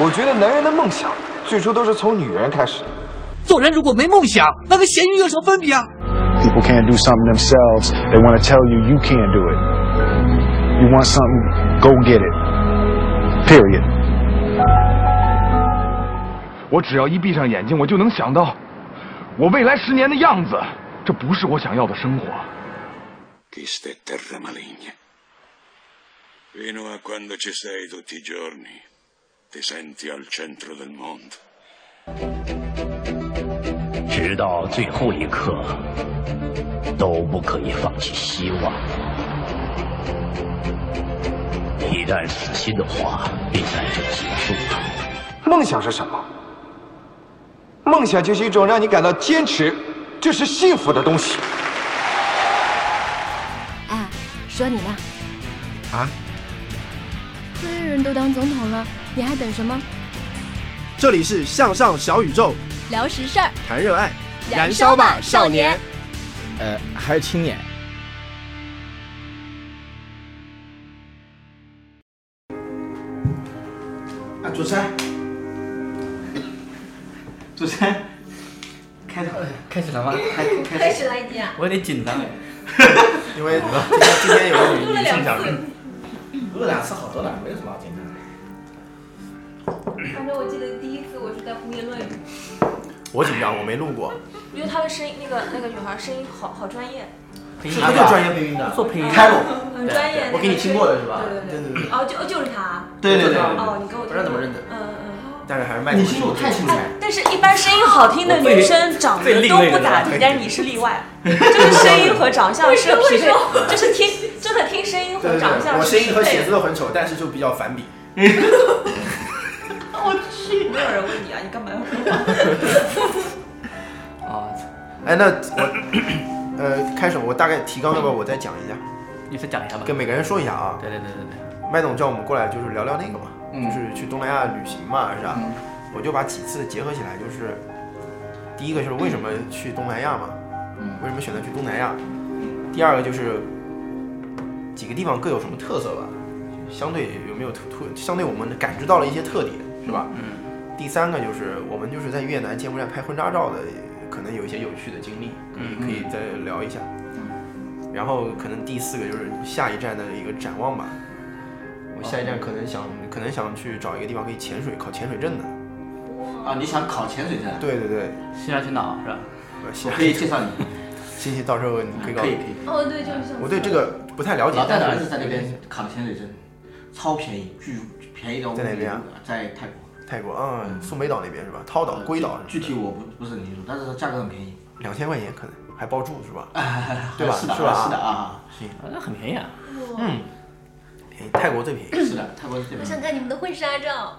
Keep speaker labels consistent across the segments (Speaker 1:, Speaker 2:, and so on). Speaker 1: 我觉得男人的梦想最初都是从女人开始的。
Speaker 2: 做人如果没梦想，那跟咸鱼有什么分别啊？
Speaker 3: People can't do something themselves. They want to tell you you can't do it. You want something, go get it. Period.
Speaker 4: 我只要一闭上眼睛，我就能想到我未来十年的样子。这不是我想要的生活。
Speaker 5: Questa è terra maligna. Fino a quando ci sei tutti i giorni, ti senti al centro del mondo.
Speaker 6: 直到最后一刻，都不可以放弃希望。一旦死心的话，比赛就结束了。
Speaker 1: 梦想是什么？梦想就是一种让你感到坚持，这是幸福的东西。
Speaker 7: 哎，说你呢，
Speaker 8: 啊，
Speaker 7: 黑人都当总统了，你还等什么？
Speaker 8: 这里是向上小宇宙，
Speaker 7: 聊实事儿，
Speaker 8: 谈热爱，
Speaker 7: 燃烧吧少年！
Speaker 9: 呃，还有青年。
Speaker 10: 啊，主持人，主持人，开场，
Speaker 9: 开始了 吗？
Speaker 10: 开开始，
Speaker 11: 来劲啊！
Speaker 9: 我有点紧张哎，
Speaker 8: 因为今天今天有个女
Speaker 11: 录了
Speaker 8: 女
Speaker 11: 两
Speaker 8: 性
Speaker 11: 次
Speaker 8: 嘉宾，录了两次好多了，没有什么好紧张的。
Speaker 11: 反正我记得第一次我是在胡言乱语，
Speaker 8: 我紧张，我没录过，
Speaker 11: 我觉得他们声音那个那个女孩声音好好专业，
Speaker 9: 配
Speaker 8: 是不就专业配音的？
Speaker 9: 做配音
Speaker 8: 开过，
Speaker 11: 很专业。
Speaker 8: 我给你听过的是吧？
Speaker 11: 对对
Speaker 8: 对对
Speaker 11: 对。
Speaker 8: 对，
Speaker 11: 哦，就就是他。
Speaker 8: 对对对对
Speaker 11: 哦，你跟我
Speaker 8: 不然怎么认得
Speaker 11: 嗯嗯。
Speaker 8: 但是还是麦克风。你听我太清楚
Speaker 11: 哎，但是一般声音好听的女生长得都不咋地，但是你是例外，就是声音和长相是匹配，就是听真的听声音
Speaker 8: 对
Speaker 11: 和
Speaker 8: 对
Speaker 11: 长
Speaker 8: 对，
Speaker 11: 相
Speaker 8: 我
Speaker 11: 是
Speaker 8: 声音
Speaker 11: 匹
Speaker 8: 和
Speaker 11: 配
Speaker 8: 写字
Speaker 11: 的。
Speaker 8: 都很丑，但是就比较反比。
Speaker 11: 我去，没有人问你啊，你干嘛要说我？
Speaker 9: 啊，
Speaker 8: 哎，那我呃，开始我大概提纲，要不要我再讲一下，
Speaker 9: 你再讲一下吧。
Speaker 8: 跟每个人说一下啊？
Speaker 9: 对对对对对，
Speaker 8: 麦总叫我们过来就是聊聊那个嘛，
Speaker 9: 嗯
Speaker 8: 就是去东南亚旅行嘛，是吧？
Speaker 9: 嗯
Speaker 8: 我就把几次结合起来，就是第一个就是为什么去东南亚嘛，
Speaker 9: 嗯
Speaker 8: 为什么选择去东南亚？第二个就是几个地方各有什么特色吧，相对有没有突突，相对我们感知到了一些特点，是吧？
Speaker 9: 嗯
Speaker 8: 第三个就是我们就是在越南、柬埔寨拍婚纱照的，可能有一些有趣的经历，可以
Speaker 9: 嗯
Speaker 8: 可以再聊一下。然后可能第四个就是下一站的一个展望吧。我下一站可能想可能想去找一个地方可以潜水，考潜水证的。
Speaker 10: 啊，你想考潜水证？啊
Speaker 8: 对对对，
Speaker 9: 现在去哪儿是吧？
Speaker 8: 我
Speaker 10: 我
Speaker 8: 下
Speaker 10: 可以介绍你，
Speaker 8: 信息到时候你可以告
Speaker 10: 可
Speaker 8: 诉
Speaker 10: 以
Speaker 8: 我
Speaker 10: 可。以。
Speaker 11: 哦，对，就是
Speaker 8: 我对这个不太了解
Speaker 10: 老，戴的
Speaker 8: 但
Speaker 10: 儿
Speaker 8: 是
Speaker 10: 子在那边考的潜水证，超便宜，巨便宜到无
Speaker 8: 在哪边啊
Speaker 10: 比在泰国。
Speaker 8: 泰国，嗯，宋北岛那边是吧？涛岛、龟岛
Speaker 10: 呃具具体我不不是很清楚，但是价格很便宜。
Speaker 8: 两千块钱可能还包住是
Speaker 10: 啊
Speaker 8: 吧？对 吧
Speaker 10: 是的，
Speaker 8: 是吧
Speaker 10: 是的啊，
Speaker 8: 行，
Speaker 9: 啊那很便宜啊。
Speaker 8: 嗯，便宜，泰国最便宜。
Speaker 10: 是的，泰国是这边。
Speaker 11: 看你们的婚纱照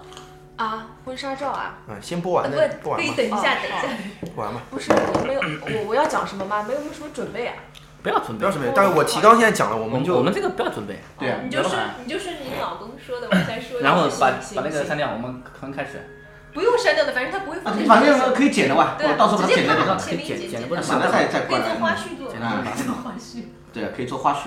Speaker 11: 啊，婚纱照啊。
Speaker 8: 嗯，先播完
Speaker 11: 不
Speaker 8: 再播完
Speaker 11: 可以
Speaker 8: 吧，
Speaker 11: 等一下，等一下。
Speaker 8: 播完吧。
Speaker 11: 不是，我没有，我我要讲什么吗？没有什么准备啊。
Speaker 9: 不要准备，
Speaker 8: 不要准备，但是我提纲现在讲了，我
Speaker 9: 我
Speaker 8: 们
Speaker 9: 们
Speaker 8: 就
Speaker 9: 我们这个不要准备，
Speaker 10: 对啊，
Speaker 11: 你就
Speaker 10: 聊得
Speaker 11: 顺
Speaker 10: 来，
Speaker 11: 你就顺着你老公说的往下说。
Speaker 9: 然后
Speaker 11: 就是
Speaker 9: 把
Speaker 11: 行
Speaker 9: 把那个
Speaker 11: 行
Speaker 9: 删掉，我们可能开始。
Speaker 11: 不用删掉的，反正他不会放
Speaker 10: 啊
Speaker 11: 进去。
Speaker 10: 反正可以剪的哇，
Speaker 11: 对啊
Speaker 10: 我到时候把它
Speaker 11: 直接
Speaker 10: 剪掉
Speaker 11: 看
Speaker 10: 就
Speaker 11: 到
Speaker 10: 好了。
Speaker 11: 前面
Speaker 9: 剪
Speaker 11: 一
Speaker 9: 剪
Speaker 11: 剪
Speaker 9: 不能
Speaker 11: 掉
Speaker 9: 删
Speaker 10: 剪了再再
Speaker 11: 可以
Speaker 10: 过来嗯
Speaker 11: 做花絮做，
Speaker 10: 剪了
Speaker 11: 可以做花絮。
Speaker 10: 对，啊可以做花絮。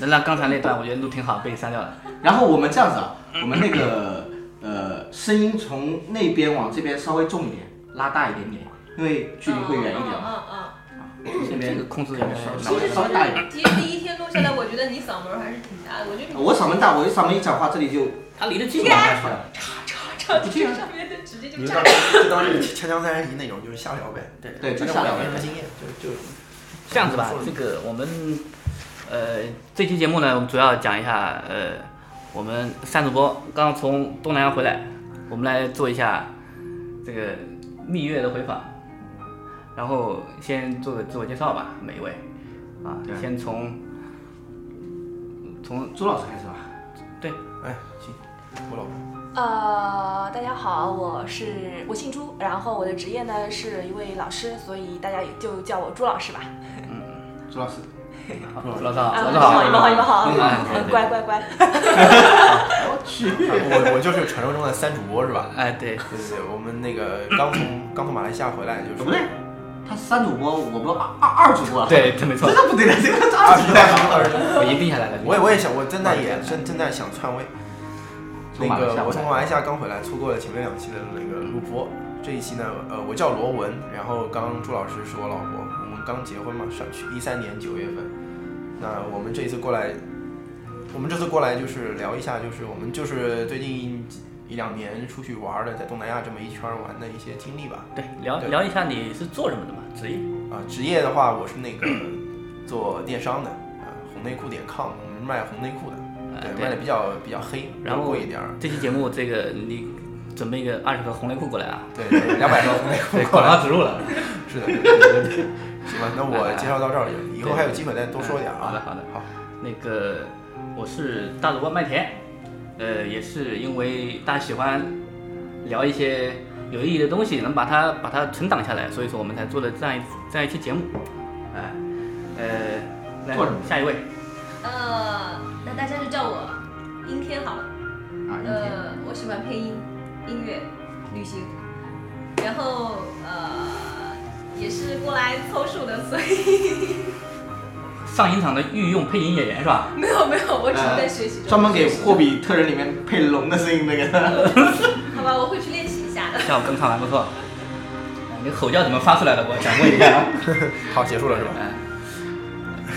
Speaker 9: 能让刚才那段我觉得录挺好，被删掉了。
Speaker 10: 然后我们这样子啊，我们那个呃声音从那边往这边稍微重一点，拉大一点点，因为距离会远一点嘛。
Speaker 11: 嗯嗯
Speaker 9: 这边这个控制有点
Speaker 11: 嗯。
Speaker 10: 稍
Speaker 11: 其
Speaker 10: 微
Speaker 11: 实
Speaker 10: 稍微大一
Speaker 11: 其
Speaker 10: 点。
Speaker 11: 实其实第一天录下来，我觉得你嗓门还是挺大的。我觉得你
Speaker 10: 我嗓门大，我一嗓门一讲话，这里就
Speaker 9: 他离得近
Speaker 10: 基本
Speaker 9: 吗？
Speaker 10: 上出来了。
Speaker 11: 咔嚓这上面就直接就
Speaker 8: 你就
Speaker 11: 炸
Speaker 8: 当。就当是锵锵三人行那种，就是瞎聊呗。对
Speaker 10: 对，
Speaker 8: 反
Speaker 10: 就
Speaker 8: 正
Speaker 10: 下
Speaker 8: 我
Speaker 10: 来
Speaker 8: 也没什么
Speaker 10: 了。
Speaker 8: 经验，就就
Speaker 9: 这样子吧，这个我们呃这期节目呢，我们主要讲一下呃我们三主播刚从东南亚回来，我们来做一下这个蜜月的回访，然后先做个自我介绍吧，每一位啊，先从从
Speaker 10: 朱老师开始吧。
Speaker 9: 对
Speaker 8: 哎行，我老婆
Speaker 12: 呃，大家好，我是我姓朱，然后我的职业呢是一位老师，所以大家也就叫我朱老师吧。
Speaker 10: 朱老师，
Speaker 9: 好老赵，啊
Speaker 11: 啊
Speaker 9: 老
Speaker 12: 你们好，你们
Speaker 9: 赵
Speaker 12: 好，你们好，
Speaker 9: 嗯嗯嗯
Speaker 12: 嗯乖乖乖。
Speaker 8: 我我就是传说中的三主播是吧？
Speaker 9: 哎
Speaker 8: 对
Speaker 9: 对，
Speaker 8: 对对，我们那个刚从刚从马来西亚回来，就是
Speaker 10: 不对，他是三主播，我们二二二主播了。
Speaker 9: 对这没错
Speaker 10: 真的不对了，这个是二主播。
Speaker 9: 我已经定下来了，
Speaker 8: 我也我也想，我正在也正正在想篡位，
Speaker 9: 从
Speaker 8: 那
Speaker 9: 马来
Speaker 8: 个
Speaker 9: 西亚
Speaker 8: 我
Speaker 9: 回
Speaker 8: 从
Speaker 9: 来
Speaker 8: 马来西亚刚回来，错过了前面两期的那个录播。这一期呢，呃，我叫罗文，然后刚刚朱老师是我老婆，我们刚结婚嘛，上去一三年九月份。那我们这一次过来，我们这次过来就是聊一下，就是我们就是最近一两年出去玩儿的，在东南亚这么一圈儿玩的一些经历吧。
Speaker 9: 对，聊
Speaker 8: 对
Speaker 9: 聊一下你是做什么的嘛？职业？
Speaker 8: 啊，职业的话，我是那个做电商的，啊，红内裤点 com，我们是卖红内裤的，对，
Speaker 9: 哎对
Speaker 8: 卖的比较比较黑，
Speaker 9: 然后
Speaker 8: 贵一点儿。
Speaker 9: 这期节目这个你准备一个二十个红内裤过来啊？
Speaker 8: 对，两 百条红内
Speaker 9: 对
Speaker 8: 裤，
Speaker 9: 广告植入了。
Speaker 8: 是的，对对对对 行吧，那我介绍到这儿，以后还有机会再多说点儿
Speaker 9: 哎好
Speaker 8: 啊。
Speaker 9: 的，好的，好。那个，我是大主播麦田，呃，也是因为大家喜欢聊一些有意义的东西，能把它把它存档下来，所以说我们才做了这样一这样一期节目，哎，呃，来
Speaker 10: 做什么
Speaker 9: 下一位，
Speaker 7: 呃，那大家就叫我阴天好了。
Speaker 10: 啊阴天
Speaker 7: 呃，我喜欢配音、音乐、旅行，然后呃，也是过来凑数的，所以
Speaker 9: 上影厂的御用配音演员是吧？
Speaker 7: 没有没有，呃我只是在学习中。
Speaker 10: 专门给《霍比特人》里面配龙的声音那个。
Speaker 7: 好吧，我会去练习一下的。
Speaker 9: 下午跟看完不错。哎你口叫怎么发出来的？我想问一下啊。
Speaker 8: 好，结束了是 吧？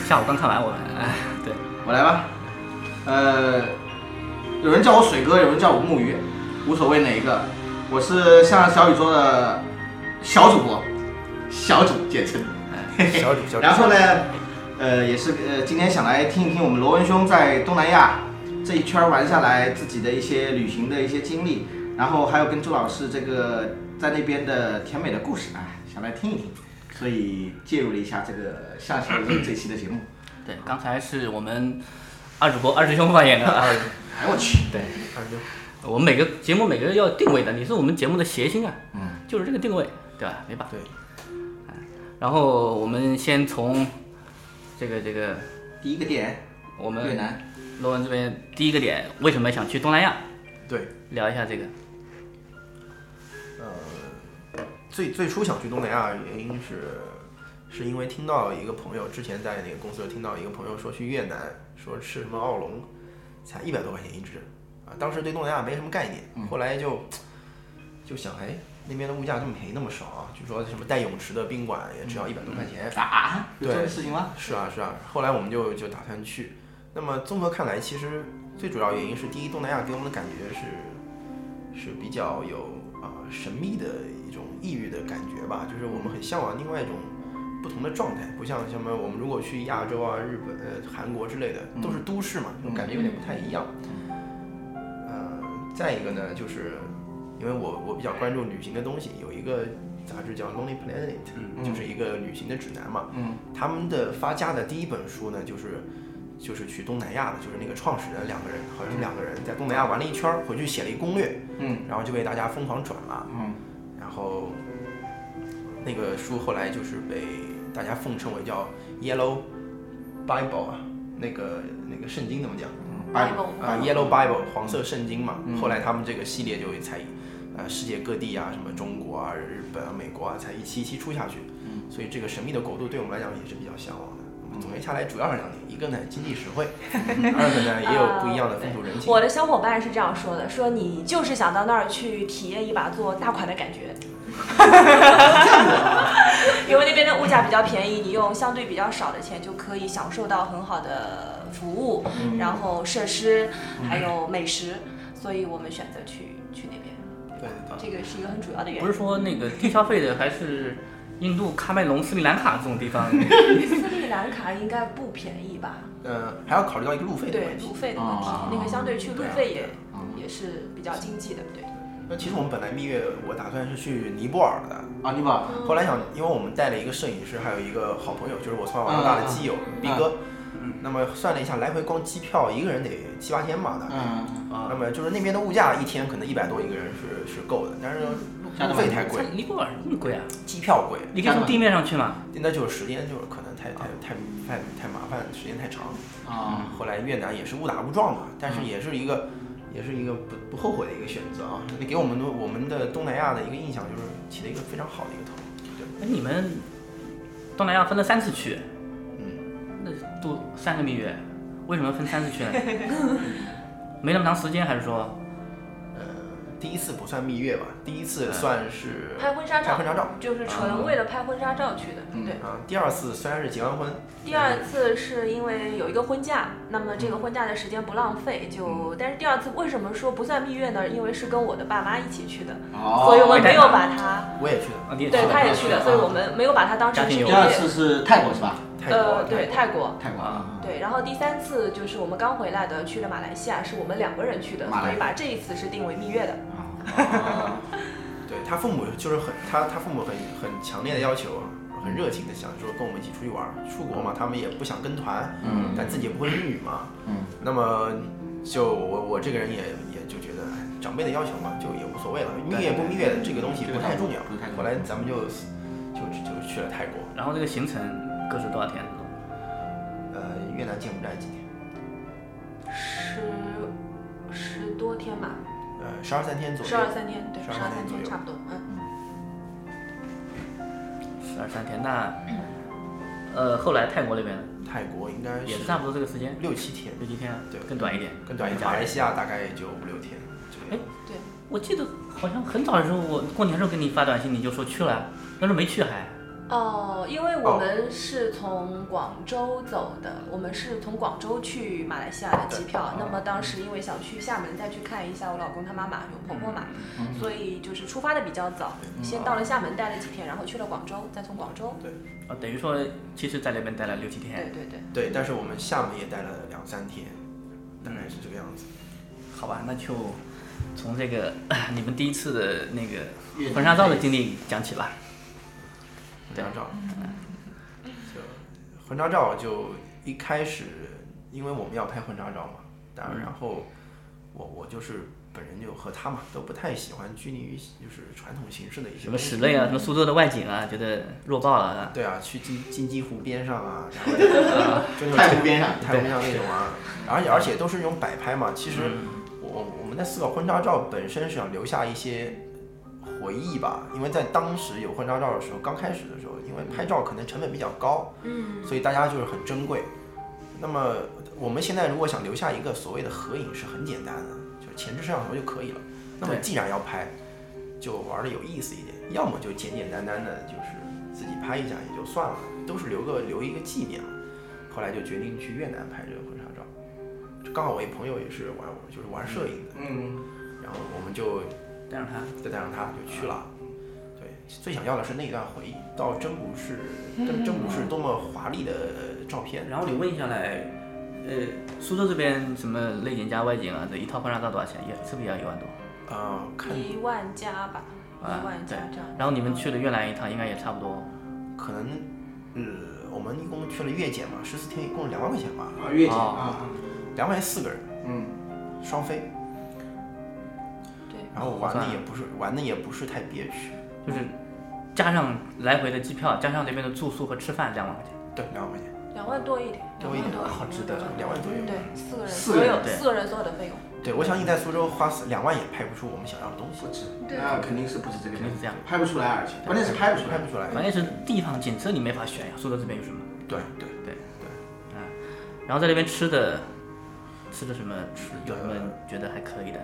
Speaker 9: 下午刚看完我们，哎，对，
Speaker 10: 我来吧。呃，有人叫我水哥，有人叫我木鱼，无所谓哪一个。我是向小宇宙的小主播，小主简称。
Speaker 8: 小主小主
Speaker 10: 然后呢，呃，也是呃，今天想来听一听我们罗文兄在东南亚这一圈玩下来自己的一些旅行的一些经历，然后还有跟周老师这个在那边的甜美的故事啊，想来听一听，所以介入了一下这个向小宇宙这期的节目。
Speaker 9: 对，刚才是我们二主播二师兄扮演的，啊，
Speaker 10: 哎我去，
Speaker 9: 对，
Speaker 8: 二师兄，
Speaker 9: 我们每个节目每个人要定位的，你是我们节目的谐星啊，
Speaker 10: 嗯，
Speaker 9: 就是这个定位，对吧？没把对，然后我们先从这个这个
Speaker 10: 第一个点，
Speaker 9: 我们
Speaker 10: 越南
Speaker 9: 罗文这边第一个点，为什么想去东南亚？
Speaker 8: 对，
Speaker 9: 聊一下这个，
Speaker 8: 呃，最最初想去东南亚的原因是，是因为听到一个朋友之前在那个公司听到一个朋友说去越南，说吃什么奥龙，才一百多块钱一只，啊，当时对东南亚没什么概
Speaker 9: 嗯
Speaker 8: 念，后来就就想，哎，那边的物价这么便宜，那么少啊，据说什么带泳池的宾馆也只要一百多块钱
Speaker 10: 啊有这
Speaker 8: 对，
Speaker 10: 种事情吗？
Speaker 8: 是啊，是啊，后来我们就就打算去。那么综合看来，其实最主要原因是，第一，东南亚给我们的感觉是是比较有啊、神秘的一种异域的感觉吧，就是我们很向往另外一种不同的状态，不像什么我们如果去亚洲啊、日本、呃韩国之类的，都是都市嘛，这种感觉有点不太一样。呃，再一个呢，就是因为我我比较关注旅行的东西，有一个杂志叫《Lonely Planet》，就是一个旅行的指南嘛。
Speaker 10: 嗯，
Speaker 8: 他们的发家的第一本书呢，就是就是去东南亚的，就是那个创始人两个人，好像是两个人在东南亚玩了一圈儿，回去写了一攻略，
Speaker 10: 嗯，
Speaker 8: 然后就被大家疯狂转了，
Speaker 10: 嗯，
Speaker 8: 然后那个书后来就是被大家奉称为叫 Yellow Bible 啊，那个那个圣经怎么讲
Speaker 12: 哎
Speaker 10: Bible
Speaker 8: 啊
Speaker 10: Bible
Speaker 8: ，Yellow Bible 黄色圣经嘛。
Speaker 10: 嗯
Speaker 8: 后来他们这个系列就才呃世界各地啊，什么中国啊、日本啊、美国啊，才一期一期出下去。
Speaker 10: 嗯，
Speaker 8: 所以这个神秘的国度对我们来讲也是比较向往的。我们总结下来主要是两点，一个呢经济实 惠，二个呢也有不一样的风土人情。
Speaker 11: 我的小伙伴是这样说的：说你就是想到那儿去体验一把做大款的感觉， 因为那边的物价比较便宜，你用相对比较少的钱就可以享受到很好的服务，
Speaker 13: 嗯
Speaker 11: 然后设施
Speaker 13: 嗯
Speaker 11: 还有美食，所以我们选择去去那边。
Speaker 8: 对对
Speaker 11: 这个是一个很主要的原因。
Speaker 9: 不是说那个低消费的还是印度、喀麦隆、斯里兰卡这种地方，
Speaker 11: 斯里兰卡应该不便宜吧？
Speaker 8: 呃，还要考虑到一个路费的
Speaker 11: 对
Speaker 8: 问，题。
Speaker 11: 路费的问题，
Speaker 8: 啊
Speaker 11: 那个相对去路
Speaker 8: 对啊
Speaker 11: 费也也是比较经济的，对。
Speaker 8: 那其实我们本来蜜月，我打算是去尼泊尔的
Speaker 10: 啊，尼泊尔
Speaker 8: 后来想，因为我们带了一个摄影师，还有一个好朋友，就是我从小玩到大的基友
Speaker 10: 嗯嗯嗯
Speaker 8: 逼哥。那么算了一下，来回光机票一个人得七八千吧，大概。
Speaker 10: 嗯
Speaker 8: 那么就是那边的物价一天可能一百多一个人是是够的，但是
Speaker 10: 加
Speaker 8: 路路
Speaker 10: 的吗
Speaker 8: 费太贵。
Speaker 9: 尼泊尔 这么贵啊？
Speaker 8: 机票贵。
Speaker 9: 你可以从地面上去嘛？
Speaker 8: 那就是时间就是可能太太太太太麻烦，时间太长。
Speaker 10: 啊
Speaker 8: 后来越南也是误打误撞嘛，但是也是一个。也是一个不不后悔的一个选择啊！那给我们的我们的东南亚的一个印象就是起了一个非常好的一个头。
Speaker 9: 哎，你们东南亚分了三次区，嗯，那度 三个蜜月，为什么分三次区呢？没那么长时间，还是说
Speaker 8: 第一次不算蜜月吧，第一次算是
Speaker 11: 拍婚纱照，
Speaker 8: 拍婚纱照
Speaker 11: 就是纯为了拍婚纱照去的，对。
Speaker 8: 啊，第二次虽然是结完婚，
Speaker 11: 第二次是因为有一个婚假，那么这个婚假的时间不浪
Speaker 8: 嗯
Speaker 11: 费，就但是第二次为什么说不算蜜月呢？因为是跟我的爸妈一起去的，嗯
Speaker 8: 哦
Speaker 11: 所以我们没有把它，
Speaker 8: 我也去
Speaker 9: 啊
Speaker 11: 的，对，他也去啊的，所以我们没有把它当啊成是蜜月。
Speaker 10: 第二次是泰国是吧？
Speaker 11: 呃，对，泰国，
Speaker 10: 泰国啊。
Speaker 11: 对，然后第三次就是我们刚回来的，去了马来西亚，是我们两个人去的，所以把这一次是定为蜜月的。
Speaker 8: 啊、对他父母就是很他他父母很很强烈的要求，很热情的想说跟我们一起出去玩，出国嘛，他们也不想跟团，
Speaker 10: 嗯，
Speaker 8: 但自己也不会英语嘛，
Speaker 10: 嗯，
Speaker 8: 那么就我我这个人也也就觉得哎长辈的要求嘛，就也无所谓了，蜜月不蜜月这个东西不太重要，后来咱们就就就去了泰国，
Speaker 9: 然后这个行程各是多少天？
Speaker 8: 呃，越南柬埔寨几天？
Speaker 11: 十十多天吧。
Speaker 8: 呃，十二三天左右。
Speaker 11: 十二三天，对，
Speaker 8: 十
Speaker 11: 二三
Speaker 8: 天
Speaker 11: 差不多，嗯。
Speaker 9: 十二三天， 那呃，后来泰国那边呢？
Speaker 8: 泰国应该
Speaker 9: 也是差不多这个时间，
Speaker 8: 六七天，
Speaker 9: 六七天，啊
Speaker 8: 对，
Speaker 9: 更短一点，
Speaker 8: 更短一点。马来西亚大概也就五六天。
Speaker 9: 哎，
Speaker 11: 对，
Speaker 9: 我记得好像很早的时候，我过年时候给你发短信，你就说去了，但是没去还。
Speaker 11: 哦，因为我们是从广州走的，我们是从广州去马来西亚的机票。那么当时因为想去厦门再去看一下我老公他妈妈，有婆婆嘛，所以就是出发的比较早，先到了厦门待了几天，然后去了广州，再从广州。
Speaker 8: 对，
Speaker 9: 啊，等于说其实在那边待了六七天。
Speaker 11: 对对对。
Speaker 8: 对，但是我们厦门也待了两三天，大概是这个样子。
Speaker 9: 好吧，那就从这个 你们第一次的那个婚纱照的经历讲起吧。
Speaker 8: 婚纱照，就婚纱照就一开始，因为我们要拍婚纱照嘛，但
Speaker 9: 嗯
Speaker 8: 然后我我就是本人就和他嘛都不太喜欢拘泥于就是传统形式的一些
Speaker 9: 什么室内啊，什么苏州的外景啊，觉得弱爆了啊。
Speaker 8: 对啊，去金金鸡湖边上啊，
Speaker 10: 太湖边上，
Speaker 8: 太湖边上那种啊，而且而且都是那种摆拍嘛。其实我我们在思考婚纱照本身是想留下一些。回忆吧，因为在当时有婚纱照的时候，刚开始的时候，因为拍照可能成本比较高，
Speaker 11: 嗯，
Speaker 8: 所以大家就是很珍贵。那么我们现在如果想留下一个所谓的合影，是很简单的，就是前置摄像头就可以了。那么既然要拍，就玩的有意思一点，要么就简简单单的，就是自己拍一下也就算了，都是留个留一个纪念。后来就决定去越南拍这个婚纱照，刚好我一朋友也是玩就是玩摄影的，
Speaker 10: 嗯，
Speaker 8: 然后我们就。
Speaker 9: 带上他，
Speaker 8: 再带上他就去了。对，最想要的是那一段回忆，倒真不是，真真不是多么华丽的照片。
Speaker 9: 然后你问下来，呃，苏州这边什么内景加外景啊，这一套婚纱照多少钱？也是不是也要一万多？
Speaker 8: 啊，看
Speaker 11: 一万加吧，一万加这样。
Speaker 9: 啊然后你们去了越南一趟，应该也差不多。
Speaker 8: 可能，呃，我们一共去了越检嘛，十四天一共两万块钱吧。
Speaker 9: 哦
Speaker 10: 啊，越检啊，
Speaker 8: 两万四个人，
Speaker 10: 嗯，
Speaker 8: 双飞。然后玩的也不是玩的也不是太憋屈，
Speaker 9: 就是
Speaker 11: 嗯
Speaker 9: 加上来回的机票，加上那边的住宿和吃饭，两万块钱。
Speaker 8: 对，两万块钱。
Speaker 11: 两万多一点，
Speaker 8: 多一点，
Speaker 9: 好值得，
Speaker 8: 两万多一点。
Speaker 11: 对，四个人，
Speaker 10: 四个人，
Speaker 11: 所有四个人所有的费用。
Speaker 8: 对，我相信在苏州花两万也拍不出我们想要的东西。
Speaker 10: 不止，
Speaker 11: 对
Speaker 10: 那肯定是不止这个，
Speaker 9: 肯定是这样，
Speaker 10: 拍不出来而且，关键是拍不出
Speaker 8: 拍
Speaker 10: 来，
Speaker 8: 不出来。
Speaker 11: 嗯
Speaker 9: 关键是地方景色你没法选呀，苏州这边有什么？
Speaker 8: 对对
Speaker 9: 对
Speaker 8: 对，
Speaker 9: 嗯，然后在那边吃的，吃的什么吃有什么觉得还可以的？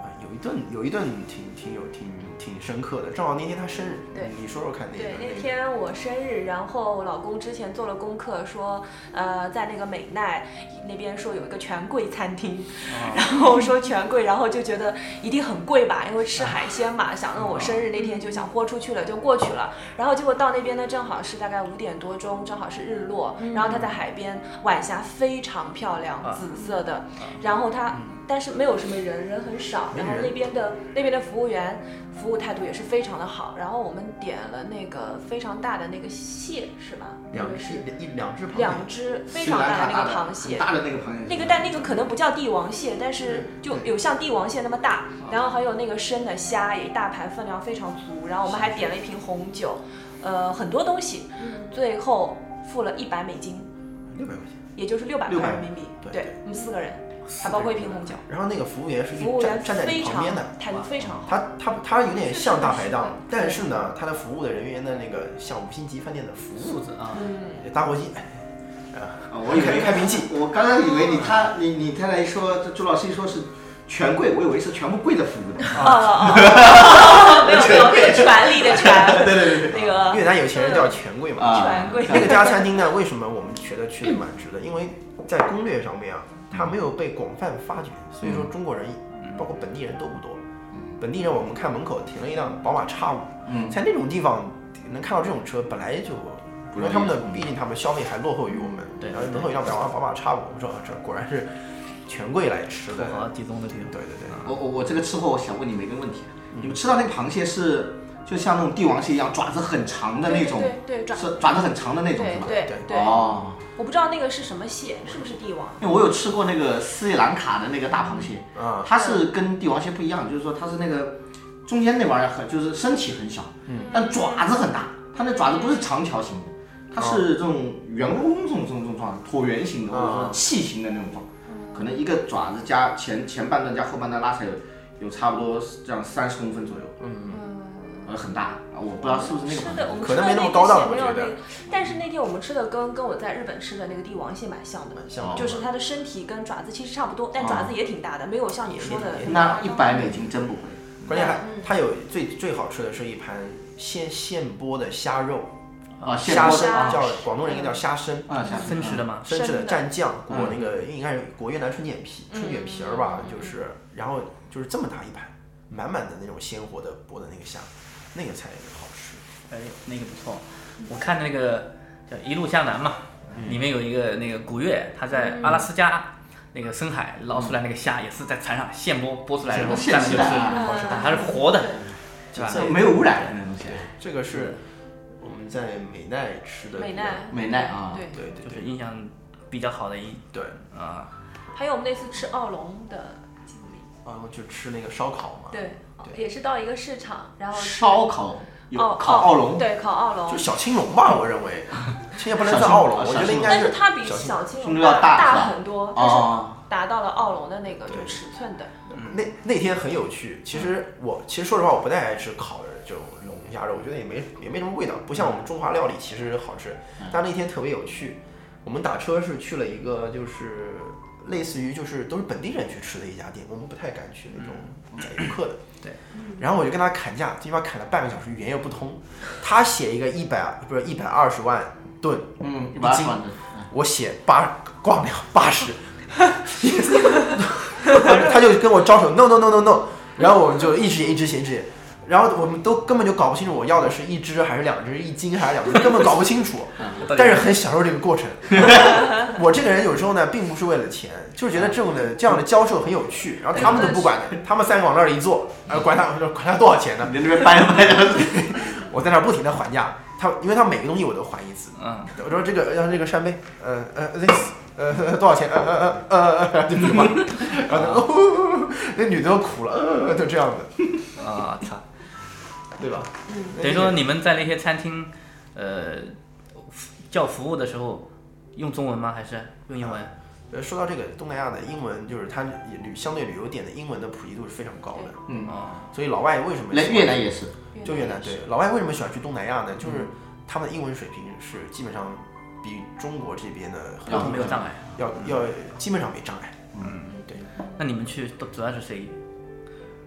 Speaker 8: 啊，有一顿有一顿挺挺有挺挺深刻的，正好那天他生日，
Speaker 11: 对
Speaker 8: 你说说看那个
Speaker 11: 对，那
Speaker 8: 个
Speaker 11: 天我生日，然后我老公之前做了功课，说，呃，在那个美奈那边说有一个权贵餐厅， 然后说权贵，然后就觉得一定很贵吧，因为吃海鲜嘛，想让我生日那天就想豁出去了，就过去了。然后结果到那边呢，正好是大概五点多钟，正好是日落，然后他在海边，晚霞非常漂亮，紫色的，然后他。但是没有什么人，人很少。然后那边的那边的服务员服务态度也是非常的好。然后我们点了那个非常大的那个蟹，是吧？
Speaker 8: 两
Speaker 11: 就是
Speaker 8: 只一两只螃蟹，
Speaker 11: 两只
Speaker 10: 嗯
Speaker 11: 非常大的那个螃蟹，
Speaker 10: 很大的那个螃蟹，
Speaker 11: 那个但那个可能不叫帝王蟹，但是就有像帝王蟹那么大，然后还有那个生的虾也一大盘，分量非常足。然后我们还点了一瓶红酒，呃，很多东西，最后付了一百美金，
Speaker 8: 六百块钱。
Speaker 11: 也就是六百块
Speaker 8: 600
Speaker 11: 人民币。
Speaker 8: 对
Speaker 11: 对，我们四个人，还包括一瓶红酒。
Speaker 8: 然后那个服务员是
Speaker 11: 服务员
Speaker 8: 站站在你
Speaker 11: 非
Speaker 8: 旁
Speaker 11: 常
Speaker 8: 边的，啊
Speaker 11: 态度非常好。
Speaker 8: 他他他有点像大排档，但是呢，他的服务的人员的那个像五星级饭店的服务
Speaker 9: 素质啊，
Speaker 11: 嗯，
Speaker 8: 打火机，啊，
Speaker 10: 我以为
Speaker 8: 开瓶器，
Speaker 10: 我刚刚以为你他你你太太一说，这朱老师一说是权贵，我以为是全部跪着服务的。
Speaker 11: 哦哦，没有 没有，那个权力的权，
Speaker 10: 对对对对，
Speaker 11: 那个
Speaker 8: 越南有钱人叫权 贵
Speaker 10: 啊
Speaker 8: 嘛，
Speaker 11: 权贵
Speaker 8: 那个家餐厅呢，为什么我们觉得去的蛮值的？因为在攻略上面啊，它没有被广泛发掘，所以
Speaker 10: 嗯
Speaker 8: 说中国人包括本地人都不多。本地人我们看门口停了一辆宝马叉五，
Speaker 10: 嗯，
Speaker 8: 在那种地方能看到这种车，本来就。因为他们的，毕竟他们消费还落后于我们，
Speaker 9: 对，
Speaker 8: 然后能够让宝马宝马叉五，我们说啊这果然是权贵来吃的，啊
Speaker 9: 集中的地方。
Speaker 8: 对对对，
Speaker 10: 我我我这个吃货，我想问你们一个问题：啊你们吃到那个螃蟹是就像那种帝王蟹一样，爪子很长的那种，
Speaker 11: 对对，爪
Speaker 10: 是爪子很长的那种，是吧？
Speaker 11: 对对
Speaker 10: 哦，
Speaker 11: 我不知道那个是什么蟹，是不是帝王？
Speaker 10: 因为我有吃过那个斯里兰卡的那个大螃蟹，
Speaker 8: 啊，
Speaker 10: 它是跟帝王蟹不一样，就是说它是那个中间那玩意儿很，就是身体很小，
Speaker 8: 嗯，
Speaker 10: 但爪子很大，它那爪子不是长条形的。它是这种圆弓这种这种这种状，椭圆形的
Speaker 8: 啊
Speaker 10: 或者说器形的那种状，可能一个爪子加前前半段加后半段拉起来有有差不多这样三十公分左右，
Speaker 8: 嗯，
Speaker 10: 呃很大，啊我不知道是不是那个
Speaker 11: 吃
Speaker 10: 螃
Speaker 11: 的我们
Speaker 10: 蟹，
Speaker 11: 吃的
Speaker 8: 没那么
Speaker 11: 个
Speaker 8: 高档
Speaker 11: 蟹
Speaker 8: 我
Speaker 11: 没有
Speaker 8: 觉
Speaker 11: 那
Speaker 8: 得
Speaker 11: 个，但是那天我们吃的跟跟我在日本吃的那个帝王蟹蛮像的，
Speaker 10: 像的
Speaker 11: 就是它的身体跟爪子其实差不多，但爪子也挺大的，没有像你说的
Speaker 8: 也
Speaker 11: 么
Speaker 10: 那
Speaker 11: 夸
Speaker 10: 一
Speaker 11: 张
Speaker 10: 百美金真不贵。
Speaker 8: 关键还它有最最好吃的是一盘现现剥的虾肉，
Speaker 10: 啊现
Speaker 8: 虾
Speaker 10: 剥
Speaker 8: 参
Speaker 10: 的啊
Speaker 8: 叫广东人应该叫虾参
Speaker 10: 啊虾参
Speaker 8: 嗯
Speaker 9: 生吃的吗
Speaker 8: 生吃的
Speaker 11: 生的
Speaker 8: 蘸酱裹那个应该是裹越南春卷皮春卷皮儿吧，就是然后就是这么大一盘，满满的那种鲜活的剥的那个虾，那个才好吃。
Speaker 9: 哎，那个不错，我看那个叫《一路向南》嘛，里面有一个那个古月，他在阿拉斯加那个深海捞出来那个虾，也是在船上现剥剥出来，然后
Speaker 10: 现
Speaker 9: 蘸着就
Speaker 10: 吃的
Speaker 9: 吃
Speaker 10: 啊
Speaker 11: 好吃，
Speaker 9: 它是活的，对吧？
Speaker 10: 没有污染的那东西，
Speaker 8: 这个是我们在美奈吃的
Speaker 11: 美奈
Speaker 10: 美奈啊
Speaker 11: 对
Speaker 8: 对对
Speaker 9: 就是印象比较好的一
Speaker 8: 对
Speaker 9: 啊，
Speaker 11: 还有我们那次吃奥龙的经历，
Speaker 8: 然后就吃那个烧烤嘛，
Speaker 11: 对，也是到一个市场，然后吃
Speaker 10: 烧烤有
Speaker 11: 奥
Speaker 10: 烤奥龙，
Speaker 11: 哦对，烤奥龙，
Speaker 8: 就小青龙吧，我认为，这也不能算奥龙，我觉得应该
Speaker 11: 但是它比
Speaker 8: 小
Speaker 11: 小
Speaker 8: 青
Speaker 11: 青龙
Speaker 10: 龙要大
Speaker 11: 大
Speaker 10: 是吧
Speaker 11: 很多，但是
Speaker 10: 哦
Speaker 11: 达到了奥龙的那个就尺寸的。
Speaker 8: 那那天很有趣，其实我其实说实话，我不太爱吃烤的这种龙虾肉，我觉得也没也没什么味道，不像我们中华料理其实好吃。
Speaker 10: 嗯
Speaker 8: 但那天特别有趣，我们打车是去了一个就是类似于就是都是本地人去吃的一家店，我们不太敢去那种
Speaker 10: 嗯
Speaker 8: 宰游客的。
Speaker 9: 对，
Speaker 8: 然后我就跟他砍价，这地方砍了半个小时，语言又不通。他写一个一百不是一百二十万吨，
Speaker 10: 嗯，一
Speaker 8: 一
Speaker 10: 百
Speaker 8: 斤，
Speaker 10: 万的，
Speaker 8: 我写八挂不了八十， 他就跟我招手 no no no no no，然后我们就一直写一直写一直写，然后我们都根本就搞不清楚我要的是一只还是两只，一斤还是两斤，根本搞不清楚，但是很享受这个过程。 我这个人有时候呢，并不是为了钱，就是觉得这种的这样的交涉很有趣，然后他们都不管的，他们三个往那儿一坐，然后管他管他多少钱呢？
Speaker 10: 你在那边掰掰的，
Speaker 8: 我在那儿不停的还价，他因为他每个东西我都还一次，
Speaker 9: 嗯，
Speaker 8: 我说这个要这个扇贝，呃呃，this，呃 多少钱？呃呃呃呃， 就这么， 然后哦， 那女的都哭了，呃，就这样子，
Speaker 9: 啊操！
Speaker 8: 对吧？
Speaker 9: 等于说你们在那些餐厅，呃，叫服务的时候用中文吗？还是用英文？
Speaker 8: 呃，说到这个东南亚的英文，就是它旅相对旅游点的英文的普及度是非常高的，
Speaker 10: 嗯，
Speaker 9: 啊，
Speaker 8: 所以老外为什么
Speaker 10: 来
Speaker 8: 喜欢
Speaker 10: 越南也是，
Speaker 8: 就越南对老外为什么喜欢去东南亚呢？
Speaker 9: 嗯
Speaker 8: 就是他们的英文水平是基本上比中国这边的
Speaker 9: 要没有障碍，
Speaker 8: 要要基本上没障碍。嗯，对，
Speaker 9: 那你们去都主要是谁？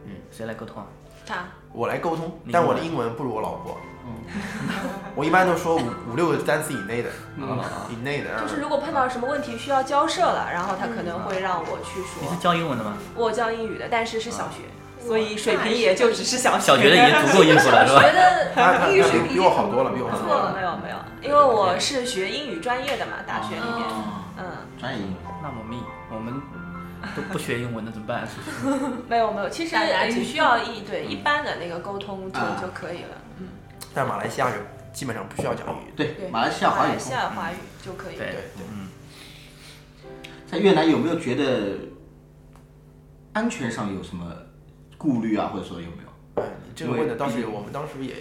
Speaker 8: 嗯，
Speaker 9: 谁来沟通啊？
Speaker 11: 他
Speaker 8: 我来沟通，
Speaker 9: 你嗯
Speaker 8: 但我
Speaker 9: 英
Speaker 8: 的
Speaker 9: 文
Speaker 8: 英文不如我老婆。 我一般都说五五六个单词以内的，
Speaker 9: 嗯
Speaker 8: 以内的。
Speaker 11: 就是如果碰到什么问题需要交涉了，然后他可能会让我去
Speaker 9: 你是
Speaker 11: 说。
Speaker 9: 教英文的吗？
Speaker 11: 我教英语的，但是是小学，所以水平也就只是小学。
Speaker 9: 小学的已经足够应付了，是
Speaker 7: 觉
Speaker 9: 吧？
Speaker 7: 得
Speaker 8: 他他
Speaker 7: 英语水
Speaker 8: 比
Speaker 7: 平
Speaker 8: 比我好多了，比我好
Speaker 11: 错
Speaker 8: 多
Speaker 11: 了，
Speaker 8: 了。
Speaker 11: 没有没有，因为我是学英语专业的嘛，大学里面，嗯，
Speaker 10: 哦专业英语，
Speaker 9: 那我们我们都不学英文的怎么办？是不是
Speaker 11: 嗯没有没有，其实
Speaker 7: 当然
Speaker 11: 只需要一对一般的那个沟通就
Speaker 10: 啊
Speaker 11: 就可以了，嗯，
Speaker 8: 但马来西亚人基本上不需要讲英语。
Speaker 10: 对，
Speaker 11: 对，
Speaker 10: 马来西亚
Speaker 11: 马
Speaker 10: 华语
Speaker 11: 来西亚华语就可以，
Speaker 8: 对
Speaker 9: 对
Speaker 8: 对，
Speaker 10: 在越南有没有觉得安全上有什么顾虑啊，或者说有没有？
Speaker 8: 哎你这个问的倒是我们当时也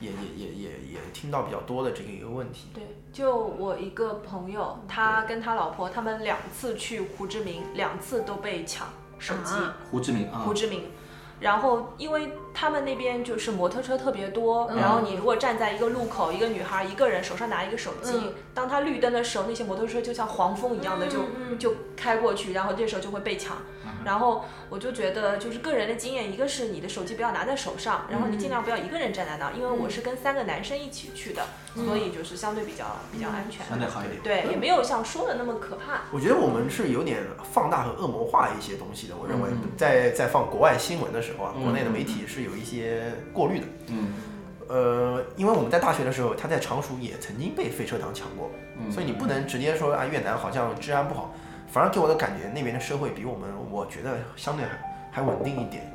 Speaker 8: 也也也也也听到比较多的这个一个问题。
Speaker 11: 对，就我一个朋友，他跟他老婆他们两次去胡志明，两次都被抢手机。
Speaker 10: 胡志明啊
Speaker 11: 胡，志明，然后，因为他们那边就是摩托车特别多，
Speaker 7: 嗯
Speaker 11: 然后你如果站在一个路口，一个女孩一个人手上拿一个手机，
Speaker 7: 嗯
Speaker 11: 当她绿灯的时候，那些摩托车就像黄蜂一样的就、
Speaker 7: 嗯
Speaker 11: 就开过去，然后这时候就会被抢。然后我就觉得，就是个人的经验，一个是你的手机不要拿在手上，然后
Speaker 7: 嗯
Speaker 11: 你尽量不要一个人站在那儿，因为我是跟三个男生一起去的，
Speaker 7: 嗯
Speaker 11: 所以就是相对比较比较安全，
Speaker 8: 相对好一点
Speaker 11: 对，也没有像说的那么可怕。
Speaker 8: 我觉得我们是有点放大和恶魔化一些东西的。我认为
Speaker 11: 嗯
Speaker 8: 在在放国外新闻的时候啊，
Speaker 10: 嗯
Speaker 8: 国内的媒体是有一些过滤的。
Speaker 10: 嗯，
Speaker 8: 呃，因为我们在大学的时候，他在常熟也曾经被飞车党抢过，
Speaker 10: 嗯
Speaker 8: 所以你不能直接说啊越南好像治安不好，反而给我的感觉那边的社会比我们我觉得相对还还稳定一点。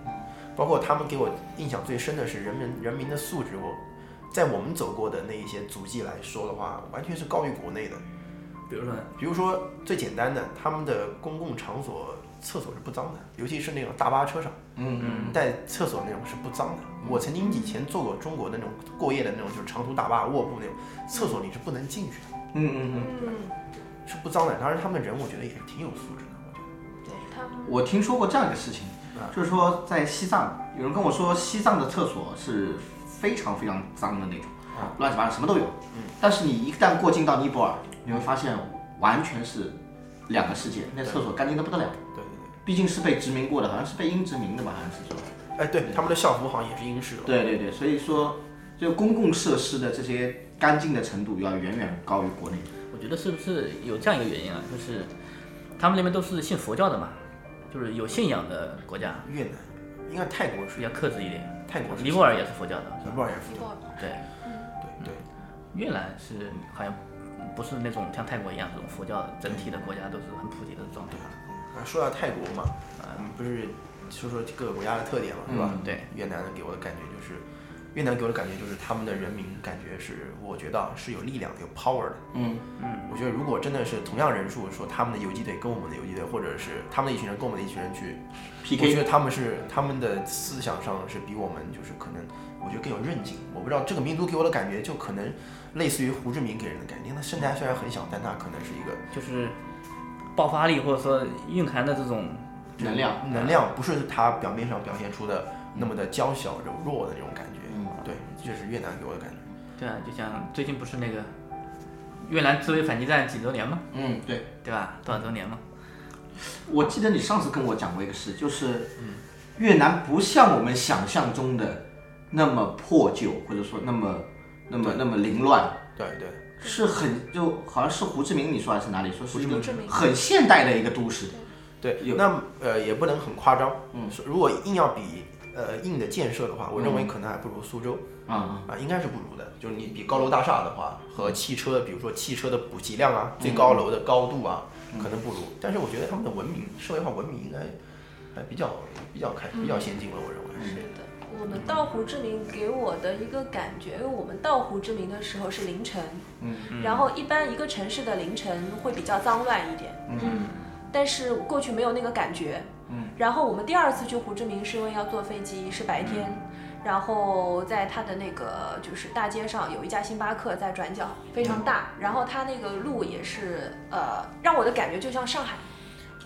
Speaker 8: 包括他们给我印象最深的是人民人民的素质，我在我们走过的那一些足迹来说的话，完全是高于国内的。
Speaker 9: 比如说呢，
Speaker 8: 比如说最简单的，他们的公共场所厕所是不脏的，尤其是那种大巴车上，
Speaker 10: 嗯嗯
Speaker 8: 带厕所那种是不脏的。我曾经以前坐过中国的那种过夜的那种，就是长途大巴卧铺那种，厕所你是不能进去的，
Speaker 10: 嗯嗯嗯。
Speaker 8: 是不脏的。当然他们人我觉得也是挺有素质的。
Speaker 10: 我听说过这样一个事情，
Speaker 8: 啊
Speaker 10: 就是说在西藏，有人跟我说西藏的厕所是非常非常脏的那种，
Speaker 8: 啊
Speaker 10: 乱七八糟什么都有。
Speaker 8: 嗯
Speaker 10: 但是你一旦过境到尼泊尔，你会发现完全是两个世界，那厕所干净的不得了。
Speaker 8: 对对对，
Speaker 10: 毕竟是被殖民过的，好像是被英殖民的吧，好像是说。
Speaker 8: 哎，对，他们的校服好像也是英式的。
Speaker 10: 对对对，所以说就公共设施的这些干净的程度要远远高于国内。
Speaker 9: 我觉得是不是有这样一个原因啊？就是他们那边都是信佛教的嘛，就是有信仰的国家。
Speaker 8: 越南，应该泰国是
Speaker 9: 比较克制一点。
Speaker 8: 泰国是
Speaker 9: 尼泊尔也是佛教的，
Speaker 8: 尼泊尔也是佛
Speaker 11: 教的。
Speaker 9: 对，
Speaker 10: 嗯
Speaker 8: 对对。
Speaker 9: 越南是好像不是那种像泰国一样这种佛教整体的国家都是很普及的状态。
Speaker 8: 啊，说到泰国嘛，嗯，不是说说各个国家的特点嘛，是吧？
Speaker 9: 嗯对，
Speaker 8: 越南给我的感觉就是，越南给我的感觉就是他们的人民感觉是，我觉得啊是有力量的、有 power 的。
Speaker 10: 嗯
Speaker 8: 嗯，我觉得如果真的是同样人数，说他们的游击队跟我们的游击队，或者是他们的一群人跟我们的一群人去
Speaker 10: PK
Speaker 8: 我觉得他们是他们的思想上是比我们就是可能，我觉得更有韧劲。我不知道这个民族给我的感觉就可能类似于胡志明给人的感觉，他身材虽然很小，但他可能是一个
Speaker 9: 就是爆发力或者说蕴含的这种
Speaker 10: 能量
Speaker 8: 能量不是他表面上表现出的那么的娇小柔弱的那种感觉。对，这是越南给我的感觉。
Speaker 9: 对啊，就像最近不是那个越南自卫反击战几周年吗？
Speaker 10: 嗯，对，
Speaker 9: 对吧？多少周年吗？
Speaker 10: 我记得你上次跟我讲过一个事，就是越南不像我们想象中的那么破旧，或者说那么那么那么凌乱。
Speaker 8: 对对，
Speaker 10: 是很就好像是胡志明你说还是哪里说是一个
Speaker 8: 胡志明
Speaker 10: 很现代的一个都市。
Speaker 8: 对，那呃也不能很夸张。嗯，如果硬要比呃硬的建设的话，我认为
Speaker 10: 嗯
Speaker 8: 可能还不如苏州。
Speaker 10: 啊、
Speaker 8: 应该是不如的。就是你比高楼大厦的话，和汽车，比如说汽车的补给量啊，
Speaker 10: 嗯
Speaker 8: 最高楼的高度啊，
Speaker 10: 嗯
Speaker 8: 可能不如。但是我觉得他们的文明，社会化文明应该还比较比较开
Speaker 11: 嗯
Speaker 8: 比较先进了，我认
Speaker 10: 嗯
Speaker 8: 为是。
Speaker 11: 我们到胡志明给我的一个感觉，因为我们到胡志明的时候是凌晨，
Speaker 10: 嗯
Speaker 11: 然后一般一个城市的凌晨会比较脏乱一点，
Speaker 10: 嗯
Speaker 11: 但是过去没有那个感觉。
Speaker 10: 嗯
Speaker 11: 然后我们第二次去胡志明是因为要坐飞机，是白天，然后在它的那个就是大街上有一家星巴克在转角，非
Speaker 10: 嗯
Speaker 11: 常大，然后它那个路也是呃，让我的感觉就像上海。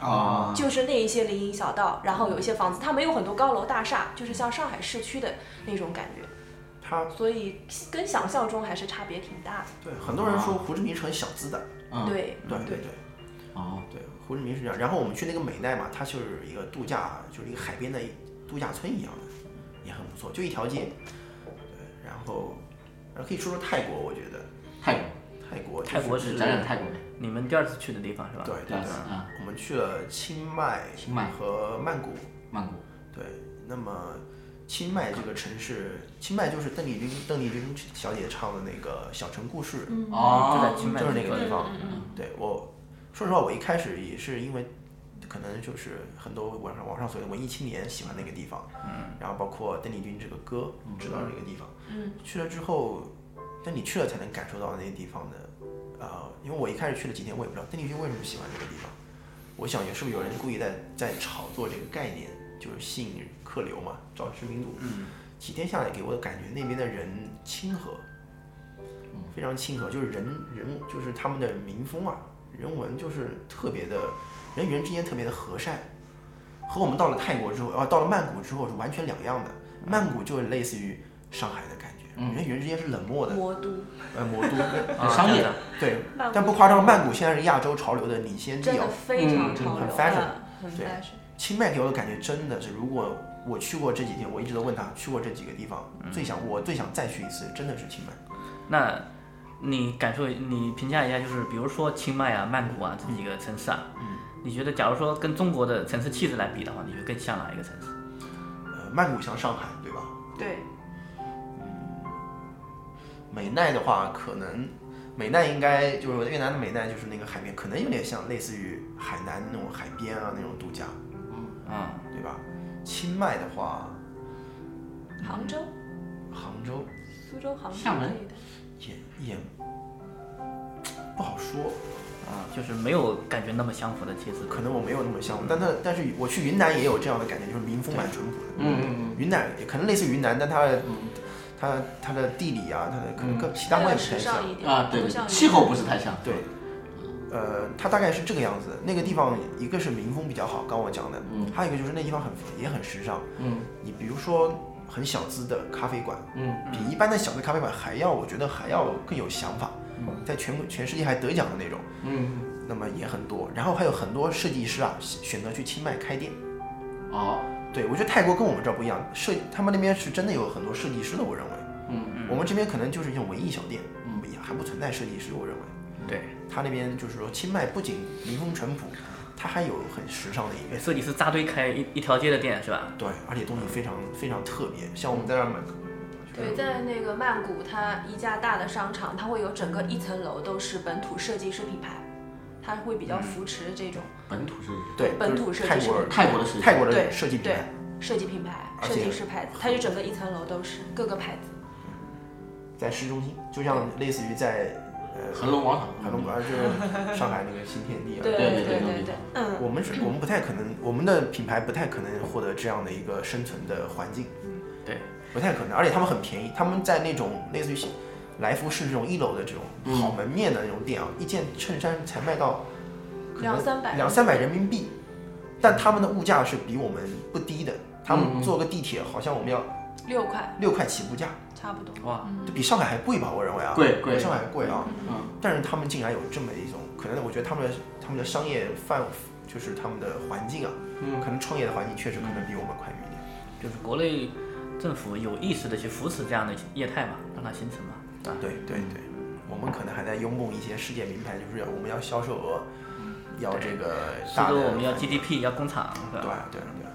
Speaker 10: 啊
Speaker 11: 就是那一些林荫小道，然后有一些房子，它没有很多高楼大厦，就是像上海市区的那种感觉。
Speaker 8: 它
Speaker 11: 所以跟想象中还是差别挺大的。
Speaker 8: 对，很多人说胡志明是很小资的。
Speaker 10: 啊
Speaker 11: 对
Speaker 8: 嗯对对对。
Speaker 10: 哦，
Speaker 8: 对，胡志明是这样。然后我们去那个美奈嘛，它就是一个度假，就是一个海边的度假村一样的，也很不错，就一条街。对，然后，然后可以说说泰国，我觉得
Speaker 10: 泰国，
Speaker 8: 泰国、
Speaker 9: 泰国是
Speaker 10: 国啊
Speaker 9: 你们第二次去的地方是吧？
Speaker 8: 对对对，我们去了呃清迈、
Speaker 10: 清迈
Speaker 8: 和曼谷。
Speaker 10: 曼谷。
Speaker 8: 对，那么清迈这个城市，清迈就是邓丽君邓丽君小姐唱的那个《小城故事》
Speaker 10: 嗯哦
Speaker 8: 就在清迈就是那
Speaker 10: 嗯
Speaker 8: 个地方
Speaker 10: 嗯嗯嗯。
Speaker 8: 对我，说实话，我一开始也是因为。可能就是很多网上网上所谓的文艺青年喜欢那个地方，
Speaker 10: 嗯，
Speaker 8: 然后包括邓丽君这个歌，知道这个地方，
Speaker 10: 嗯
Speaker 8: 去了之后，但你去了才能感受到那些地方的，啊、因为我一开始去了几天，我也不知道邓丽君为什么喜欢这个地方，我想也是不是有人故意在在炒作这个概念，就是吸引客流嘛，找知名度。
Speaker 9: 嗯，
Speaker 8: 几天下来给我的感觉，那边的人亲和，非常亲和，就是人人就是他们的民风啊，人文就是特别的，人与人之间特别的和善，和我们到了泰国之后，啊，到了曼谷之后是完全两样的。曼谷就类似于上海的感觉，
Speaker 10: 嗯
Speaker 8: 人与人之间是冷漠的。
Speaker 11: 魔都，
Speaker 8: 呃，魔都，
Speaker 9: 很商啊业的
Speaker 8: 对
Speaker 11: 曼谷，
Speaker 8: 但不夸张，曼谷现在是亚洲潮流的领先地
Speaker 11: 真
Speaker 8: 哦
Speaker 11: 的，非常潮
Speaker 8: 很
Speaker 11: 流
Speaker 8: fashion，
Speaker 11: 了，很
Speaker 8: 对
Speaker 11: fashion。
Speaker 8: 清迈给我的感觉真的是，如果我去过这几天，我一直都问他去过这几个地方，最想我最想再去一次，真的是清迈。
Speaker 9: 那你感受，你评价一下，就是比如说清迈啊、曼谷啊这几个城市啊，
Speaker 8: 嗯
Speaker 9: 你觉得假如说跟中国的城市气质来比的话，你觉得更像哪一个城市？
Speaker 8: 呃，曼谷像上海，对吧？
Speaker 11: 对，
Speaker 8: 美奈的话，可能美奈应该就是越南的美奈，就是那个海边，可能有点像类似于海南那种海边啊那种度假，嗯
Speaker 9: 啊，
Speaker 8: 对吧？清迈的话，
Speaker 11: 杭州、
Speaker 8: 杭州
Speaker 11: 苏州、杭州
Speaker 9: 厦门
Speaker 11: 这一带
Speaker 8: 也也不好说
Speaker 9: 啊，就是没有感觉那么相符的气质。
Speaker 8: 可能我没有那么像，但它但是我去云南也有这样的感觉，就是民风蛮淳朴的。
Speaker 9: 嗯
Speaker 8: 嗯嗯。云南也可能类似于云南，但它的嗯它它的地理啊，它的可能
Speaker 9: 嗯
Speaker 8: 跟其他
Speaker 11: 它
Speaker 8: 外
Speaker 11: 要
Speaker 8: 不太
Speaker 11: 时
Speaker 8: 像
Speaker 11: 尚一点啊对不像云气
Speaker 10: 候不是太像。嗯
Speaker 8: 对。呃，它大概是这个样子。那个地方，一个是民风比较好，刚我讲的，嗯，还有一个就是那地方很也很时尚，
Speaker 10: 嗯，
Speaker 8: 你比如说很小资的咖啡馆，
Speaker 10: 嗯
Speaker 8: 比一般的小资咖啡馆还要，我觉得还要更有想法，
Speaker 10: 嗯
Speaker 8: 在全国全世界还得奖的那种，
Speaker 10: 嗯，
Speaker 8: 那么也很多。然后还有很多设计师啊，选择去清迈开店。
Speaker 10: 哦，
Speaker 8: 对，我觉得泰国跟我们这儿不一样，设他们那边是真的有很多设计师的，我认为。
Speaker 10: 嗯
Speaker 8: 我们这边可能就是一种文艺小店，嗯，还不存在设计师，我认为。
Speaker 9: 对，
Speaker 8: 他那边就是说，清迈不仅民风淳朴，它还有很时尚的一面。
Speaker 9: 设计师扎堆开一一条街的店是吧？
Speaker 8: 对，而且东西非常非常特别，像我们在那儿买，
Speaker 11: 对，在那个曼谷，它一家大的商场，它会有整个一层楼都是本土设计师品牌，它会比较
Speaker 8: 嗯
Speaker 11: 扶持这种
Speaker 10: 本土设计，
Speaker 8: 对，
Speaker 11: 本土
Speaker 8: 就是
Speaker 11: 设
Speaker 8: 泰
Speaker 11: 计师
Speaker 8: 国
Speaker 11: 品牌，
Speaker 8: 泰国的泰国的设计品
Speaker 11: 对
Speaker 8: 牌，
Speaker 11: 对设计品牌、
Speaker 8: 而
Speaker 11: 设
Speaker 8: 且
Speaker 11: 计师牌子，它就整个一层楼都是各个牌子。
Speaker 8: 在市中心，就像类似于在呃
Speaker 10: 恒隆广场
Speaker 8: 恒隆广场就是上海那个新天地啊，
Speaker 11: 对对对对对对嗯
Speaker 8: 我们是，我们不太可能，我们的品牌不太可能获得这样的一个生存的环境，
Speaker 9: 对，
Speaker 8: 不太可能，而且他们很便宜，他们在那种类似于来福士这种一楼的这
Speaker 10: 嗯
Speaker 8: 种好门面的那种店啊，一件衬衫才卖到可能
Speaker 11: 两三百
Speaker 8: 两三百人民币，但他们的物价是比我们不低的，他们坐个地铁好像我们要
Speaker 11: 六块，
Speaker 8: 六块起步价，
Speaker 11: 差不多。
Speaker 9: 哇，
Speaker 8: 就比上海还贵吧？我认为啊，
Speaker 10: 贵贵
Speaker 8: 比上海还贵啊。
Speaker 10: 嗯，
Speaker 8: 但是他们竟然有这么一种，可能我觉得他们的他们的商业范，就是他们的环境啊，
Speaker 10: 嗯
Speaker 8: 可能创业的环境确实可能比我们宽裕一点。
Speaker 9: 就是国内政府有意识的去扶持这样的业态嘛，让它形成嘛。啊，
Speaker 8: 对对对，我们可能还在拥梦一些世界名牌，就是我们要销售额，要这个
Speaker 9: 苏
Speaker 8: 大
Speaker 9: 州
Speaker 8: 的
Speaker 9: 我们要
Speaker 8: 环境
Speaker 9: GDP，要工厂，
Speaker 8: 对
Speaker 9: 是吧？
Speaker 8: 对对。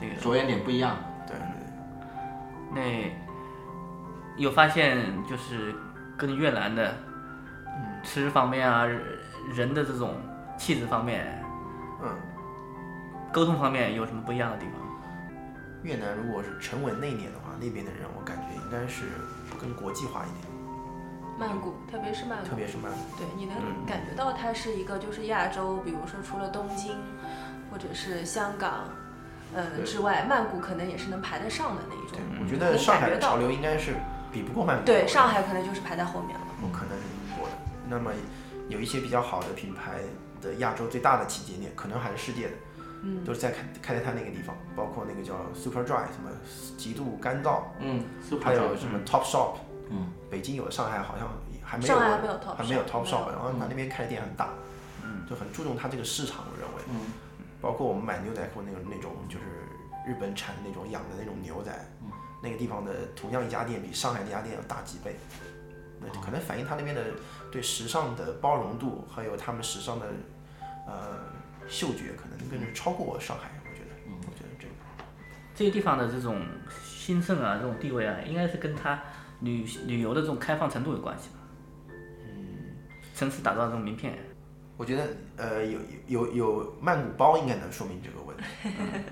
Speaker 9: 这个
Speaker 10: 着眼点不一样。
Speaker 8: 对对
Speaker 9: 那有发现就是跟越南的吃方面啊，人人的这种气质方面，
Speaker 8: 嗯，
Speaker 9: 沟通方面有什么不一样的地方？
Speaker 8: 越南如果是沉稳内敛的话，那边的人我感觉应该是更国际化一点，
Speaker 11: 曼谷，特别是曼谷，
Speaker 8: 特别是曼谷。
Speaker 11: 对，你
Speaker 8: 嗯
Speaker 11: 能感觉到它是一个就是亚洲，比如说除了东京或者是香港，呃
Speaker 8: 对
Speaker 11: 之外，曼谷可能也是能排得上的那一种。嗯
Speaker 8: 我觉得
Speaker 11: 能
Speaker 8: 上海
Speaker 11: 感
Speaker 8: 的
Speaker 11: 觉到
Speaker 8: 潮流应该是比不过曼谷的。
Speaker 11: 对上海可能就是排在后面了。
Speaker 8: 我可能是英国的。那么有一些比较好的品牌的亚洲最大的旗舰店，可能还是世界的，
Speaker 11: 嗯
Speaker 8: 都是在开开在它那个地方，包括那个叫 Superdry 什么极度干燥，
Speaker 10: 嗯
Speaker 8: 还
Speaker 10: Superdry，
Speaker 8: 有什么 Top Shop，
Speaker 10: 嗯，
Speaker 8: 北京有，上海好像也还没有，
Speaker 11: 上嗯海还没有 Topshop，
Speaker 8: 还没有 Top
Speaker 11: 没
Speaker 8: Shop，
Speaker 11: 有
Speaker 8: 然后它那边开的店很大，嗯，就很注重它这个市场，我认为，
Speaker 10: 嗯，
Speaker 8: 包括我们买牛仔裤那种那种就是日本产的那种养的那种牛仔，嗯，那个地方的同样一家店比上海那家店要大几倍，那可能反映他那边的对时尚的包容度，还有他们时尚的呃嗅觉，可能更是超过上海，我觉得，嗯，我觉得这个。
Speaker 9: 这些地方的这种兴盛啊，这种地位啊，应该是跟它旅旅游的这种开放程度有关系吧？嗯，城市打造这种名片，
Speaker 8: 我觉得呃有有有曼谷包应该能说明这个问 题。嗯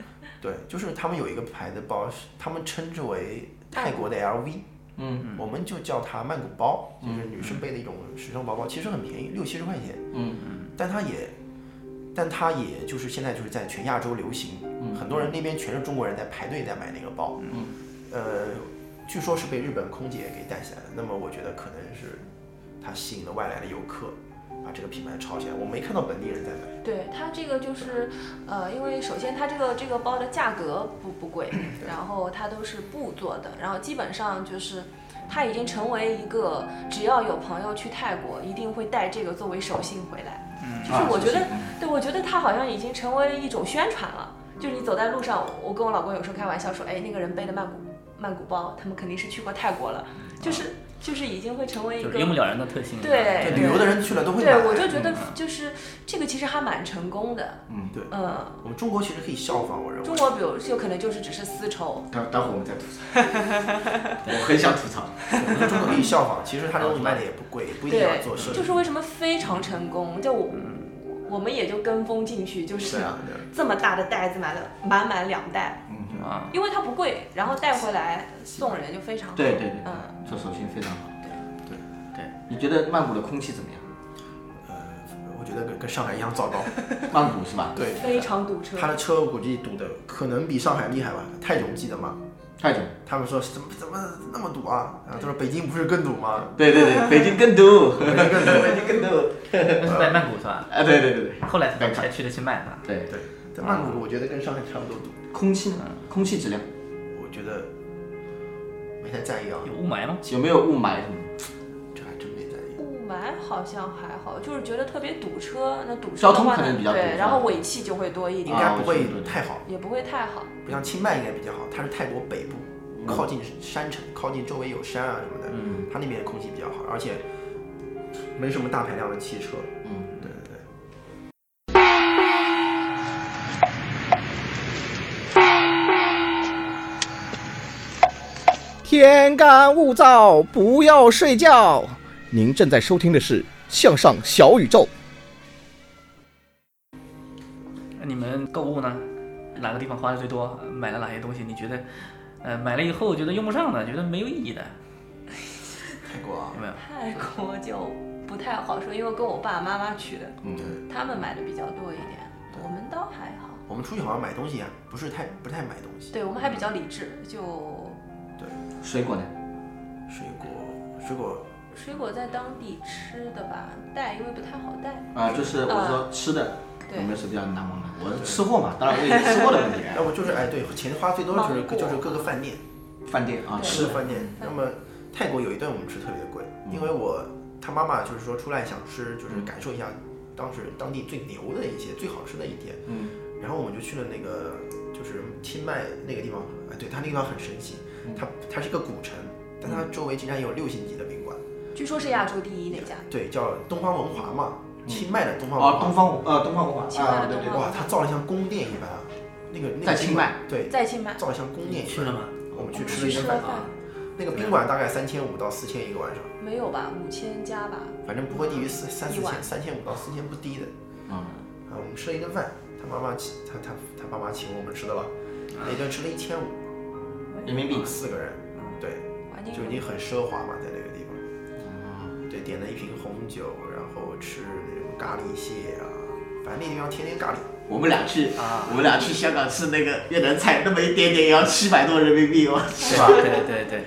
Speaker 8: 对，就是他们有一个牌子包，是他们称之为泰国的 LV，
Speaker 10: 嗯，
Speaker 8: 我们就叫它曼谷包，就是女生背的一种时尚包包，其实很便宜，六七十块钱，
Speaker 10: 嗯
Speaker 8: 但它也，但它也就是现在就是在全亚洲流行，很多人那边全是中国人在排队在买那个包，
Speaker 10: 嗯，
Speaker 8: 呃，据说是被日本空姐给带起来的，那么我觉得可能是它吸引了外来的游客，
Speaker 6: 把这个品牌炒起来。我没看到本地人在买。
Speaker 11: 对它这个就是，呃，因为首先它这个这个包的价格不不贵，然后它都是布做的，然后基本上就是它已经成为一个，只要有朋友去泰国，一定会带这个作为手信回来。
Speaker 10: 嗯
Speaker 11: 就是我觉得，对我觉得它好像已经成为一种宣传了。就是你走在路上，我跟我老公有时候开玩笑说，哎，那个人背的曼谷曼谷包，他们肯定是去过泰国了，就是就是已经会成为一
Speaker 9: 就
Speaker 11: 个
Speaker 9: 是一目了然的特性。
Speaker 11: 对，
Speaker 6: 对旅游的人去了都会
Speaker 11: 对
Speaker 6: 买，
Speaker 11: 我就觉得就是这个其实还蛮成功的。
Speaker 6: 嗯，对，
Speaker 11: 嗯，
Speaker 6: 我们中国其实可以效仿，我认为。
Speaker 11: 中国比如就可能就是只是丝绸，
Speaker 10: 待待会儿我们再吐槽， 我很想吐槽。
Speaker 6: 我觉得中国可以效仿，其实它的东西卖的也不贵，也不一定要
Speaker 11: 对
Speaker 6: 做设，计。
Speaker 11: 就是为什么非常成功，就我
Speaker 10: 嗯
Speaker 11: 我们也就跟风进去，就是
Speaker 6: 对啊对啊
Speaker 11: 这么大的袋子买了满满两袋，
Speaker 10: 嗯
Speaker 9: 啊，
Speaker 11: 因为它不贵，然后带回来送人就非常好。
Speaker 10: 对对对对
Speaker 11: 嗯，
Speaker 10: 做手信非常好。
Speaker 6: 对
Speaker 10: 对，你觉得曼谷的空气怎么样？
Speaker 6: 我觉得跟跟上海一样糟糕。
Speaker 10: 曼谷是吧？
Speaker 6: 对，
Speaker 11: 非常堵车。
Speaker 6: 他的车我估计堵的可能比上海厉害吧？泰囧记得吗？
Speaker 10: 泰囧，
Speaker 6: 他们说怎么怎么那么堵啊？然后他说北京不是更堵吗？
Speaker 10: 对对对，北京更堵，
Speaker 6: 北京更堵，
Speaker 10: 北京更堵。
Speaker 9: 那是在曼谷是吧？
Speaker 10: 啊，对对对对。
Speaker 9: 后来才才去的清迈是吧？
Speaker 10: 对
Speaker 6: 对，在曼谷我觉得跟上海差不多堵，
Speaker 10: 空气呢？空气质量
Speaker 6: 我觉得没太在意啊。
Speaker 9: 有雾霾吗？
Speaker 10: 有没有雾霾什么？
Speaker 6: 这还真没在意。
Speaker 11: 雾霾好像还好，就是觉得特别堵车，那堵
Speaker 10: 交
Speaker 11: 车的
Speaker 10: 通
Speaker 11: 话
Speaker 10: 可能
Speaker 11: 呢，
Speaker 10: 比较堵
Speaker 11: 对，
Speaker 10: 是
Speaker 11: 然
Speaker 10: 吧啊
Speaker 11: 后尾气就会多一点，
Speaker 6: 应该不会太好，
Speaker 11: 也不会太好。
Speaker 6: 不像清迈应该比较好，它是泰国北部，靠近山城，靠近周围有山啊什么的，
Speaker 10: 嗯
Speaker 6: 它那边空气比较好，而且没什么大排量的汽车。
Speaker 10: 嗯，
Speaker 6: 对对对。
Speaker 14: 天干物燥，不要睡觉。您正在收听的是《向上小宇宙》。
Speaker 9: 那你们购物呢？哪个地方花的最多？买了哪些东西？你觉得，呃，买了以后觉得用不上的，觉得没有意义的，
Speaker 6: 泰国啊，
Speaker 9: 有没有？
Speaker 11: 泰国就不太好说，因为跟我爸爸妈妈去的，
Speaker 6: 嗯，对。
Speaker 11: 他们买的比较多一点，我们倒还好。
Speaker 6: 我们出去好像买东西啊，不是太不太买东西。
Speaker 11: 对我们还比较理智，就
Speaker 6: 对，
Speaker 10: 水果呢？
Speaker 6: 水果，水果
Speaker 11: 水果在当地吃的吧，带因为不太好带。
Speaker 10: 啊，就是我说
Speaker 11: 呃
Speaker 10: 吃的
Speaker 11: 对
Speaker 10: 有没有什么比较难忘的？我是吃货嘛，当然我也有吃货的问题啊。
Speaker 6: 要不就是哎，对，钱花最多的就是
Speaker 11: 芒果
Speaker 6: 就是各个饭店，
Speaker 10: 饭店啊，
Speaker 6: 吃
Speaker 10: 吃
Speaker 6: 饭店。那么泰国有一顿我们吃特别贵，因为我他妈妈就是说出来想吃，就是感受一下当时当地最牛的一些最好吃的一店。
Speaker 10: 嗯，
Speaker 6: 然后我们就去了那个就是清迈那个地方，哎，对，它那个地方很神奇，它它是个古城，但它周围竟然有六星级的宾馆，
Speaker 11: 据说是亚洲第一那家，
Speaker 6: 对，叫东方文华嘛，清迈的东方文华。
Speaker 10: 哦，东方呃东方文化
Speaker 6: 清
Speaker 10: 啊，对对对，
Speaker 6: 哇，它造的像宫殿一般啊，那个那个
Speaker 10: 在清迈
Speaker 6: 宾馆对，
Speaker 11: 在清迈
Speaker 6: 造的像宫殿一般。
Speaker 9: 去了吗？
Speaker 6: 我们去
Speaker 11: 我们
Speaker 6: 吃
Speaker 11: 哦去
Speaker 6: 了一顿
Speaker 11: 吃
Speaker 6: 饭
Speaker 11: 了饭，
Speaker 6: 那个宾馆大概三千五到四千一个晚上，
Speaker 11: 没有吧？五千加吧，
Speaker 6: 反正不会低于四三四
Speaker 11: 一
Speaker 6: 千，
Speaker 11: 晚
Speaker 6: 三千五到四千不低的。
Speaker 10: 嗯，
Speaker 6: 啊，我们吃了一顿饭，他妈妈请他他他爸妈请我们吃的了，那一顿吃了一千五
Speaker 10: 人民币
Speaker 6: 四个人，对，就 已经很奢华嘛，在那个地方。
Speaker 10: 哦
Speaker 6: 对，点了一瓶红酒，然后吃那种咖喱蟹啊，反正那地方天天咖喱。
Speaker 10: 我们俩去啊，我们俩去香港吃那个越南菜，那么一点点也要七百多人民币哦，是 吧？
Speaker 9: 对对对，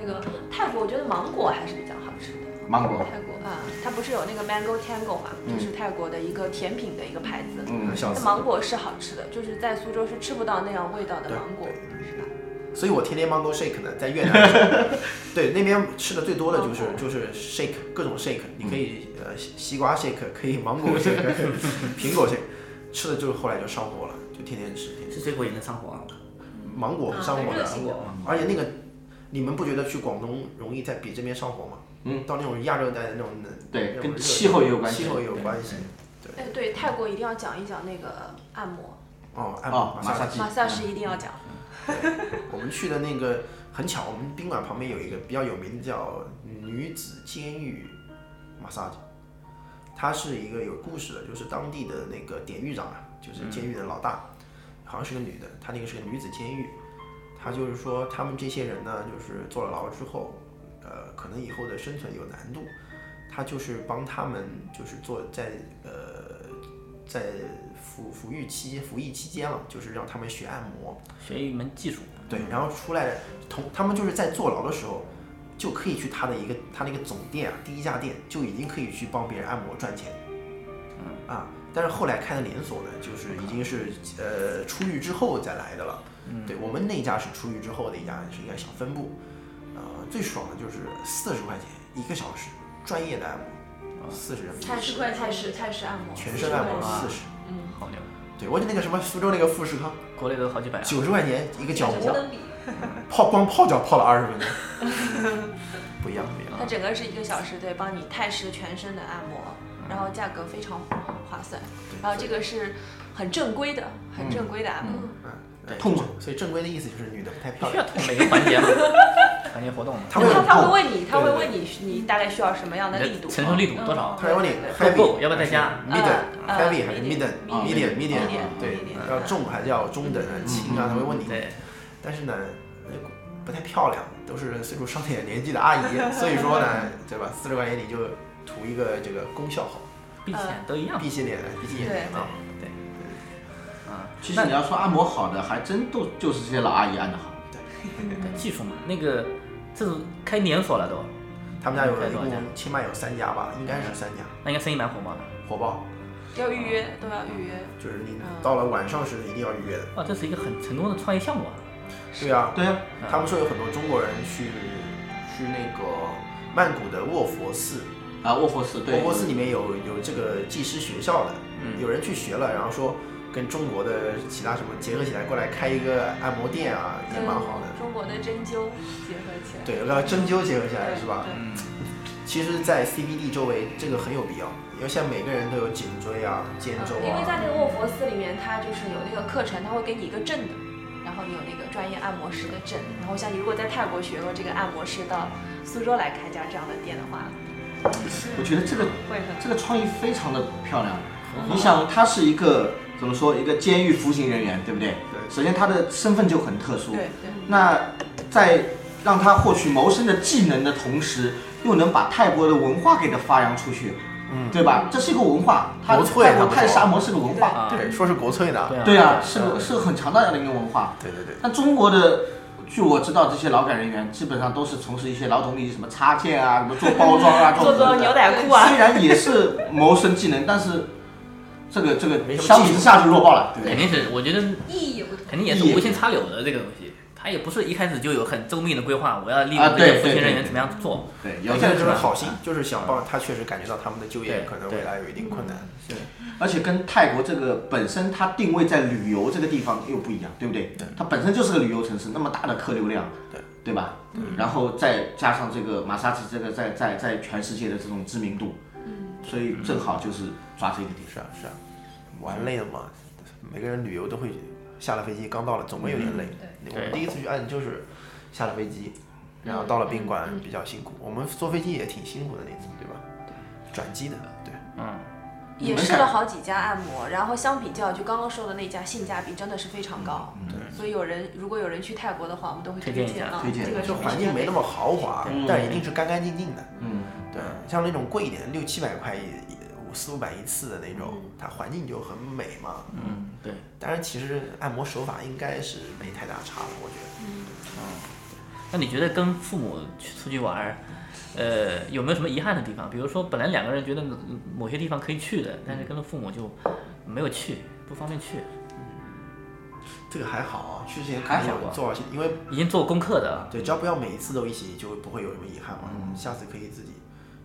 Speaker 11: 那个泰国我觉得芒果还是比较好吃的。
Speaker 10: 芒果
Speaker 11: 泰国啊，它不是有那个 Mango Tango 嘛，
Speaker 10: 嗯
Speaker 11: 就是泰国的一个甜品的一个牌子。
Speaker 6: 嗯笑
Speaker 11: 那
Speaker 6: 死
Speaker 11: 芒果是好吃的，就是在苏州是吃不到那样味道的
Speaker 6: 对
Speaker 11: 芒果，是吧？
Speaker 6: 所以我天天 mango shake 呢，在越南的时 候，对那边吃的最多的就是
Speaker 10: 哦
Speaker 6: 就是 shake 各种 shake，你可以
Speaker 10: 嗯
Speaker 6: 呃西西瓜 shake，可以芒果 shake，苹果 shake，吃的就是后来就上火了，就天天吃，天天
Speaker 9: 吃水果也能上火啊？
Speaker 6: 芒果上火
Speaker 9: 啊
Speaker 6: 的
Speaker 9: 热性的芒，果
Speaker 6: 而且那个你们不觉得去广东容易在比这边上火吗？
Speaker 10: 嗯，
Speaker 6: 到那种亚热带的那种冷
Speaker 10: 对
Speaker 6: 那种
Speaker 10: 跟
Speaker 6: 热
Speaker 10: 气候也有关系
Speaker 6: 气候也有关系。
Speaker 11: 哎，对，泰国一定要讲一讲那个按摩，
Speaker 6: 哦，按摩
Speaker 10: 哦
Speaker 6: 马杀
Speaker 10: 马杀
Speaker 6: 鸡
Speaker 10: 鸡，
Speaker 11: 马萨是一定要讲。
Speaker 6: 我们去的那个很巧，我们宾馆旁边有一个比较有名的叫女子监狱 massage，它是一个有故事的，就是当地的那个典狱长啊，就是监狱的老大，好像是个女的，她那个是个女子监狱，她就是说他们这些人呢，就是坐了牢之后，呃，可能以后的生存有难度，她就是帮他们就是做在呃在服服役期服役期间了，就是让他们学按摩。
Speaker 9: 学一门技术。
Speaker 6: 嗯对，然后出来同他们就是在坐牢的时候，就可以去他的一个他那个总店啊，第一家店就已经可以去帮别人按摩赚钱，啊，但是后来开的连锁呢，就是已经是呃出狱之后再来的了，对我们那家是出狱之后的一家是一个小分部，呃，最爽的就是四十块钱一个小时，专业的按摩，四十人民币，
Speaker 11: 泰式快泰式泰式按摩，
Speaker 6: 全身按摩嗯啊四十，
Speaker 11: 嗯，
Speaker 9: 好牛，
Speaker 6: 对我就那个什么苏州那个富士康，
Speaker 9: 国内都好几百，啊
Speaker 6: 九十块钱一
Speaker 7: 哎
Speaker 6: 个脚
Speaker 11: 不
Speaker 6: 膜，
Speaker 11: 能比，
Speaker 6: 泡光泡脚泡了二十分钟，不一样不一样，
Speaker 11: 它整个是一个小时，对，帮你泰式全身的按摩，然后价格非常划算，然后这个是很正规的，
Speaker 6: 嗯
Speaker 11: 很正规的按摩，
Speaker 6: 对痛吗？所以正规的意思就是女的不太漂亮，
Speaker 9: 每个环节嘛， 环节活动嘛，
Speaker 6: 他会
Speaker 11: 他
Speaker 6: 很
Speaker 11: 他
Speaker 6: 痛
Speaker 11: 会问你，他会
Speaker 6: 对对
Speaker 11: 问你你大概需要什么样的力度，啊
Speaker 9: 承受力度多少？
Speaker 6: 他会问你
Speaker 9: 够不
Speaker 6: heavy
Speaker 9: 够？要不要再加？呃
Speaker 6: ，medium heavy 还是 medium 啊 medium medium 对，要重还是要中等
Speaker 9: 嗯
Speaker 6: 轻啊？他会问你，但是呢，呃不太漂亮，都是岁数上点年纪的阿姨，所以说呢，对吧？四十块钱你就图一个这个功效好，
Speaker 9: 闭起来都一样。
Speaker 6: 闭起脸，闭起眼睛啊。
Speaker 9: 哦对，啊，
Speaker 10: 其实你要说按摩好的，还真都就是这些老阿姨按的好。
Speaker 9: 对技术嘛，那个这种开连锁了都，
Speaker 6: 他们家有
Speaker 9: 开
Speaker 6: 一
Speaker 9: 嗯多
Speaker 6: 共
Speaker 9: 少家？
Speaker 6: 起码有三家吧，应该是三家，
Speaker 9: 那应该生意蛮火爆的。
Speaker 6: 火爆，
Speaker 11: 要预约都要预约，
Speaker 6: 就是你
Speaker 9: 嗯
Speaker 6: 到了晚上是一定要预约的。
Speaker 9: 哇，这是一个很成功的创业项目啊！
Speaker 6: 对啊，
Speaker 10: 对啊，
Speaker 6: 他们说有很多中国人去去那个曼谷的卧佛寺
Speaker 10: 啊，卧佛寺对
Speaker 6: 卧佛寺里面有有这个技师学校的，有人去学了，然后说跟中国的其他什么结合起来过来开一个按摩店啊，也蛮好的。
Speaker 11: 跟中国的针灸结合起来，
Speaker 6: 对，让针灸结合起来是吧？
Speaker 11: 对对
Speaker 6: 其实，在 CBD 周围这个很有必要，因为现在每个人都有颈椎啊、肩周
Speaker 11: 因为在
Speaker 6: 啊。
Speaker 11: 那个卧佛寺里面，它就是有那个课程，它会给你一个证的，然后你有那个专业按摩师的证。然后像你如果在泰国学过这个按摩师，到苏州来开家这样的店的 话，
Speaker 10: 我觉得这个
Speaker 11: 会很
Speaker 10: 这个创意非常的漂亮。你想，他是一个怎么说？一个监狱服刑人员，对不对？对。首先，他的身份就很特殊。
Speaker 11: 对对。
Speaker 10: 那在让他获取谋生的技能的同时，又能把泰国的文化给他发扬出去，
Speaker 6: 嗯
Speaker 10: 对吧？这是一个文化，它
Speaker 6: 国粹啊
Speaker 10: 泰
Speaker 6: 他
Speaker 10: 国
Speaker 6: 们
Speaker 10: 泰式
Speaker 6: 说
Speaker 10: 按摩是个文
Speaker 9: 啊
Speaker 10: 化，
Speaker 6: 对，说是国粹呢。
Speaker 10: 对啊，是个是个很强大的一个文化。
Speaker 6: 对对对。
Speaker 10: 那中国的，据我知道，这些劳改人员基本上都是从事一些劳动力什么插件啊，什么做包 装啊，
Speaker 11: 做做
Speaker 10: 服务的
Speaker 11: 牛仔裤啊
Speaker 10: 虽然也是谋生技能，但是这个这个
Speaker 9: 什么
Speaker 10: 相
Speaker 9: 技
Speaker 10: 比
Speaker 9: 术
Speaker 10: 之下就弱爆了，对不 对
Speaker 9: 肯定是，我觉得
Speaker 7: 意义也不同。
Speaker 9: 肯定也是无心插柳的这个东西，他也不是一开始就有很周密的规划，我要利用
Speaker 10: 啊
Speaker 9: 这
Speaker 10: 对
Speaker 9: 个服
Speaker 10: 对
Speaker 9: 刑人
Speaker 10: 对
Speaker 9: 员
Speaker 10: 对
Speaker 9: 怎么样做。
Speaker 10: 对
Speaker 6: 有
Speaker 10: 有
Speaker 6: 些
Speaker 10: 些
Speaker 6: 人
Speaker 10: 人
Speaker 6: 就
Speaker 10: 就是是
Speaker 6: 好
Speaker 10: 好
Speaker 6: 心
Speaker 10: 心，
Speaker 6: 就是想帮，他确实感觉到他们的就业可能未来有一定困难。对，
Speaker 10: 而且跟泰国这个本身它定位在旅游这个地方又不一样，对不对？它本身就是个旅游城市，那么大的客流量，对对吧？然后再加上这个马萨奇这个在在在全世界的这种知名度，所以正好就是抓这个点。
Speaker 6: 是啊是啊，玩累了嘛，每个人旅游都会下了飞机，刚到了总会有点累。
Speaker 9: 嗯
Speaker 6: 我们第一次去按就是下了飞机，然
Speaker 9: 嗯
Speaker 6: 后到了宾馆比较辛苦，我们坐飞机也挺辛苦的那次，对吧？转机的，对，
Speaker 9: 嗯，
Speaker 11: 也试了好几家按摩，然后相比较就刚刚说的那家性价比真的是非常高，
Speaker 6: 对
Speaker 11: 所以有人如果有人去泰国的话，我们都会嗯荐啊，这个
Speaker 6: 就
Speaker 9: 嗯
Speaker 6: 环境没那么豪华，但一定是干干净净的。
Speaker 10: 嗯，
Speaker 6: 对，像那种贵一点，六七百块一五四五百一次的那种，它环境就很美嘛。
Speaker 9: 嗯，对。
Speaker 6: 当然，其实按摩手法应该是没太大差了，我觉
Speaker 9: 嗯
Speaker 6: 得。
Speaker 9: 那你觉得跟父母去出去玩儿，呃，有没有什么遗憾的地方？比如说，本来两个人觉得嗯某些地方可以去的，但是跟着父母就没有去，不方便去。
Speaker 6: 这个还好，去之前
Speaker 9: 还
Speaker 6: 肯定
Speaker 9: 好
Speaker 6: 有
Speaker 9: 啊
Speaker 6: 做好心，因为
Speaker 9: 已经做功课的。
Speaker 10: 啊
Speaker 6: 对，只要不要每一次都一起，就不会有什么遗憾嘛。
Speaker 10: 嗯
Speaker 6: 嗯下次可以自己。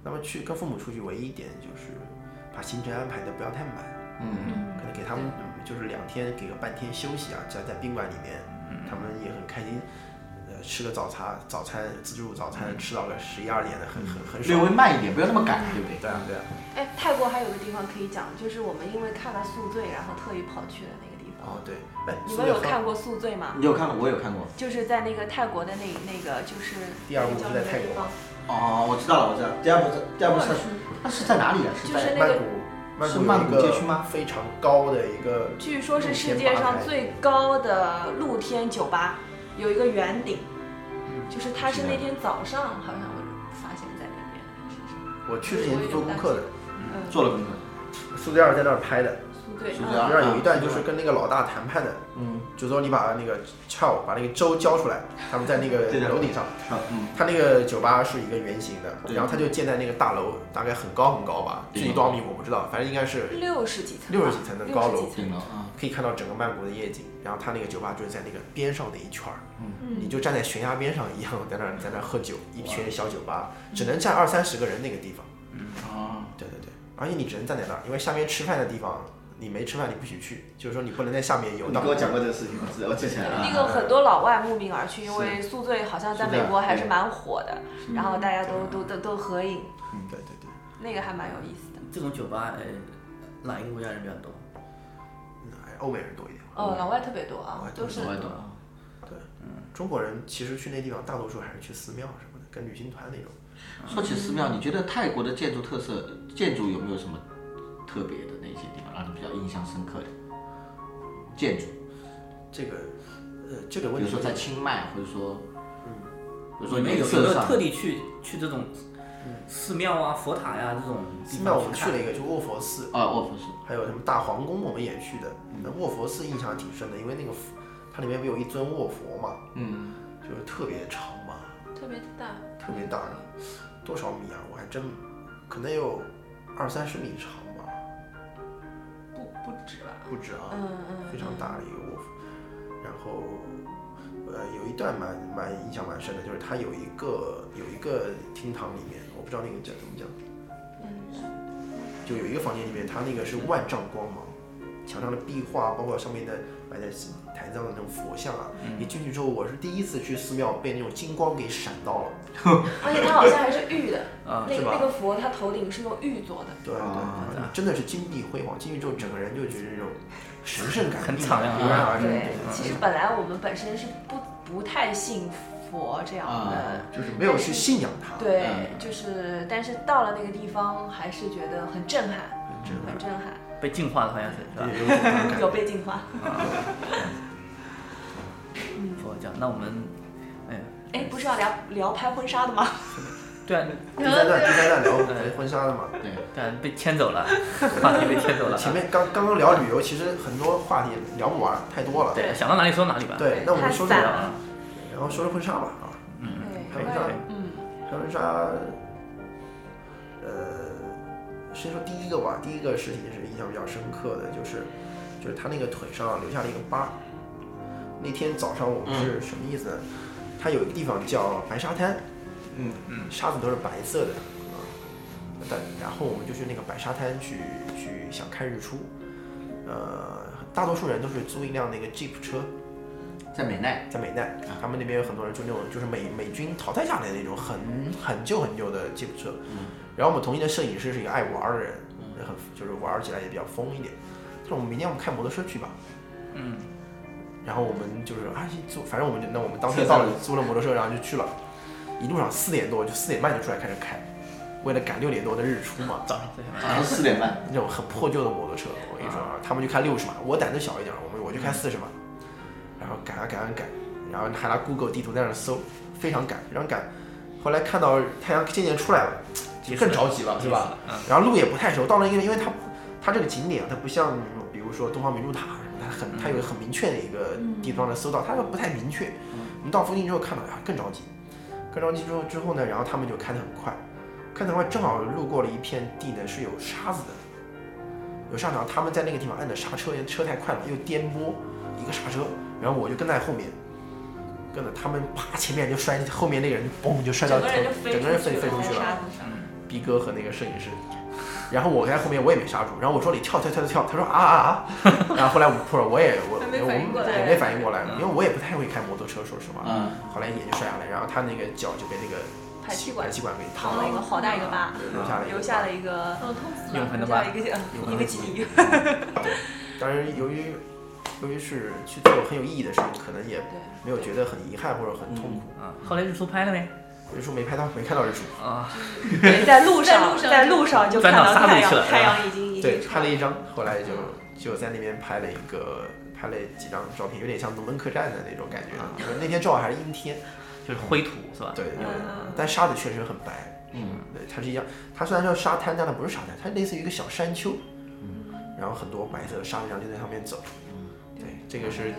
Speaker 6: 那么去跟父母出去，唯一一点就是把行程安排的不要太满。
Speaker 10: 嗯，
Speaker 6: 可能给他们嗯就是两天给个半天休息啊，只要在宾馆里面，
Speaker 10: 嗯
Speaker 6: 他们也很开心。呃，吃个早茶，早餐自助早餐吃到个十一二点的，很很很爽。
Speaker 10: 嗯略微慢一点不要那么赶对不对
Speaker 6: 对啊，对啊。
Speaker 11: 哎，泰国还有个地方可以讲，就是我们因为看了《宿醉》，然后特意跑去的那个地方。
Speaker 6: 哦，对，哎，
Speaker 11: 你们有看过《宿醉》吗？
Speaker 10: 你有看过？我有看过。
Speaker 11: 就是在那个泰国的那那个就是
Speaker 10: 第二部
Speaker 11: 那个叫
Speaker 10: 是
Speaker 11: 什
Speaker 10: 在
Speaker 11: 么
Speaker 10: 泰国
Speaker 11: 地方
Speaker 10: 吗哦，我知道了，我知道。第二部是第二部是
Speaker 11: 就是
Speaker 10: 它是在哪里啊？是
Speaker 11: 就是
Speaker 10: 在
Speaker 11: 那个
Speaker 6: 曼
Speaker 10: 是
Speaker 6: 谷
Speaker 10: 曼
Speaker 6: 有一
Speaker 10: 谷
Speaker 6: 个
Speaker 10: 街区吗？
Speaker 6: 非常高的一个，
Speaker 11: 据说是世界上最高的露天酒吧，有一个圆顶，就是它是那天早上好像我发现在那边，
Speaker 6: 我去之前做功课的，
Speaker 11: 嗯，
Speaker 10: 做了功课。
Speaker 6: 苏第二在那儿拍的，
Speaker 11: 对
Speaker 6: 是不是？让有一段就是跟那个老大谈判的，
Speaker 10: 啊嗯，
Speaker 6: 就说你把那个撬，把那个州交出来，他们在那个
Speaker 10: 对的
Speaker 6: 楼顶上
Speaker 10: 嗯嗯，
Speaker 6: 他那个酒吧是一个圆形的，
Speaker 10: 对
Speaker 6: 然后他就建在那个大楼，大概很高很高吧，具体多少米我不知道，反正应该是
Speaker 11: 六十几层吧，
Speaker 6: 六十几层的高楼，
Speaker 11: 60几层
Speaker 10: 啊
Speaker 6: 可以看到整个曼谷的夜景。然后他那个酒吧就是在那个边上的一圈儿，
Speaker 11: 嗯
Speaker 6: 你就站在悬崖边上一样，在那儿在那儿喝酒，一群小酒吧，只能站二三十个人那个地方。
Speaker 10: 嗯啊，
Speaker 6: 对对对，而且你只能站在那儿，因为下面吃饭的地方你没吃饭你不许去，就是说你不能在下面游
Speaker 10: 你
Speaker 6: 荡。
Speaker 10: 跟我讲过这个事情，我知道我之前啊，
Speaker 11: 那个很多老外慕名而去，因为
Speaker 10: 是
Speaker 11: 宿醉好像在
Speaker 10: 是
Speaker 11: 美
Speaker 10: 的
Speaker 11: 国还
Speaker 10: 对
Speaker 11: 是蛮火的，
Speaker 10: 嗯
Speaker 11: 然后大家都都都都合影，
Speaker 6: 嗯对对对，
Speaker 11: 那个还蛮有意思的。
Speaker 9: 这种酒吧，呃，哪一个国家人比较多？
Speaker 6: 欧美人多一点。
Speaker 11: 哦，老外特别多啊，都是
Speaker 6: 对，中国人其实去那地方大多数还是去寺庙什么的，跟旅行团那种。
Speaker 10: 说起寺庙，你觉得泰国的建筑特色，建筑有没有什么特别的那些地方让你比较印象深刻的建筑？
Speaker 6: 这个，呃，这个问题
Speaker 10: 比如说在清迈，或者说，
Speaker 6: 嗯，
Speaker 10: 比如说
Speaker 9: 你们有
Speaker 10: 颜色
Speaker 9: 有没有
Speaker 10: 上
Speaker 9: 特地去去这种寺庙啊、佛塔呀、这种地
Speaker 6: 寺
Speaker 9: 方
Speaker 6: 庙我们去
Speaker 9: 看
Speaker 6: 了一个，就卧佛寺
Speaker 10: 啊，卧佛寺，
Speaker 6: 还有什么大皇宫，我们也去的。
Speaker 10: 嗯
Speaker 6: 那卧佛寺印象挺深的，因为那个佛它里面不有一尊卧佛嘛，
Speaker 10: 嗯，
Speaker 6: 就是特别长嘛，
Speaker 11: 特别大，
Speaker 6: 特别大，多少米啊？我还真可能有二三十米长吧，
Speaker 11: 不不止吧？
Speaker 6: 不止啊，
Speaker 11: 嗯嗯
Speaker 6: 非常大的一个卧佛。然后，呃，有一段蛮蛮印象蛮深的，就是它有一个有一个厅堂里面，我不知道那个叫怎么讲，
Speaker 11: 嗯
Speaker 6: 就有一个房间里面，它那个是万丈光芒，墙上的壁画，包括上面的摆在台子上的那种佛像啊。一进去之后，我是第一次去寺庙被那种金光给闪到了。
Speaker 11: 而且它好像还是玉的，
Speaker 6: 啊
Speaker 11: 那
Speaker 6: 是
Speaker 11: 个
Speaker 6: 吧
Speaker 11: 那个佛它头顶是用玉做的，
Speaker 6: 对对，啊真的是金碧辉煌。进去之后，整个人就觉得这种神圣感
Speaker 9: 很敞亮啊
Speaker 6: 油然而生。
Speaker 11: 对，其实
Speaker 6: 嗯
Speaker 11: 本来我们本身是不不太信佛这样的，
Speaker 6: 就是没有去信仰它。
Speaker 11: 对
Speaker 6: 嗯，
Speaker 11: 就是但是到了那个地方，还是觉得很震撼，很震撼。
Speaker 9: 被净化了，好像是是吧？
Speaker 11: 有被净化。
Speaker 9: 佛教，那我们，哎，
Speaker 11: 哎，不是要聊聊拍婚纱的吗？
Speaker 9: 对啊，
Speaker 6: 第三
Speaker 11: 嗯
Speaker 6: 段，第三段聊
Speaker 9: 对
Speaker 6: 婚纱的嘛。
Speaker 10: 对，
Speaker 9: 对啊，被牵走了， 话题被牵走了。
Speaker 6: 前面刚刚刚聊旅游，其实很多话题聊不完，太多了。
Speaker 9: 对，想到哪里说哪里吧。啊
Speaker 6: 对，那我们说说
Speaker 9: 太散了，
Speaker 6: 然后说说婚纱吧啊。
Speaker 9: 嗯，
Speaker 6: 拍婚纱，
Speaker 11: 嗯，
Speaker 6: 拍婚纱，呃，先说第一个吧，第一个实体是印象比较深刻的，就是就是他那个腿上留下了一个疤。那天早上我们是什么意思呢？它有一个地方叫白沙滩，
Speaker 10: 嗯
Speaker 6: 嗯，沙子都是白色的，啊，但然后我们就去那个白沙滩去去想看日出，呃，大多数人都是租一辆那个 Jeep 车，
Speaker 10: 在美奈，
Speaker 6: 在美奈，他们那边有很多人就那种就是美美军淘汰下来的那种很很旧很旧的吉普车。然后我们同一的摄影师是一个爱玩儿的人，很就是玩起来也比较疯一点。他说我们明天我们开摩托车去吧。
Speaker 9: 嗯，
Speaker 6: 然后我们就是啊租，反正我们就那我们当天到了租了摩托车，然后就去了。一路上四点多就四点半就出来开始开，为了赶六点多的日出嘛。早上
Speaker 10: 早上4点 半，
Speaker 6: 那种很破旧的摩托车，我跟你说啊，他们就开六十码，我胆子小一点，我们我就开四十码。然后改啊改啊改，然后还拿 Google 地图在那儿搜，非常赶，非常赶。后来看到太阳渐渐出来了，就更着急了，是吧？然后路也不太熟，到了一个，因为它它这个景点它不像比如说东方明珠塔什么，它很它有一个很明确的一个
Speaker 11: 嗯
Speaker 6: 地方能搜到，它不太明确。我们到附近之后看到啊，更着急，更着急之后之后呢，然后他们就开得很快，开得很快，正好路过了一片地呢是有沙子的，有上场，他们在那个地方按的刹车，因为车太快了，又颠簸，一个刹车，然后我就跟在后面，跟着他们啪，前面就摔，后面那个人就嘣就摔到
Speaker 11: 整个人就飞
Speaker 6: 整个人
Speaker 11: 出去
Speaker 6: 飞飞
Speaker 11: 了
Speaker 6: 出去
Speaker 11: 在沙
Speaker 6: 了嗯
Speaker 11: 子上。
Speaker 6: 逼哥和那个摄影师，然后我在后面我也没刹住，然后我说你跳跳跳跳，跳，他说啊啊 啊，然后后来我扑了，我也我
Speaker 11: 还没
Speaker 6: 我
Speaker 11: 反应过来嗯
Speaker 6: 也没反应过来，因为我也不太会开摩托车，说实话，
Speaker 10: 嗯，
Speaker 6: 后来也就摔下来，然后他那个脚就被那个
Speaker 11: 排气管
Speaker 6: 排气管给烫
Speaker 11: 烫了一个好大一个疤
Speaker 6: 对嗯留下了，一个
Speaker 11: 留下了一个，哦，痛死
Speaker 6: 了永恒的疤
Speaker 11: 一个
Speaker 6: 永恒
Speaker 11: 呃一
Speaker 6: 的
Speaker 11: 个记忆。
Speaker 6: 当然，由于由于是去做很有意义的事情，可能也 没有觉得很遗憾或者很痛苦。
Speaker 9: 啊，后来日出拍了没？
Speaker 6: 日出没拍到，没看到日出
Speaker 9: 啊
Speaker 11: 对在路上在
Speaker 15: 在
Speaker 11: 路
Speaker 15: 路
Speaker 11: 上
Speaker 15: 上
Speaker 11: 就
Speaker 6: 钻
Speaker 11: 看
Speaker 6: 到
Speaker 11: 到
Speaker 6: 沙子
Speaker 11: 太
Speaker 6: 去
Speaker 11: 阳，
Speaker 6: 了
Speaker 11: 太阳已经已
Speaker 6: 对
Speaker 11: 经
Speaker 6: 拍了一张，嗯后来就就在那边拍了一个拍了几张照片，有点像龙门客栈的那种感觉。就是那天正好还是阴天，
Speaker 9: 就是灰土是吧？
Speaker 6: 对，有点但沙子确实很白。
Speaker 10: 嗯，
Speaker 6: 对，它是一样，它虽然叫沙滩，但它不是沙滩，它类似于一个小山丘。然后很多白色的沙滩就在上面走。对，这个是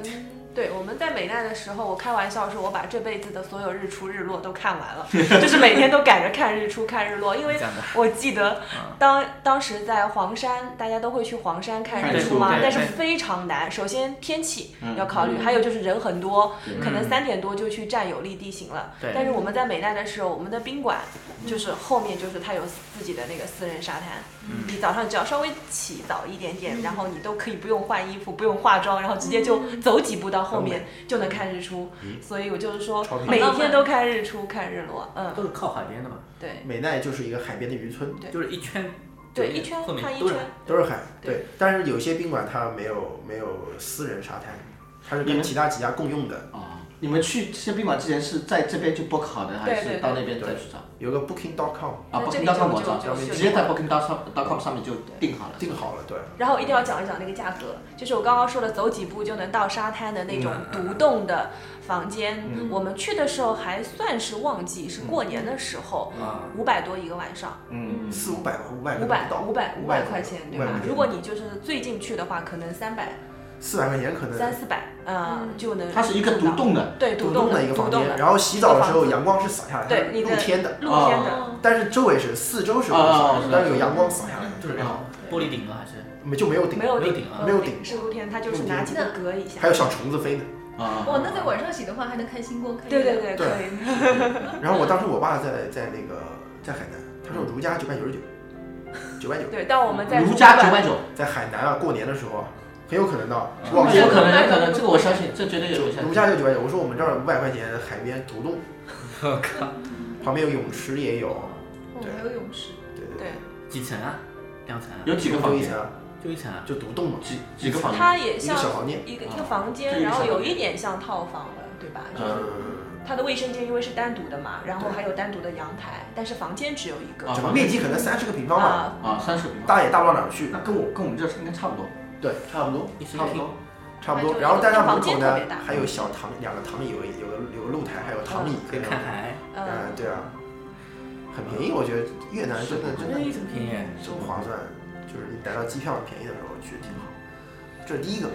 Speaker 11: 对，我们在美奈的时候，我开玩笑说，我把这辈子的所有日出日落都看完了，就是每天都赶着看日出看日落，因为我记得当当时在黄山，大家都会去黄山看日出嘛，但是非常难。首先天气要考虑，还有就是人很多，可能三点多就去占有利地形了。但是我们在美奈的时候，我们的宾馆就是后面就是它有自己的那个私人沙滩，你早上只要稍微起早一点点，然后你都可以不用换衣服，不用化妆，然后直接就走几步到。后面嗯就能看日出，所以我就是说每天都看日出、看日落，嗯，
Speaker 9: 都是靠海边的嘛。
Speaker 11: 对，
Speaker 6: 美奈就是一个海边的渔村，
Speaker 9: 就是一圈，
Speaker 11: 对，一圈看一圈，
Speaker 6: 都是海。对，但是有些宾馆它没有没有私人沙滩，它是跟其他几家共用的。
Speaker 10: 啊，你们去这些宾馆之前是在这边就 book 好的，还是到那边再去找？
Speaker 6: 有个 Booking.com
Speaker 10: 啊，Booking.com 我找，直接在 Booking.com 上面就订好了，
Speaker 6: 订好了，对。
Speaker 11: 然后一定要讲一讲那个价格，就是我刚刚说的，走几步就能到沙滩的那种独栋的房间。我们去的时候还算是旺季，是过年的时候，五百多一个晚上。
Speaker 6: 嗯，四五百吧，五百
Speaker 11: 五百五百
Speaker 6: 五
Speaker 11: 百块钱对吧？如果你就是最近去的话，可能三百。
Speaker 6: 四百块钱可能
Speaker 11: 三四百，嗯，就能。
Speaker 10: 它是一个独栋的，
Speaker 11: 对，
Speaker 6: 独
Speaker 11: 栋
Speaker 6: 的
Speaker 11: 一
Speaker 6: 个房间，然后洗澡的时候阳光是洒下来，
Speaker 11: 对，
Speaker 6: 露天的，
Speaker 11: 露天
Speaker 7: 哦
Speaker 11: 的，
Speaker 6: 但是周围是四周
Speaker 10: 啊
Speaker 6: 是光，但是有阳光洒下来，特别好。
Speaker 9: 玻璃顶啊还是？
Speaker 6: 没就没有顶，
Speaker 11: 没
Speaker 9: 哦
Speaker 11: 有顶，
Speaker 6: 没有顶，
Speaker 11: 是露天，它就是拿几个隔一下。
Speaker 6: 还有小虫子飞 的。
Speaker 10: 啊！
Speaker 7: 哇，哦那在晚上洗的话还能看星光，可以。
Speaker 11: 对对对，
Speaker 6: 可以。然后我当时我爸在在那个在海南，他说如家九百九十九，九百九。
Speaker 11: 对，但我们在
Speaker 10: 如家九百九，
Speaker 6: 在海南啊，过年的时候。很有可能的，
Speaker 10: 网有可能，有可能，这个我相信，这绝对有。
Speaker 6: 如下就九百九，我说我们这儿五百块钱海边独 栋，
Speaker 9: 我靠，
Speaker 6: 旁边有泳池也有，
Speaker 7: 对，哦还有泳池，
Speaker 6: 对
Speaker 11: 对对，
Speaker 9: 几层啊？两层？
Speaker 10: 有几个房间？
Speaker 9: 就一层啊？
Speaker 6: 就独栋嘛，
Speaker 10: 几几个房间？
Speaker 11: 它也像
Speaker 6: 小房间，啊
Speaker 11: 一个一个房间，然后有一点像套房了，对吧？
Speaker 6: 嗯呃
Speaker 11: 就是它的卫生间因为是单独的嘛，然后还有单独的阳台，但是房间只有一个，啊
Speaker 6: 整个面积可能三十个平方吧，
Speaker 10: 啊，三十平方，
Speaker 6: 大也大不到哪儿去，
Speaker 10: 那跟我跟我们这应该差不多。
Speaker 6: 对，差不多，差不多，差不多。
Speaker 11: 就
Speaker 6: 然后但它门
Speaker 11: 房间
Speaker 6: 口
Speaker 11: 特
Speaker 6: 呢
Speaker 11: 别大，
Speaker 6: 还有小躺，两个躺椅，有个有个有个露台，还有躺椅
Speaker 9: 可以看海。
Speaker 11: 呃
Speaker 6: 嗯，对啊，很便宜，我觉得越南真的真的
Speaker 11: 嗯
Speaker 9: 真便宜，
Speaker 6: 真划算。就是你逮到机票便宜的时候去挺好。这是第一个。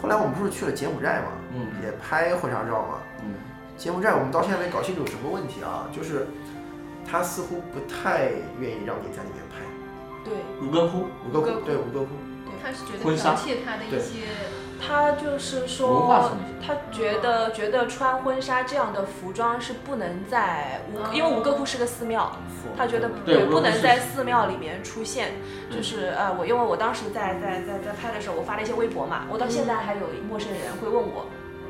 Speaker 6: 后来我们不是去了柬埔寨嘛，
Speaker 10: 嗯，
Speaker 6: 也拍婚纱照嘛，
Speaker 10: 嗯。
Speaker 6: 柬埔寨我们到现在没搞清楚什么问题啊，就是他似乎不太愿意让你在里面拍。
Speaker 11: 对，
Speaker 10: 吴哥窟，
Speaker 6: 吴哥窟，对吴哥窟。
Speaker 7: 他是觉得
Speaker 10: 婚纱
Speaker 7: 剽窃他的一些，
Speaker 11: 他就是
Speaker 10: 文化
Speaker 11: 说
Speaker 10: 冲，
Speaker 11: 他觉得觉得穿婚纱这样的服装是不能在吴，因为吴哥窟是个寺庙，
Speaker 9: 嗯
Speaker 11: 他觉得
Speaker 10: 对吴哥窟
Speaker 11: 不能
Speaker 10: 是
Speaker 11: 在寺庙里面出现。就是呃，我因为我当时在在在在拍的时候，我发了一些微博
Speaker 10: 嗯
Speaker 11: 嘛，我到现在还有陌生人会问我。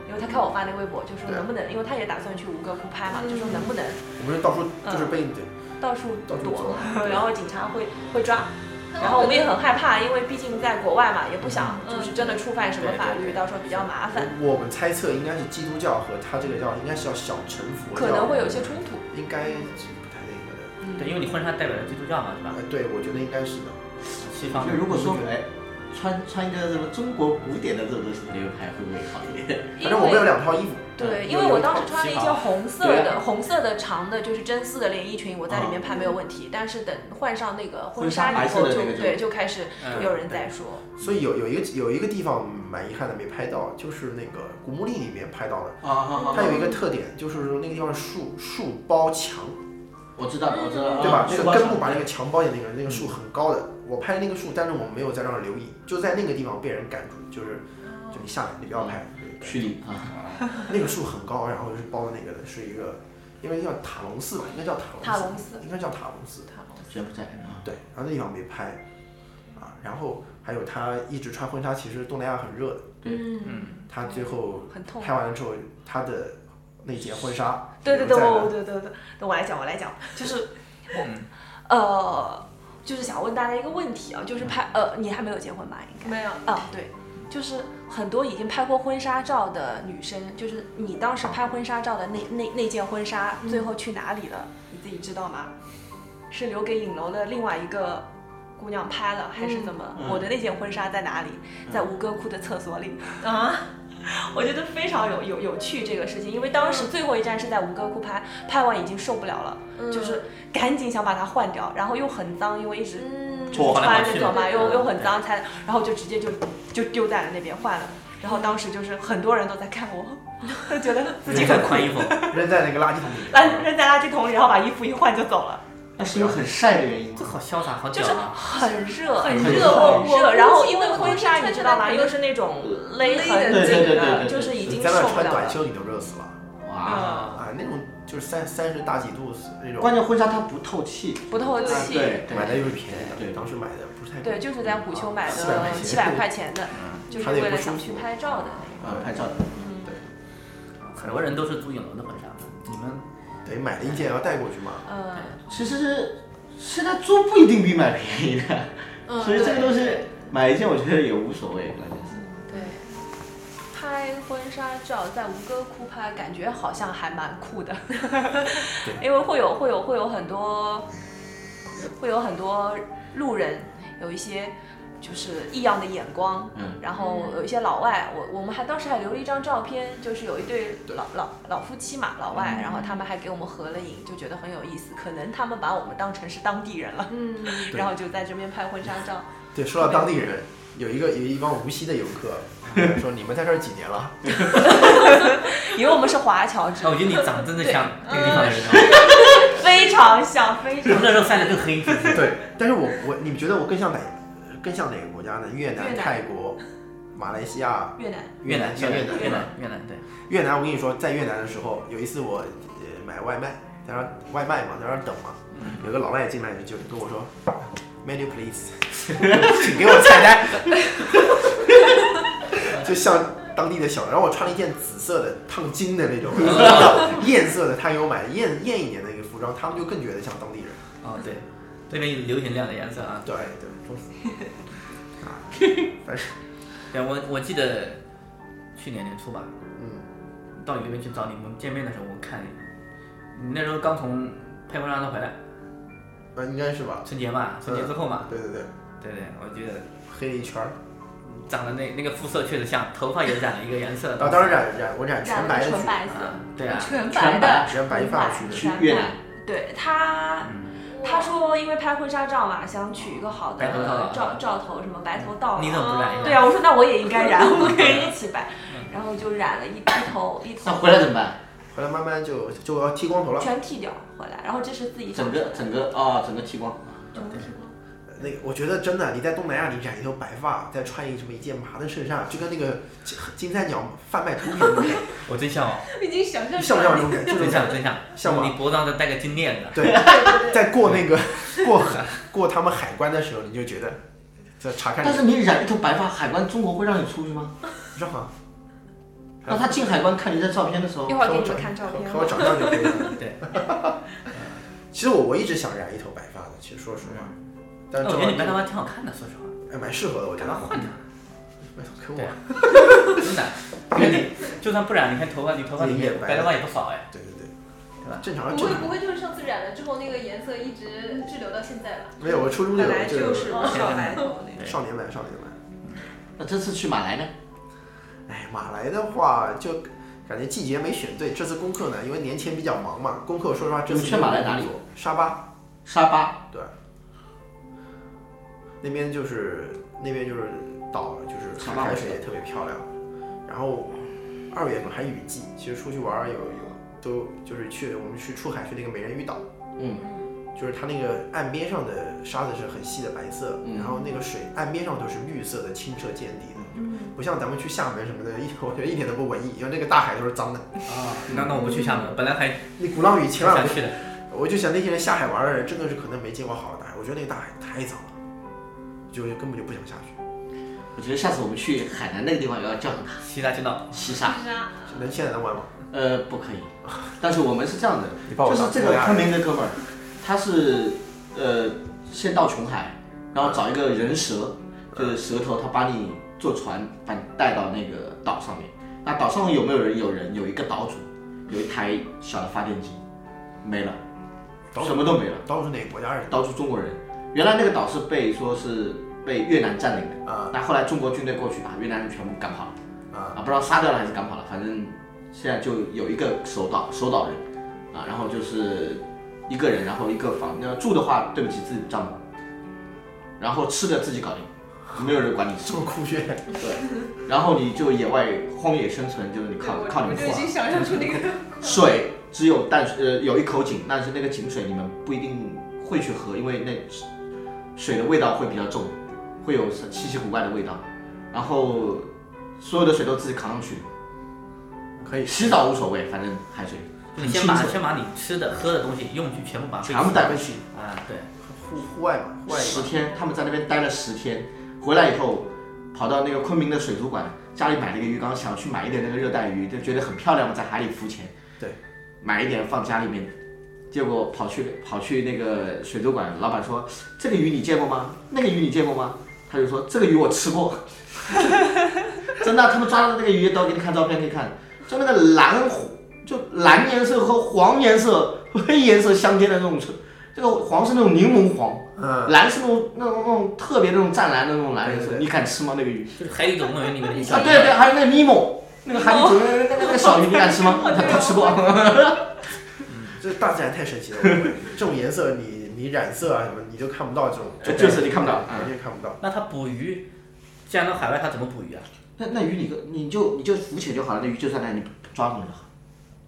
Speaker 11: 因为他看我发那微博，就说
Speaker 6: 对
Speaker 11: 能不能，因为他也打算去吴哥窟拍嘛，就说能不能
Speaker 6: 我们是到处
Speaker 11: 嗯
Speaker 6: 就是被你
Speaker 11: 到处
Speaker 6: 到处
Speaker 11: 躲
Speaker 6: 走，
Speaker 11: 然后警察会会抓，然后我们也很害怕，因为毕竟在国外嘛，也不想
Speaker 10: 嗯
Speaker 11: 就是真的触犯什么法律，到时候比较麻烦，
Speaker 6: 我们猜测应该是基督教和他这个叫应该是叫小乘佛教，
Speaker 11: 可能会有一些冲突。
Speaker 6: 应该是不太那个的。
Speaker 9: 对，因为你婚纱代表了基督教嘛，对吧
Speaker 6: 呃？对，我觉得应该是的。
Speaker 9: 西方
Speaker 10: 就如果说哎，穿穿一个什么中国古典的这种东西那个拍会不会好一点？
Speaker 6: 嗯反正我们有两套衣服，
Speaker 11: 对，
Speaker 6: 嗯
Speaker 11: 因为我当时穿了一
Speaker 6: 有一
Speaker 11: 件
Speaker 6: 套
Speaker 11: 红色
Speaker 10: 旗袍
Speaker 11: 的、红色的长的，就是真丝的连衣裙，我在里
Speaker 6: 啊
Speaker 11: 面拍没有问题。但是等换上那个婚纱以后，
Speaker 10: 婚纱白色
Speaker 11: 就
Speaker 10: 的那个就
Speaker 11: 对，就开始
Speaker 10: 嗯
Speaker 11: 有人在说，
Speaker 6: 所以有有一个有一个地方蛮遗憾的没拍到，就是那个古墓丽里面拍到的。
Speaker 10: 啊啊
Speaker 11: 哦
Speaker 10: 啊！
Speaker 6: 它有一个特点，就是那个地方是树树包墙，
Speaker 10: 我知道，我知道，
Speaker 6: 对吧？
Speaker 10: 啊嗯
Speaker 6: 那个根部把那个墙包起来，那个那个树很高的。我拍那个树，但是我没有在那儿留意，就在那个地方被人赶住，就是就你下来，你不要拍。
Speaker 10: 嗯虚拟啊，
Speaker 6: 那个树很高，然后是包的那个的是一个，因为叫塔隆寺吧，应该叫塔隆寺，
Speaker 11: 塔隆寺
Speaker 6: 应该叫塔隆寺。塔隆
Speaker 10: 柬埔寨啊，
Speaker 6: 对，然后那地方没拍，啊，然后还有他一直穿婚纱，其实东南亚很热的，
Speaker 10: 对
Speaker 11: 嗯，
Speaker 6: 他最后
Speaker 11: 很痛
Speaker 6: 拍完了之后，他的那件婚纱
Speaker 11: 对对
Speaker 6: 留
Speaker 11: 对，
Speaker 6: 在嗯
Speaker 11: 我
Speaker 6: 了
Speaker 11: 对对对，那我来讲，我来讲，就是我，呃，就是想问大家一个问题啊，就是拍，呃，你还没有结婚吧？应该
Speaker 7: 没有
Speaker 11: 啊，对，就是很多已经拍过婚纱照的女生，就是你当时拍婚纱照的那那那件婚纱，最后去哪里了？你自己知道吗？是留给影楼的另外一个姑娘拍了，还是怎么？
Speaker 7: 嗯
Speaker 11: 我的那件婚纱在哪里？在吴哥窟的厕所里。
Speaker 7: 啊，
Speaker 11: 我觉得非常有有有趣这个事情，因为当时最后一站是在吴哥窟拍，拍完已经受不了了，
Speaker 7: 嗯
Speaker 11: 就是赶紧想把它换掉，然后又很脏，因为一直就是穿着走嘛，又又很脏，才然后就直接就就丢在了那边换了。然后当时就是很多人都在看我， 都觉得自 己很
Speaker 9: 宽衣服，
Speaker 6: 扔在那个垃圾桶里，
Speaker 11: 扔扔在垃圾桶里，然后把衣服一换就走了。
Speaker 10: 那是因为很晒的原因吗？
Speaker 9: 这好潇洒，好啊
Speaker 11: 就是很热，
Speaker 10: 很
Speaker 11: 热，
Speaker 10: 我
Speaker 11: 我然后因为婚纱你知道吗？又是那种勒很紧的，就是已经受不
Speaker 6: 了。穿短袖
Speaker 11: 你
Speaker 6: 都热死了。哇
Speaker 11: 嗯
Speaker 6: 啊，那种就是三三十大几度那种。
Speaker 10: 关键婚纱它不透气，
Speaker 11: 不透气。
Speaker 6: 对，买的又是便宜的，对，当时买的不是太。嗯啊
Speaker 11: 对，就是在虎丘买的七百块钱嗯的，就是为了想去拍照的。
Speaker 10: 啊，拍照的。嗯，对。
Speaker 9: 很多人都是租影楼的婚纱，你们。
Speaker 6: 得买了一件要带过去嘛。
Speaker 11: 嗯，
Speaker 10: 其实现在租不一定比买便宜的，嗯、所以这个东西买一件我觉得也无所谓，关键是。
Speaker 11: 对，拍婚纱照在吴哥窟拍，感觉好像还蛮酷的， 因为会有会有会有很多，会有很多路人，有一些。就是异样的眼光，嗯，然后有一些老外，我我们还当时还留了一张照片，就是有一对嗯老老老夫妻嘛，老外，然后他们还给我们合了影，就觉得很有意思，可能他们把我们当成是当地人了，嗯，然后就在这边拍婚纱照。
Speaker 6: 对，说到当地人，有一个有一帮无锡的游 客说：“你们在这儿几年了？”
Speaker 11: 以为我们是华 侨之。
Speaker 9: 哦我觉得你长得真的像那个地方人，
Speaker 11: 非常像，非常。
Speaker 9: 那时候晒得更黑一些。
Speaker 6: 对，但是我我你们觉得我更像哪？更像哪个国家呢？越南、泰国、马来西
Speaker 11: 亚、越南、
Speaker 6: 越南、
Speaker 9: 越
Speaker 6: 南、
Speaker 9: 越南、越南，对。
Speaker 6: 越南，我跟你说，在越南的时候，有一次我呃买外卖，在那外卖嘛，在那等嘛，有个老外进来就跟我说，menu please，请给我菜单， 就像当地的小，然后我穿了一件紫色的烫金的那种， 艳色的，他给我买艳艳一点的一个服装，他们就更觉得像当地人。
Speaker 9: 哦，对。这边流行这样的颜色啊！
Speaker 6: 对对，反正，
Speaker 9: 对我我记得去年年初吧，嗯，到你那边去找你们见面的时候，我看你，你那时候刚从拍婚纱照回来，
Speaker 6: 啊，应该是吧？
Speaker 9: 春节嘛，春节之后嘛，
Speaker 6: 对对对，
Speaker 9: 对对，我觉得
Speaker 6: 黑了一圈儿，
Speaker 9: 长得那那个肤色确实像，头发也染了一个颜色，
Speaker 6: 啊，当然染染我染
Speaker 11: 全
Speaker 6: 白的去，
Speaker 9: 对啊，
Speaker 11: 全
Speaker 10: 白
Speaker 11: 的，嗯
Speaker 6: 染白发去的，
Speaker 10: 去越南，
Speaker 11: 对他。他说，因为拍婚纱照嘛，想取一个好的照照头，什么白头到老。
Speaker 9: 你怎么不染呀？
Speaker 11: 对啊，我说那我也应该染，我们可以一起白。 然后就染了一一头一头。
Speaker 10: 那回来怎么办？
Speaker 6: 回来慢慢就就要剃光头了。
Speaker 11: 全剃掉回来，然后这是自己
Speaker 10: 整个整个啊，整个剃光。
Speaker 11: 整个剃光。
Speaker 6: 那个我觉得真的，你在东南亚你染一头白发，再穿一什么一件麻的衬衫，就跟那个金三角贩卖毒品一样。
Speaker 9: 我真像哦。
Speaker 7: 已经想象
Speaker 6: 像不像这种感觉？
Speaker 9: 真像真像。
Speaker 6: 像吗？
Speaker 9: 你脖子上再戴个金链子。
Speaker 6: 对， 在过那个过海过他们海关的时候，你就觉得在查看。
Speaker 10: 但是你染一头白发，海关中国会让你出去吗？
Speaker 6: 让啊。
Speaker 10: 那哦他进海关看你在照片的时候，
Speaker 11: 一会儿给你们看照片，
Speaker 6: 看我长相就可以了。
Speaker 9: 对。
Speaker 6: 其实我我一直想染一头白发的，其实说实话。但
Speaker 9: 哎我觉哦得你白头发挺好看的，说实话。
Speaker 6: 哎，蛮适合的，我觉得。
Speaker 9: 换点。
Speaker 6: 白头可
Speaker 9: 我。
Speaker 6: 啊
Speaker 9: 啊 真的，因为你就算不染，你看头发，你头发里面白头发也不少哎。
Speaker 6: 对对对。
Speaker 9: 对吧？
Speaker 6: 正常的。
Speaker 7: 不会不会，就是上次染了之后，那个颜色一直滞留到现在吧？
Speaker 6: 没有，我初中
Speaker 11: 本来就是少白头 那
Speaker 6: 少年版，少年版。
Speaker 10: 那这次去马来呢？
Speaker 6: 哎，马来的话就感觉季节没选对。这次功课呢，因为年前比较忙嘛，功课说实话这次。
Speaker 10: 去马来哪里？
Speaker 6: 沙巴。
Speaker 10: 沙巴。
Speaker 6: 对。那边就是那边就是岛，就是海水也特别漂亮。然后二月份还雨季，其实出去玩有有都就是去我们去出海去那个美人鱼岛，
Speaker 10: 嗯，
Speaker 6: 就是它那个岸边上的沙子是很细的白色，
Speaker 10: 嗯、
Speaker 6: 然后那个水岸边上都是绿色的，清澈见底的，
Speaker 11: 嗯、
Speaker 6: 不像咱们去厦门什么的，一 我觉得一点都不文艺，因为那个大海都是脏的。
Speaker 9: 啊，那那我不去厦门，本来还
Speaker 6: 那鼓浪屿千万
Speaker 9: 去的，
Speaker 6: 我就想那些人下海玩的人真的是可能没见过好的大海，我觉得那个大海太脏了。就根本就不想下去。
Speaker 10: 我觉得下次我们去海南那个地方也要叫上他。
Speaker 9: 西沙群岛，
Speaker 10: 西沙，
Speaker 6: 能现在能玩吗？
Speaker 10: 呃，不可以。但是我们是这样的，就是这个昆明的哥们儿，他是呃先到琼海，然后找一个人蛇，就是蛇头，他把你坐船把你带到那个岛上面。那岛上面有没有人？有人，有一个岛主，有一台小的发电机，没了，什么都没了。
Speaker 6: 岛主哪个国家人？
Speaker 10: 岛主中国人。原来那个岛是被说是被越南占领的
Speaker 6: 啊，
Speaker 10: 那、嗯、后来中国军队过去把越南人全部赶跑了
Speaker 6: 啊、
Speaker 10: 嗯，不知道杀掉了还是赶跑了，反正现在就有一个守岛守岛人啊，然后就是一个人，然后一个房，那住的话对不起自己的帐篷，然后吃的自己搞定，没有人管你。
Speaker 6: 这么酷炫？
Speaker 10: 对。然后你就野外荒野生存，就是你靠靠你
Speaker 7: 我
Speaker 10: 们
Speaker 7: 就已经
Speaker 10: 画。
Speaker 7: 想象出那个
Speaker 10: 水只有淡水，呃，有一口井，但是那个井水你们不一定会去喝，因为那水的味道会比较重，会有稀奇古怪的味道。然后所有的水都自己扛上去，
Speaker 6: 可以
Speaker 10: 洗澡无所谓，反正海水
Speaker 9: 你嗯先把先把你吃的喝的东西用具全部把它
Speaker 10: 全部带回去
Speaker 9: 啊，对，
Speaker 6: 户户外嘛，户外
Speaker 10: 十天，他们在那边待了十天，回来以后跑到那个昆明的水族馆，家里买了一个鱼缸，想去买一点那个热带鱼，就觉得很漂亮嘛，在海里浮潜，
Speaker 6: 对，
Speaker 10: 买一点放家里面，结果跑去跑去那个水族馆，老板说这个鱼你见过吗？那个鱼你见过吗？他就说这个鱼我吃过，真的，他们抓的那个鱼都给你看照片，可以看，就那个蓝就蓝颜色和黄颜色、黑颜色相间的那种橙，这个黄是那种柠檬黄，
Speaker 6: 嗯
Speaker 10: 蓝是那种那种那种特别那种湛蓝的那种蓝颜色，
Speaker 9: 对对
Speaker 10: 你敢吃吗？那个鱼？
Speaker 9: 就是《海底总动员》里面的一
Speaker 10: 啊，对对，还有那个尼莫，那个海底总动员那个那个小鱼，你 敢吃吗？他他吃过。
Speaker 6: 这大自然太神奇了，我们这种颜色你你染色啊什么，你就看不到这种，
Speaker 10: 呃就是你看不到
Speaker 6: 完全看不到。
Speaker 9: 那他捕鱼，既然到海外，他怎么捕鱼啊？
Speaker 10: 那那鱼你个你就你就浮潜就好了，那鱼就在那里你抓上来就好。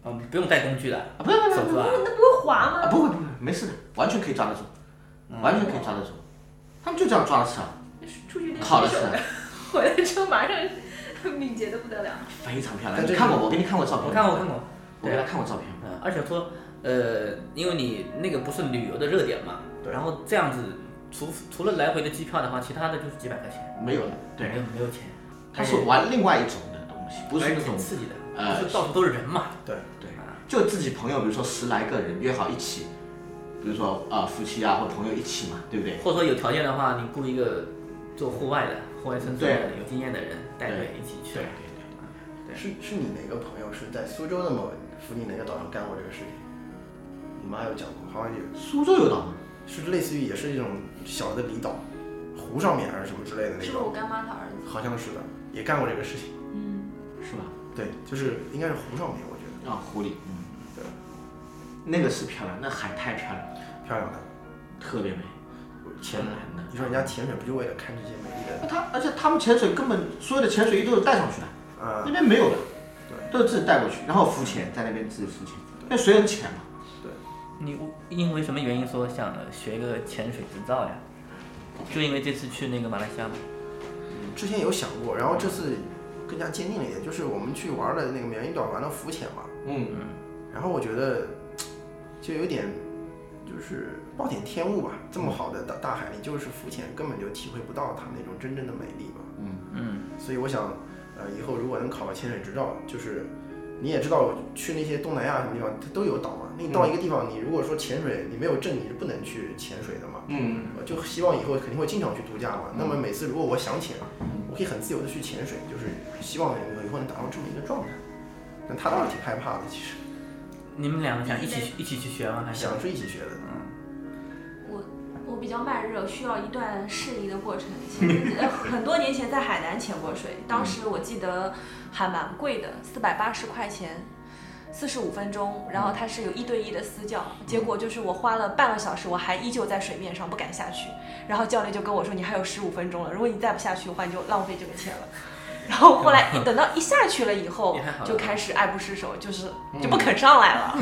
Speaker 9: 啊，不用带工具的，啊
Speaker 10: 不用不
Speaker 9: 手
Speaker 10: 用不
Speaker 9: 抓
Speaker 10: 用，
Speaker 7: 那不会滑吗？
Speaker 10: 啊不会不会，没事的，完全可以抓得住，完全可以抓得住。他们就这样抓着吃啊，
Speaker 7: 出去练
Speaker 10: 烤了
Speaker 7: 水手
Speaker 10: 是吧，
Speaker 7: 回来之后马上敏捷的不得了。
Speaker 10: 非常漂
Speaker 9: 但
Speaker 10: 亮。
Speaker 9: 这个
Speaker 10: 你看过我给你看过照片，
Speaker 9: 我看过我看过，
Speaker 10: 我给他看过照片。
Speaker 9: 嗯，而且说，呃，因为你那个不是旅游的热点嘛，然后这样子，除除了来回的机票的话，其他的就是几百块钱，
Speaker 10: 没有了对
Speaker 9: 没有没有钱，
Speaker 10: 他是玩另外一种的东西，不是那种
Speaker 9: 挺刺激的，
Speaker 10: 呃
Speaker 9: 就是到处都是人嘛，
Speaker 6: 对
Speaker 10: 对，就自己朋友，比如说十来个人约好一起，比如说啊、呃夫妻啊或者朋友一起嘛，对不对？
Speaker 9: 或者说有条件的话，你雇一个做户外的、户外生存的
Speaker 10: 对
Speaker 9: 有经验的人带队一起去，啊
Speaker 6: 是是你哪个朋友是在苏州的某附近哪个岛上干过这个事情？你妈有讲过，好像有。
Speaker 10: 苏州有岛吗？
Speaker 6: 是类似于也是一种小的离岛，湖上面还是什么之类的那
Speaker 11: 是不是我
Speaker 6: 种，
Speaker 11: 干妈她儿子？
Speaker 6: 好像是的，也干过这个事情。
Speaker 11: 嗯，
Speaker 10: 是吧？
Speaker 6: 对，就是应该是湖上面，我觉得。
Speaker 10: 啊，湖里，嗯，
Speaker 6: 对，
Speaker 10: 那个是漂亮，那海太漂亮了，
Speaker 6: 漂亮的，
Speaker 10: 特别美，浅蓝的。
Speaker 6: 你说人家潜水不就为了看这些美丽的？
Speaker 10: 他而且他们潜水根本所有的潜水衣都是带上去的，
Speaker 6: 啊
Speaker 10: 那边没有的，都是自己带过去，然后浮潜在那边自己浮潜，那水很浅嘛。
Speaker 9: 你因为什么原因说想学个潜水执照呀？就因为这次去那个马来西亚吗？
Speaker 6: 之前有想过，然后这次更加坚定了一点，就是我们去玩了那个绵云岛玩了浮潜嘛，
Speaker 10: 嗯
Speaker 6: 然后我觉得就有点就是暴殄天物吧，这么好的大大海里，就是浮潜根本就体会不到它那种真正的美丽嘛。
Speaker 10: 嗯
Speaker 9: 嗯，
Speaker 6: 所以我想，呃，以后如果能考个潜水执照，就是你也知道去那些东南亚什么地方，它都有岛嘛。那你到一个地方，你如果说潜水，你没有证，你是不能去潜水的嘛。
Speaker 10: 嗯
Speaker 6: 我就希望以后肯定会经常去度假嘛。那么每次如果我想潜，我可以很自由的去潜水，就是希望以后能达到这么一个状态。但他倒是挺害怕的，其实
Speaker 10: 嗯
Speaker 9: 你们两个想一起去一起去学吗？还是
Speaker 6: 想是一起学的。
Speaker 10: 嗯
Speaker 11: 我我比较慢热，需要一段适应的过程。其实呃很多年前在海南潜过水，当时我记得还蛮贵的，四百八十块钱。四十五分钟，然后它是有一对一的私教，结果就是我花了半个小时，我还依旧在水面上不敢下去，然后教练就跟我说你还有十五分钟了，如果你再不下去的话，你就浪费这个钱了。然后后来等到一下去了以后，就开始爱不释手，就是就不肯上来了，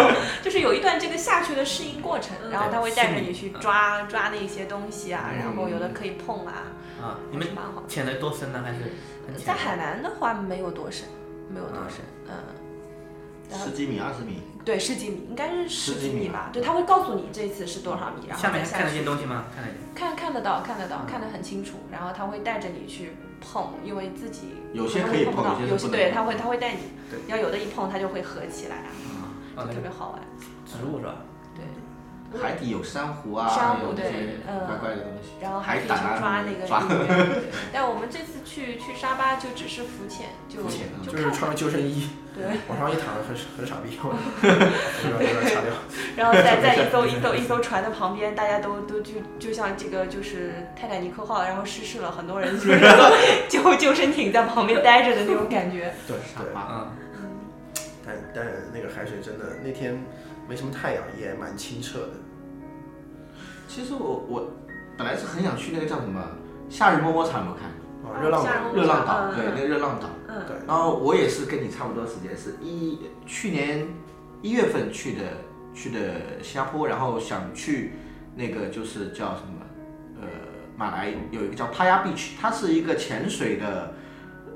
Speaker 11: 就是有一段这个下去的适应过程，然后他会带着你去抓抓那些东西啊，然后有的可以碰啊。
Speaker 9: 啊，你们潜的多深呢？还是很浅
Speaker 11: 在海南的话没有多深，没有多深，嗯，然后
Speaker 10: 十几米、二十米，
Speaker 11: 对十几米，应该是
Speaker 10: 十
Speaker 11: 十
Speaker 10: 几
Speaker 11: 几
Speaker 10: 米
Speaker 11: 米嗯吧？对，他会告诉你这次是多少米，然后
Speaker 9: 下面
Speaker 11: 再
Speaker 9: 看得
Speaker 11: 去
Speaker 9: 见东西吗？看得见。
Speaker 11: 看看得到，看得到，看得很清楚。然后他会带着你去碰，因为自己
Speaker 10: 有些
Speaker 11: 他
Speaker 10: 可以
Speaker 11: 会
Speaker 10: 碰
Speaker 11: 碰到，
Speaker 10: 有些
Speaker 11: 有
Speaker 10: 是
Speaker 11: 些
Speaker 10: 不能
Speaker 11: 对
Speaker 10: 碰
Speaker 11: 他会他会带你
Speaker 10: 对，
Speaker 11: 要有的一碰它就会合起来啊，
Speaker 9: 啊
Speaker 11: 就特别好玩。
Speaker 9: 植物是吧？
Speaker 11: 对，
Speaker 10: 海底有珊瑚啊，
Speaker 11: 珊瑚
Speaker 10: 有那些
Speaker 11: 对嗯
Speaker 10: 怪怪的东西，
Speaker 11: 然后还
Speaker 10: 海
Speaker 11: 可以去
Speaker 10: 胆啊
Speaker 11: 抓那个
Speaker 10: 抓。
Speaker 11: 鱼对但我们这次去去沙巴就只是浮潜，就
Speaker 6: 浮潜啊
Speaker 11: 就
Speaker 6: 就
Speaker 11: 看
Speaker 6: 是穿着救生衣，
Speaker 11: 对
Speaker 6: 往上一躺，很很傻逼， 我有点有点傻掉。
Speaker 11: 然后在在一艘一艘一艘船的旁边，大家都都就就像这个就是泰坦尼克号，然后失事了，很多人就是救救生艇在旁边待着的那种感 觉。
Speaker 6: 对对，
Speaker 9: 嗯，
Speaker 6: 但但那个海水真的那天没什么太阳，也蛮清澈的。
Speaker 10: 其实我我本来是很想去那个叫什么夏日摸摸茶，有没有看？
Speaker 6: 啊，热浪岛，
Speaker 10: 热浪岛，对，那个热浪岛。
Speaker 11: 嗯，
Speaker 6: 对。
Speaker 10: 然后我也是跟你差不多时间，是一去年一月份去的，去的新加坡，然后想去那个就是叫什么，呃，马来有一个叫 Paya Beach，它是一个潜水的，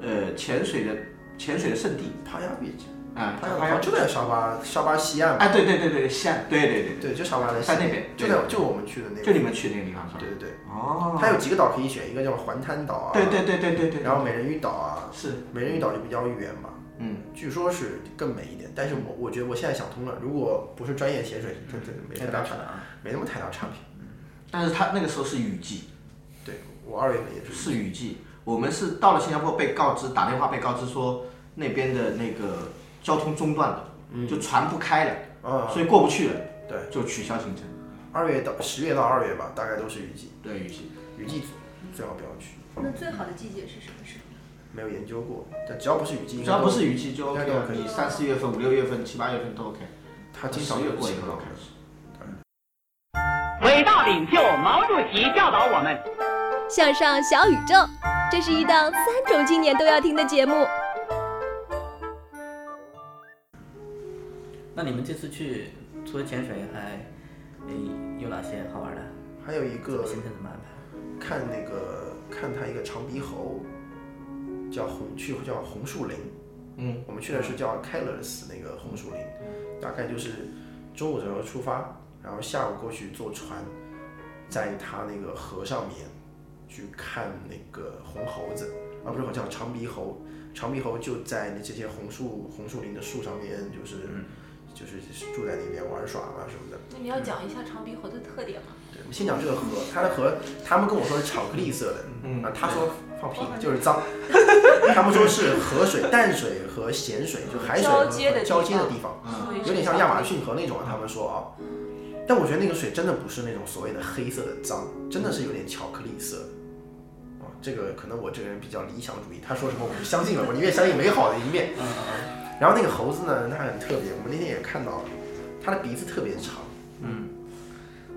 Speaker 10: 呃，潜水的潜水的圣地。
Speaker 6: Paya Beach。
Speaker 10: 啊，
Speaker 6: 它好像就在沙巴，沙巴西岸嘛。
Speaker 10: 哎，对对对对，西岸，对对对
Speaker 6: 对，就沙巴的西
Speaker 10: 在那边，
Speaker 6: 就在就我们去的那个，
Speaker 10: 就你们去那个地方是吧？
Speaker 6: 对对对，
Speaker 10: 哦，
Speaker 6: 它有几个岛可以选，一个叫环滩岛啊，
Speaker 10: 对对对对对对，
Speaker 6: 然后美人鱼岛啊，
Speaker 10: 是
Speaker 6: 美人鱼岛就比较远嘛，
Speaker 10: 嗯，
Speaker 6: 据说是更美一点，但是我我觉得我现在想通了，如果不是专业潜水，真的没太大差，
Speaker 10: 啊
Speaker 6: 没那么太大差别。
Speaker 10: 但是它那个时候是雨季，
Speaker 6: 对我二月份也是
Speaker 10: 是雨季，我们是到了新加坡被告知打电话被告知说。那边的那个交通中断了，
Speaker 6: 嗯、
Speaker 10: 就船不开了，
Speaker 6: 嗯、
Speaker 10: 所以过不去了，
Speaker 6: 对，
Speaker 10: 就取消行程。
Speaker 6: 二月到十月到二月吧，大概都是雨季。
Speaker 10: 对，雨季，
Speaker 6: 雨季最好不要去。
Speaker 7: 那
Speaker 10: 嗯
Speaker 7: 最好的季节是什么时候？
Speaker 6: 没有研究过，但只要不是雨季，
Speaker 10: 只要不是雨季就 OK
Speaker 6: 了。
Speaker 10: 你三四月份、五六月份、七八月份都 OK。
Speaker 6: 他经常有
Speaker 10: 过一
Speaker 6: 个
Speaker 10: 老
Speaker 16: 伟大领袖毛主席教导我们，
Speaker 17: 向上小宇宙，这是一档三种青年都要听的节目。
Speaker 9: 那你们这次去除了潜水还，诶有哪些好玩的？
Speaker 6: 还有一个
Speaker 9: 行程怎么安排？
Speaker 6: 看那个看它一个长鼻猴，叫红去叫红树林，
Speaker 10: 嗯，
Speaker 6: 我们去的是叫 Colors 那个红树林，大概就是中午左右出发，然后下午过去坐船，在它那个河上面去看那个红猴子，啊不是叫长鼻猴，长鼻猴就在这些红树红树林的树上面，就是。就是住在那边玩耍啊什么的。
Speaker 11: 那你要讲一下长鼻猴的特点吗？
Speaker 6: 对，我们先讲这个河，它的河，他们跟我说是巧克力色的，
Speaker 10: 嗯，
Speaker 6: 啊，他说放屁就是脏， 他们说是河水、淡水和咸水，就海水和
Speaker 11: 交接的地
Speaker 6: 交
Speaker 11: 方
Speaker 6: 接的地方，
Speaker 11: 嗯
Speaker 6: 有点像亚马逊河那种啊，他们说啊。但我觉得那个水真的不是那种所谓的黑色的脏，真的是有点巧克力色的。啊，这个可能我这个人比较理想主义，他说什么我就相信了，我宁愿相信美好的一面。然后那个猴子呢，它很特别，我们那天也看到了，它的鼻子特别长。
Speaker 10: 嗯，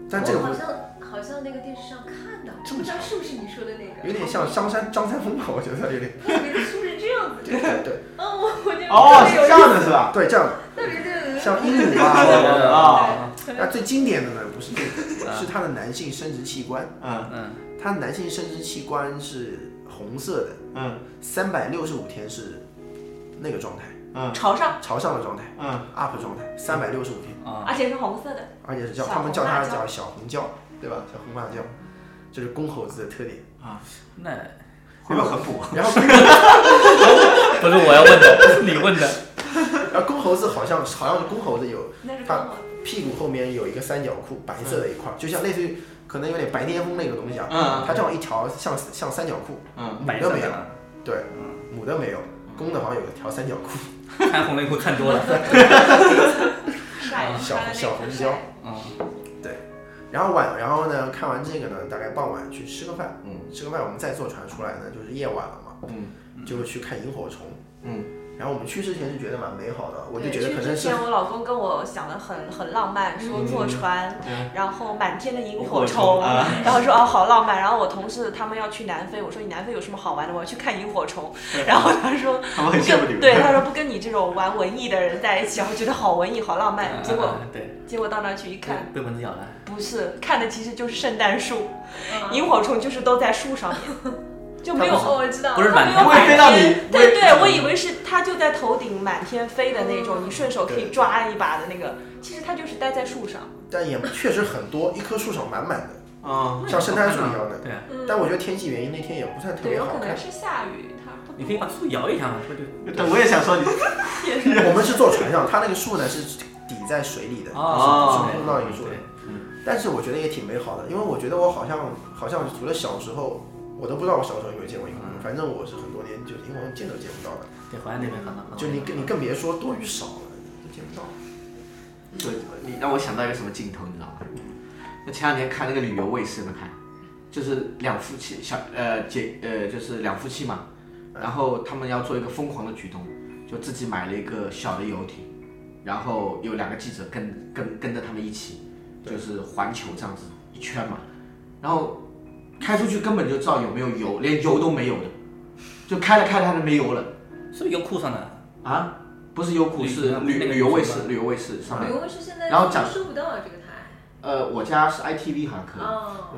Speaker 6: 但这个
Speaker 7: 我
Speaker 6: 不
Speaker 7: 好
Speaker 6: 是
Speaker 7: 像好像那个电视上看到，
Speaker 6: 这
Speaker 7: 不
Speaker 6: 么
Speaker 7: 知道
Speaker 6: 长
Speaker 7: 是不是你说的那个？
Speaker 6: 有点像张三张三丰吧，我觉得有点。
Speaker 7: 特别的，是不是这样子？
Speaker 6: 对对对。
Speaker 7: 哦，我我就
Speaker 10: 哦，是这样的是吧？
Speaker 6: 对，这样
Speaker 7: 特别的
Speaker 6: 像 鹦鹉啊，
Speaker 10: 对对对啊
Speaker 6: 那最经典的呢，不是这 个，是它的男性生殖器官。
Speaker 10: 嗯
Speaker 9: 嗯，
Speaker 6: 它男性生殖器官是红色的。
Speaker 10: 嗯，
Speaker 6: 三百六十五天是那个状态。
Speaker 10: 嗯，
Speaker 11: 朝上
Speaker 6: 朝上的状态。
Speaker 10: 嗯
Speaker 6: ，up 状态，三百六十五天。
Speaker 11: 而且是红色的，
Speaker 6: 而且是叫
Speaker 11: 小
Speaker 6: 他们叫
Speaker 11: 红辣
Speaker 6: 它
Speaker 11: 椒嗯
Speaker 6: 叫小红椒，对吧？小红辣椒，这是公猴子的 特点
Speaker 10: 啊。
Speaker 9: 那
Speaker 10: 会不会很补？啊
Speaker 6: 然后
Speaker 9: 不是我要问的， 是你问的。
Speaker 6: 然后公猴子好像好像是公猴子有
Speaker 11: 那是公
Speaker 6: 它
Speaker 11: 猴
Speaker 6: 屁股后面有一个三角裤，白色的一块，就像类似于可能有点白癜风那个东西啊。
Speaker 10: 嗯嗯嗯
Speaker 6: 它这样一条像像三角裤，
Speaker 10: 嗯
Speaker 6: 母
Speaker 10: 白
Speaker 6: 的
Speaker 10: 色
Speaker 6: 没
Speaker 10: 的
Speaker 6: 有，啊对，母的没有，公的好像有一条三角裤。
Speaker 9: 看红内裤看多了。
Speaker 11: 晒
Speaker 6: 嗯小
Speaker 11: 晒
Speaker 6: 小红椒。
Speaker 9: 嗯，
Speaker 6: 对。然后晚，然后呢，看完这个呢，大概傍晚去吃个饭，
Speaker 10: 嗯，
Speaker 6: 吃个饭，我们再坐船出来呢，就是夜晚了嘛，
Speaker 10: 嗯，
Speaker 6: 就会去看萤火虫，
Speaker 10: 嗯。
Speaker 6: 然后我们去之前是觉得蛮美好的，我就
Speaker 11: 对
Speaker 6: 觉得可
Speaker 11: 去
Speaker 6: 能
Speaker 11: 之
Speaker 6: 是
Speaker 11: 前我老公跟我想的很很浪漫，说
Speaker 6: 嗯
Speaker 11: 坐船，
Speaker 6: 嗯
Speaker 11: 然后满天的萤
Speaker 6: 火
Speaker 11: 火
Speaker 6: 虫
Speaker 11: 虫，
Speaker 6: 啊
Speaker 11: 然后说啊好浪漫。然后我同事他们要去南非，我说你南非有什么好玩的？我要去看萤火虫。然后他说
Speaker 10: 他们很
Speaker 11: 不跟
Speaker 10: 羡慕你们
Speaker 11: 对他说不跟你这种玩文艺的人在一起，我觉得好文艺，好浪漫。结果
Speaker 9: 啊
Speaker 11: 啊
Speaker 9: 对，
Speaker 11: 结果到那儿去一看，
Speaker 9: 被蚊子咬了。
Speaker 11: 不是看的其实就是圣诞树，萤火虫就是都在树上 面。就没有，
Speaker 9: 它不是
Speaker 11: 嗯哦我知道
Speaker 9: 不是
Speaker 11: 它
Speaker 9: 满天
Speaker 11: 没有
Speaker 9: 不会飞到你
Speaker 11: 天
Speaker 9: 不会
Speaker 11: 对对，我以为是它就在头顶满天飞的那种，你顺手可以抓一把的那个，其实它就是待在树上。
Speaker 6: 但也确实很多，一棵树上满满的，
Speaker 10: 啊
Speaker 6: 像圣诞树一样的。
Speaker 9: 对啊
Speaker 11: 嗯
Speaker 6: 但我觉得天气原因那天也不算特
Speaker 11: 对，
Speaker 6: 别
Speaker 11: 有
Speaker 6: 好
Speaker 11: 可能
Speaker 6: 看。
Speaker 11: 是下雨，它不
Speaker 9: 你可以把树摇一下嘛，不
Speaker 10: 对，我也想说你，
Speaker 6: 我们是坐船上，它那个树呢是抵在水里的，
Speaker 9: 啊
Speaker 10: 哦嗯
Speaker 6: 是碰到一个树的。但是我觉得也挺美好的，因为我觉得我好像好像除了小时候，我都不知道我小时候有没有见过萤火
Speaker 10: 嗯
Speaker 6: 虫，反正我是很多年就是萤火虫见都见不到的。
Speaker 9: 对，淮安那边哦很冷。
Speaker 10: 哦
Speaker 6: 就你更你更别说多与少了，都见不到。
Speaker 10: 对，你让我想到一个什么镜头，你知道吗？那前两天看那个旅游卫视，有没有看？就是两夫妻小呃姐呃，就是两夫妻嘛，然后他们要做一个疯狂的举动，就自己买了一个小的游艇，然后有两个记者跟跟跟着他们一起，就是环球这样子一圈嘛，然后开出去根本就知道有没有油，连油都没有的，就开着开着它就没油了。
Speaker 9: 是不是优酷上的？
Speaker 10: 啊，不是优酷，是旅旅游卫视，旅游卫视上面。
Speaker 7: 刘是现在
Speaker 10: 嗯然后讲，
Speaker 7: 收不到啊这个台。
Speaker 10: 呃，我家是 ITV 还可以。
Speaker 7: 哦。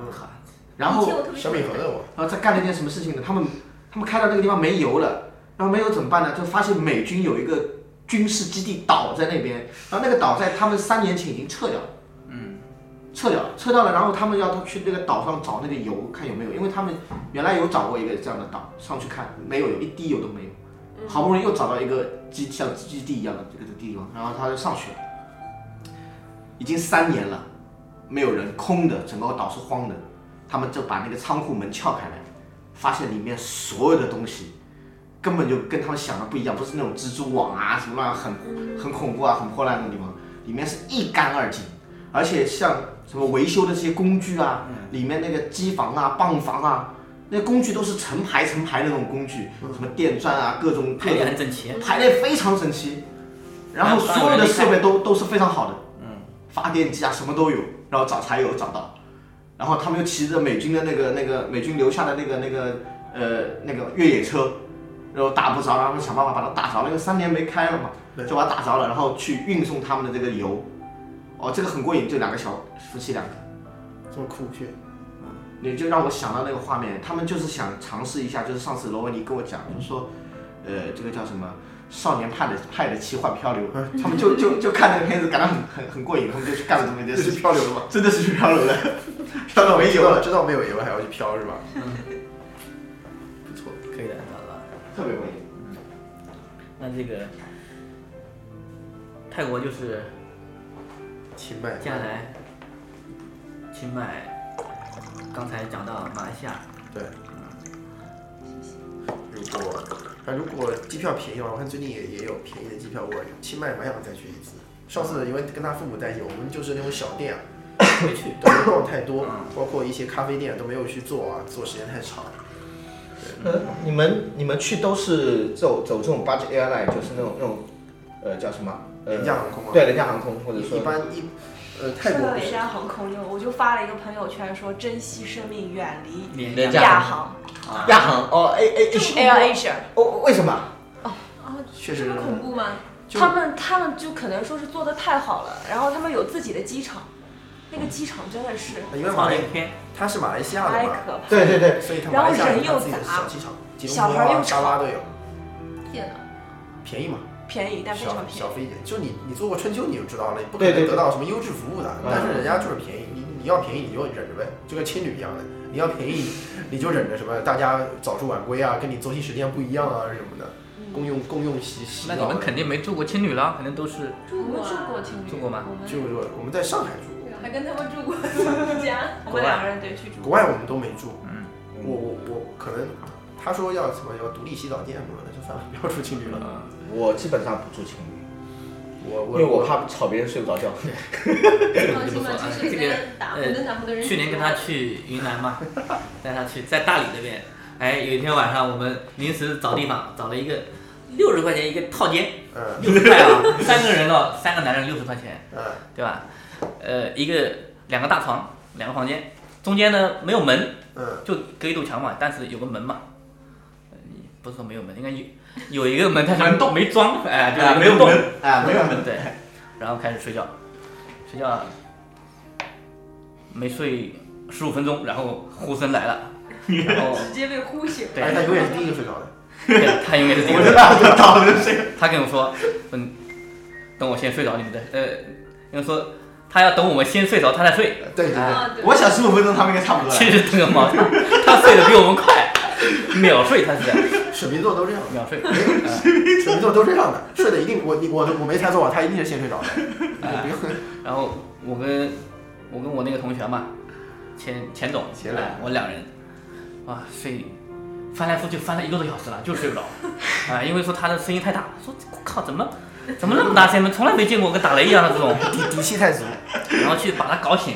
Speaker 10: 然后
Speaker 7: 以前我特别喜欢看
Speaker 10: 我，然后再干了一件什么事情呢？他们他们开到那个地方没油了，然后没油怎么办呢？就发现美军有一个军事基地岛在那边，然后那个岛在他们三年前已经撤掉了，
Speaker 9: 嗯，
Speaker 10: 撤掉了，撤掉了，然后他们要去那个岛上找那个油，看有没有，因为他们原来有找过一个这样的岛，上去看没有，有一滴油都没有，好不容易又找到一个基像基地一样的这个地方，然后他就上去了，已经三年了，没有人，空的，整个岛是荒的。他们就把那个仓库门撬开来，发现里面所有的东西根本就跟他们想的不一样，不是那种蜘蛛网啊什么乱很很恐怖啊很破烂的地方，里面是一干二净，而且像什么维修的这些工具啊，里面那个机房啊棒房啊，那工具都是成排成排的那种工具，什么电钻啊各种
Speaker 9: 排列很整齐，
Speaker 10: 排列非常整齐，然后所有的设备都都是非常好的，
Speaker 9: 嗯，
Speaker 10: 发电机啊什么都有，然后找柴油找到。然后他们又骑着美军的那个那个美军留下的那个那个呃那个越野车，然后打不着，然后想办法把它打着了，因为三年没开了嘛，就把它打着了，然后去运送他们的这个油。哦，这个很过瘾，就两个小夫妻两个，
Speaker 6: 这么酷炫，
Speaker 10: 你就让我想到那个画面，他们就是想尝试一下，就是上次罗文尼跟我讲，就是说，呃，这个叫什么少年派的派的奇幻漂流，
Speaker 14: 嗯
Speaker 10: 他们就就就看那个片子，感到很很很过瘾，他们就去干了这么一件事
Speaker 6: 这
Speaker 10: 情，
Speaker 6: 是漂流了吗
Speaker 10: 真的是去漂流了，漂到没油了，
Speaker 6: 知道没有油还要去漂是吧？
Speaker 10: 不错，
Speaker 9: 可以的，好了。
Speaker 10: 特别过瘾。
Speaker 9: 那这个泰国就是
Speaker 6: 清迈
Speaker 9: 接下来清迈，刚才讲到马来西亚，
Speaker 6: 对。如果啊，如果机票便宜的话，我看最近也也有便宜的机票，我清迈蛮想再去一次。上次因为跟他父母在一起，我们就是那种小 店啊，
Speaker 9: 没去，
Speaker 6: 都没逛太多，
Speaker 11: 嗯
Speaker 6: 包括一些咖啡店都没有去坐啊，坐时间太长。
Speaker 14: 呃，你们你们去都是走走这种 budget airline，就是那种那种呃叫什么？呃
Speaker 6: 廉价航空吗
Speaker 14: 对，廉价航空或者说
Speaker 6: 一般一呃
Speaker 11: 说到廉价航空又，我就发了一个朋友圈说珍惜生命，远离
Speaker 14: 廉价
Speaker 11: 亚
Speaker 14: 航
Speaker 11: 航。
Speaker 9: 啊
Speaker 14: 亚航哦，A A
Speaker 11: Air Asia。
Speaker 14: 哦，为什么？
Speaker 7: 哦
Speaker 11: 啊，
Speaker 6: 确实
Speaker 11: 恐怖吗？
Speaker 6: 就
Speaker 11: 他们他们就可能说是做的太好了，然后他们有自己的机场，那个机场真的是
Speaker 6: 因为马来他是马来西亚的
Speaker 11: 太
Speaker 6: 嘛
Speaker 11: 可怕了，
Speaker 14: 对对对
Speaker 6: 所以他
Speaker 11: 然
Speaker 6: 马
Speaker 11: 后
Speaker 6: 来西亚有
Speaker 11: 人又
Speaker 6: 他自己的
Speaker 11: 杂
Speaker 6: 小机场，吉，隆
Speaker 11: 小
Speaker 6: 坡
Speaker 11: 孩
Speaker 6: 啊
Speaker 11: 又
Speaker 6: 沙巴
Speaker 11: 吵
Speaker 6: 都，有，
Speaker 7: 天哪！
Speaker 6: 便宜嘛。
Speaker 11: 便宜但非常
Speaker 6: 小
Speaker 11: 便宜。
Speaker 6: 小费一点，就你你做过春秋你就知道了，你不可能
Speaker 14: 对对对
Speaker 6: 得到什么优质服务的，
Speaker 14: 嗯
Speaker 6: 但是人家就是便宜，你你要便宜你就忍着呗，就跟青旅一样的，你要便宜你就忍着什么，大家早出晚归啊，跟你作息时间不一样啊什么的，共用共用洗洗
Speaker 9: 那
Speaker 6: 澡
Speaker 9: 你
Speaker 6: 的。
Speaker 9: 们肯定没住过青旅了，肯定都是
Speaker 7: 住过住过青
Speaker 9: 住过吗？
Speaker 6: 住过，我们在上海住过，
Speaker 7: 还跟他们住过一 家。
Speaker 11: 我们两个人得去住。
Speaker 6: 国外我们都没住。嗯，我我我可能他说要什么要独立洗澡间什么的，就算了，不要住青旅
Speaker 14: 嗯
Speaker 6: 了。
Speaker 9: 呃
Speaker 14: 我基本上不住青旅，
Speaker 6: 我
Speaker 14: 嗯因为我怕吵别人睡不着 觉。
Speaker 9: 这个不错啊，这个呃，去年跟他去云南嘛， 带他去在大理那边，哎，有一天晚上我们临时找地方，找了一个六十块钱一个套间，
Speaker 6: 嗯
Speaker 9: 六十块啊，三个人哦，三个男人六十块钱，
Speaker 6: 嗯，
Speaker 9: 对吧？呃，一个两个大床，两个房间，中间呢没有门，
Speaker 6: 嗯，
Speaker 9: 就隔一堵墙嘛，但是有个门嘛，呃不是说没有门，应该有有一个门，但是没装，哎，对吧？
Speaker 10: 啊没有
Speaker 9: 个洞
Speaker 10: 门啊没有门
Speaker 9: 对，然后开始睡觉，睡觉没睡十五分钟，然后呼声来了，然后
Speaker 7: 直接被呼醒。
Speaker 9: 对
Speaker 6: 而且他永远是第一个睡着的。
Speaker 9: 对他应该是第一个
Speaker 6: 我就大我就大我就
Speaker 9: 他跟我说，嗯，等我先睡着，你们再呃，应该说他要等我们先睡着，他再睡。
Speaker 6: 对对
Speaker 10: 啊对我想15分钟他们应该差不多了
Speaker 9: 其实这个毛， 他他睡得比我们快，秒睡他是。
Speaker 6: 水瓶座都这样，
Speaker 9: 秒睡。
Speaker 6: 水瓶座都这样的，睡的一定我你我我没猜错吧？啊他一定是先睡 着的。
Speaker 9: 哎然后我跟我跟我那个同学嘛，钱钱总，
Speaker 6: 钱总
Speaker 9: 哎我两人，哇，睡翻来覆去翻了一个多小时了，就是睡不 着，啊，因为说他的声音太大，说我靠，怎么怎么那么大声音？从来没见过跟打雷一样的这种，
Speaker 6: 底底气太足，
Speaker 9: 然后去把他搞醒。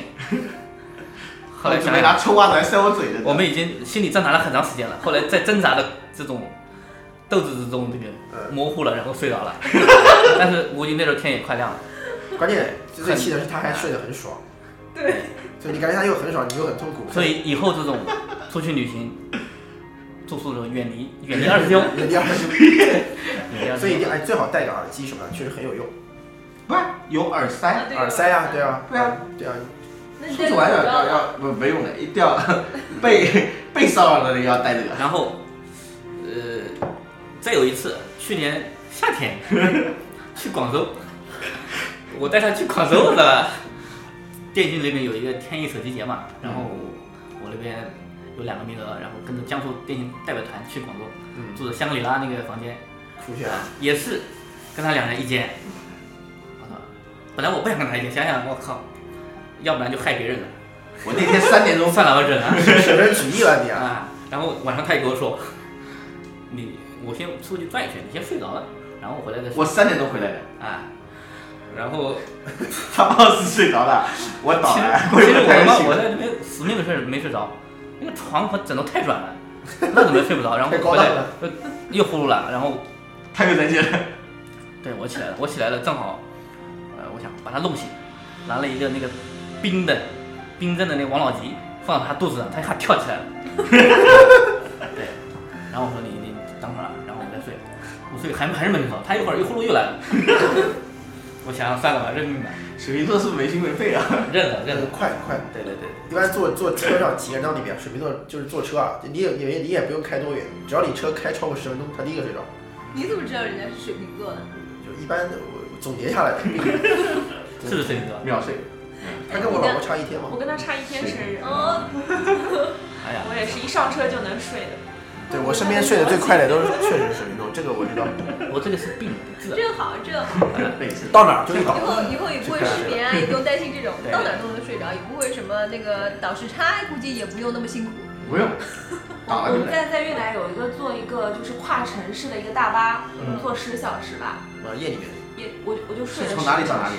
Speaker 9: 后来
Speaker 10: 哦准
Speaker 9: 想想
Speaker 10: 备拿臭袜子来塞我嘴的。
Speaker 9: 我们已经心里挣扎了很长时间了，后来在挣扎的这种斗志之中，这
Speaker 10: 嗯
Speaker 9: 个模糊了，然后睡 着了。但是估计那时候天也快亮了。
Speaker 6: 关键最气的是他还睡得很爽。对，所以你感觉他又很爽，你又很痛苦。
Speaker 9: 所以以后这种出去旅行，住宿的时候远离 远离二师兄，
Speaker 6: 远离二师兄，
Speaker 9: 远离二师兄
Speaker 6: 所以一定哎，最好戴个耳机什么的，确实很有用。
Speaker 10: 不是有耳塞，
Speaker 6: 耳塞啊，对啊，
Speaker 10: 对啊，
Speaker 6: 对啊。
Speaker 10: 出去玩要要要不没用的，一定要被 被骚扰的人要戴这个。
Speaker 9: 然后，呃，再有一次，去年夏天 去广州，我带他去广州的电竞那边有一个天翼手机节嘛，然后
Speaker 6: 嗯
Speaker 9: 我那边有两个名额，然后跟着江苏电竞代表团去广州，
Speaker 6: 嗯
Speaker 9: 住的香格里拉那个房间，
Speaker 6: 出去啊，
Speaker 9: 也是跟他两人一间。我操，本来我不想跟他一间，想想我靠，要不然就害别人了。
Speaker 10: 我那天三点 钟
Speaker 9: 算了，我忍了，
Speaker 6: 舍人取义了你啊！
Speaker 9: 啊，然后晚上他也跟我说，你我先出去转一圈，你先睡着了，然后我回来再说。
Speaker 10: 我三点钟回来的，
Speaker 9: 啊，然后
Speaker 10: 他二十睡着了，我倒
Speaker 9: 其实
Speaker 10: 了，
Speaker 9: 其实
Speaker 10: 我
Speaker 9: 我
Speaker 10: 才
Speaker 9: 他妈
Speaker 10: 醒
Speaker 9: 我在那边死命的睡没睡着，那个床和枕头太软了，那怎么也睡不着？然后
Speaker 10: 太高
Speaker 9: 回来
Speaker 10: 档了
Speaker 9: 又又呼噜了，然后
Speaker 10: 他又在起来，
Speaker 9: 对我起来了，我起来了，正好呃我想把他弄醒，拿了一个那个冰的冰镇的那个王老吉放到他肚子上，他一下跳起来了。 对，然后我说你你等会儿啊，然后我再睡，我睡还还是没睡着，他一会儿一呼噜又来了， 我想想算了吧，认命吧，
Speaker 10: 水瓶座是不是没心没肺啊？
Speaker 9: 认了认了，
Speaker 6: 呃快快，
Speaker 9: 对对对。
Speaker 6: 一般坐坐车上几个人到里面，水瓶座就是坐车啊，你也你也你也不用开多远，只要你车开超过十分钟，他第一个睡着。
Speaker 7: 你怎么知道人家是水瓶座的？
Speaker 6: 就一般我总结下来的，
Speaker 9: 是不是水瓶座？
Speaker 10: 秒睡。
Speaker 6: 他跟我老婆差一天嘛
Speaker 11: 我。跟他差一天生日，
Speaker 9: 嗯
Speaker 7: 哦，
Speaker 9: 哎呀
Speaker 11: 我也是一上车就能睡的。
Speaker 6: 对我身边睡得最快的都是确实是水瓶座，这个我知道。
Speaker 9: 我这个是病啊字
Speaker 7: 这好这好，
Speaker 6: 到哪儿就
Speaker 7: 以
Speaker 6: 是到哪儿。
Speaker 7: 后以后也不会失眠啊，也不用担心这种
Speaker 9: 对
Speaker 7: 到哪儿都能睡着，也不会什么那个倒时差，估计也不用那么辛苦。
Speaker 10: 不用，打
Speaker 11: 我我
Speaker 10: 了就
Speaker 11: 们
Speaker 10: 来。
Speaker 11: 在在越南有一个坐一个就是跨城市的一个大巴，
Speaker 10: 嗯
Speaker 11: 坐十小时吧，
Speaker 6: 啊，夜里面。
Speaker 11: 也我我就睡了。
Speaker 10: 是从哪里到哪里？？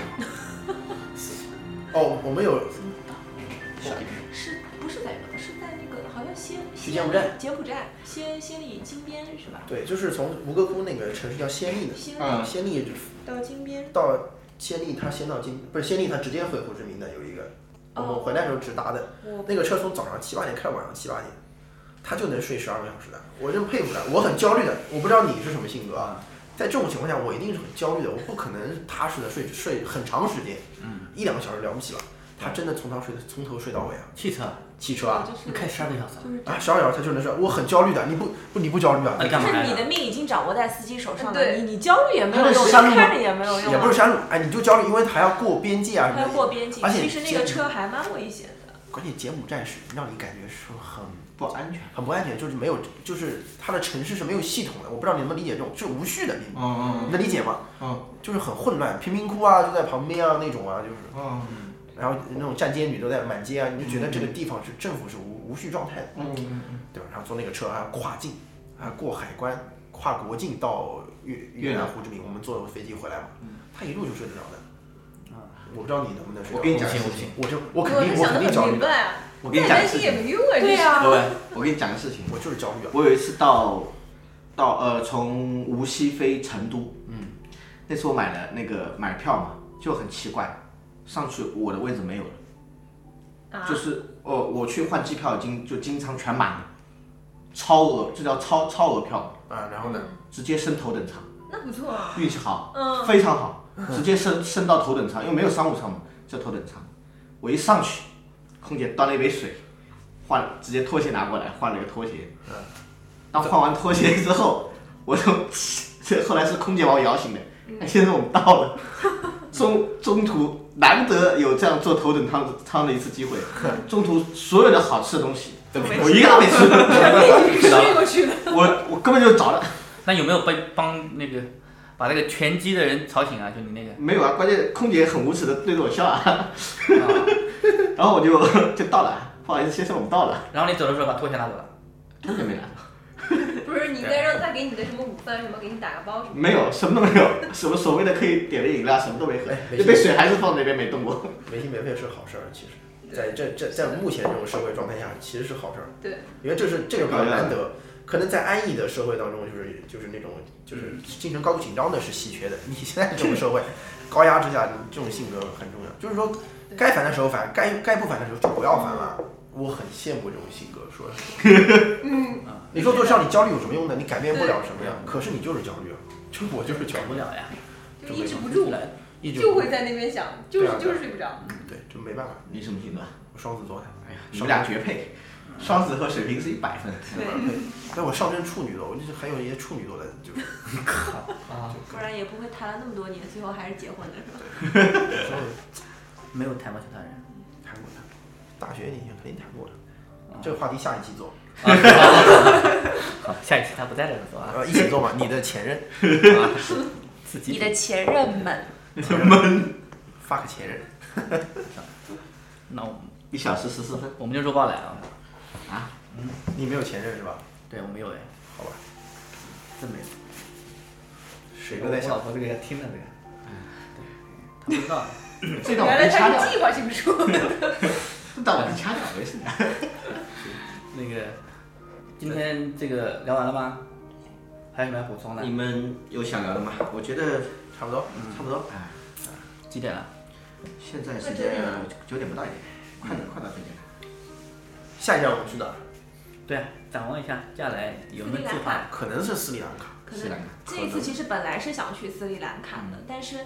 Speaker 6: 哦，我们有
Speaker 11: 是不是在越南？是在那个好像暹
Speaker 6: 去柬埔寨
Speaker 11: 柬埔寨暹暹粒金边是吧？
Speaker 6: 对，就是从吴哥窟那个城市叫暹粒的，
Speaker 11: 暹粒
Speaker 6: 啊，暹粒
Speaker 11: 到金边。
Speaker 6: 到暹粒，他先到金，不是暹粒，他直接回胡志明的有一个，我们回来的时候直达的
Speaker 11: 哦我，
Speaker 6: 那个车从早上七八点开到晚上七八点，他就能睡十二个小时的，我真佩服他，我很焦虑的，我不知道你是什么性格啊，在这种情况下，我一定是很焦虑的，我不可能踏实的睡睡很长时间，
Speaker 9: 嗯，
Speaker 6: 一两个小时了不起了，他真的从头睡从头睡到尾啊，
Speaker 9: 汽车
Speaker 6: 汽车啊，
Speaker 9: 你开十二个小时，
Speaker 6: 啊，十二小时他就能睡，我很焦虑的，你不不你不焦虑啊？
Speaker 9: 你干嘛
Speaker 11: 就是你的命已经掌握在司机手上了，你你焦虑也没
Speaker 6: 那
Speaker 11: 有
Speaker 6: 是
Speaker 11: 用，
Speaker 6: 山路
Speaker 11: 你
Speaker 6: 吗
Speaker 11: 看着也没有用，
Speaker 6: 也不是山路，，哎，你就焦虑，因为还要过边界啊什么
Speaker 11: 还
Speaker 6: 的。
Speaker 11: 要过边境
Speaker 6: 而，且
Speaker 11: 其实那个
Speaker 6: 柬
Speaker 11: 车还蛮危险的。
Speaker 6: 关键柬埔寨是让你感觉是很
Speaker 10: 不安全，
Speaker 6: 很不安全，就是没有，就是它的城市是没有系统的，我不知道你能不能理解这种，就是无序的，你
Speaker 10: 嗯
Speaker 6: 你能理解吗？
Speaker 10: 嗯，
Speaker 6: 就是很混乱，贫民窟啊就在旁边啊那种啊，就是，
Speaker 10: 嗯，
Speaker 6: 然后那种站街女都在满街啊，你就觉得这个地方是政府是无无序状态的，
Speaker 10: 嗯嗯嗯，
Speaker 6: 对吧？然后坐那个车还要跨境，还要过海关，跨国境到越越
Speaker 10: 越
Speaker 6: 南
Speaker 10: 南嗯
Speaker 6: 胡志明，我们坐飞机回来嘛，他一路就睡得着的。
Speaker 9: 啊，
Speaker 6: 我不知道你能不能睡着。
Speaker 10: 我跟你讲
Speaker 6: 我
Speaker 10: 个事
Speaker 6: 不
Speaker 10: 情
Speaker 6: 我就我
Speaker 7: 我
Speaker 6: 肯定
Speaker 7: 是
Speaker 6: 我
Speaker 7: 想
Speaker 6: 肯
Speaker 7: 的
Speaker 6: 定焦
Speaker 7: 很
Speaker 6: 虑
Speaker 7: 明
Speaker 6: 的。
Speaker 7: 白啊，
Speaker 10: 我跟你
Speaker 7: 再
Speaker 10: 讲
Speaker 7: 担
Speaker 10: 个事
Speaker 7: 心
Speaker 10: 情
Speaker 7: 也没用啊。
Speaker 11: 对啊
Speaker 10: 各位，我跟你讲个事情，
Speaker 6: 我就是焦虑
Speaker 7: 嗯
Speaker 6: 啊。
Speaker 10: 我有一次到到呃从无锡飞成都，
Speaker 6: 嗯，
Speaker 10: 那次我买了那个买票嘛，就很奇怪，上去我的位置没有了，
Speaker 7: 啊
Speaker 10: 就是呃我去换机票已经就经常全满了，超额这叫超超额票，
Speaker 6: 啊，然后呢？
Speaker 7: 嗯
Speaker 10: 直接升头等舱，
Speaker 7: 那不错啊。
Speaker 10: 运气好，
Speaker 7: 嗯
Speaker 10: 非常好，直接升升到头等舱，因为没有商务舱嘛，叫头等舱。我一上去，空姐端了一杯水，换直接拖鞋拿过来，换了一个拖鞋。
Speaker 6: 嗯，
Speaker 10: 当换完拖鞋之后， 我就这后来是空姐把我摇醒的，哎先生我们到了， 中中途难得有这样坐头等舱舱的一次机会，中途所有的好吃的东西，
Speaker 6: 都没
Speaker 10: 我一个都没 吃，
Speaker 7: 睡过去的。
Speaker 10: 我我根本就着了。
Speaker 9: 那有没有被帮那个把那个拳击的人吵醒啊？就你那个
Speaker 10: 没有啊，关键空姐很无耻的对着我笑啊， 然后我就就 到了，啊不好意思先生，我们到了，
Speaker 9: 然后你走的时候把拖鞋拿走了，
Speaker 10: 空姐没来，
Speaker 7: 不是你该让他给你的什么午饭什么，给你打个包什么的？
Speaker 10: 没有，什么都没有，什么所谓的可以点的饮料什么都没喝
Speaker 6: 哎，没事
Speaker 10: 那杯水还是放那边没动过。
Speaker 6: 没心没肺是好事儿，其实，在这这在目前这种社会状态下，其实是好事儿，
Speaker 7: 对，
Speaker 6: 因为这是这个比较难得。可能在安逸的社会当中，就是就是那种就是精神高度紧张的是稀缺的。你现在这种社会，高压之下，你这种性格很重要。就是说，该烦的时候烦，该该不烦的时候就不要烦了。我很羡慕这种性格，说实 话。嗯，你说做少你焦虑有什么用呢？你改变不了什么呀。可是你就是焦虑啊，就我就是焦虑
Speaker 9: 不了呀，
Speaker 6: 就
Speaker 7: 抑制不住，
Speaker 6: 抑制
Speaker 7: 就会在那边想，就是就是睡不着。
Speaker 6: 啊对，就没办法。
Speaker 10: 你什么星座？
Speaker 6: 我双子座的。
Speaker 10: 哎呀，你们俩绝配，双子和水瓶是一百分。
Speaker 7: 对。
Speaker 6: 但我上升处女座，我就是还有一些处女座的，就是。
Speaker 10: 靠啊！
Speaker 7: 不然也不会谈了那么多年，最后还是结婚了，
Speaker 6: 是吧？
Speaker 9: 没有谈过其他人。
Speaker 6: 谈过谈过。大学你肯定谈过了，这个话题下一期做。
Speaker 9: 好，下一期他不在这儿做啊。
Speaker 6: 呃，一起做 嘛，你的前任，
Speaker 9: 自己
Speaker 11: 你的前任们，
Speaker 10: 们
Speaker 6: 发个前任。
Speaker 9: 那我们
Speaker 10: 一小时十四分，
Speaker 9: 我们就弱爆了啊！
Speaker 10: 啊，
Speaker 6: 嗯，你没有前任是吧？
Speaker 9: 对，我没有哎。
Speaker 6: 好吧，
Speaker 9: 真没有。
Speaker 6: 水哥在
Speaker 9: 我
Speaker 6: 笑
Speaker 9: 老。婆这个要听的这个，哎他不知道。
Speaker 10: 这段我
Speaker 7: 原
Speaker 10: 们
Speaker 7: 来
Speaker 10: 掐
Speaker 7: 他
Speaker 10: 掉
Speaker 7: 是计划性出的。
Speaker 10: 这段我们掐掉，没事。
Speaker 9: 那 个，今天这个聊完了吗？还有什么要补充的？
Speaker 10: 你们有想聊的吗？我觉得
Speaker 6: 差不多，
Speaker 10: 差不多。哎，
Speaker 9: 几点了？
Speaker 10: 现在时间九点不到一点，快点，快到九点。
Speaker 6: 下一站我们去哪儿？
Speaker 9: 对啊，展望一下，接下来有没有计划？
Speaker 6: 可能是斯里兰卡。
Speaker 11: 可能这一次其实本来是想去斯里兰卡的，
Speaker 6: 嗯
Speaker 11: 但是，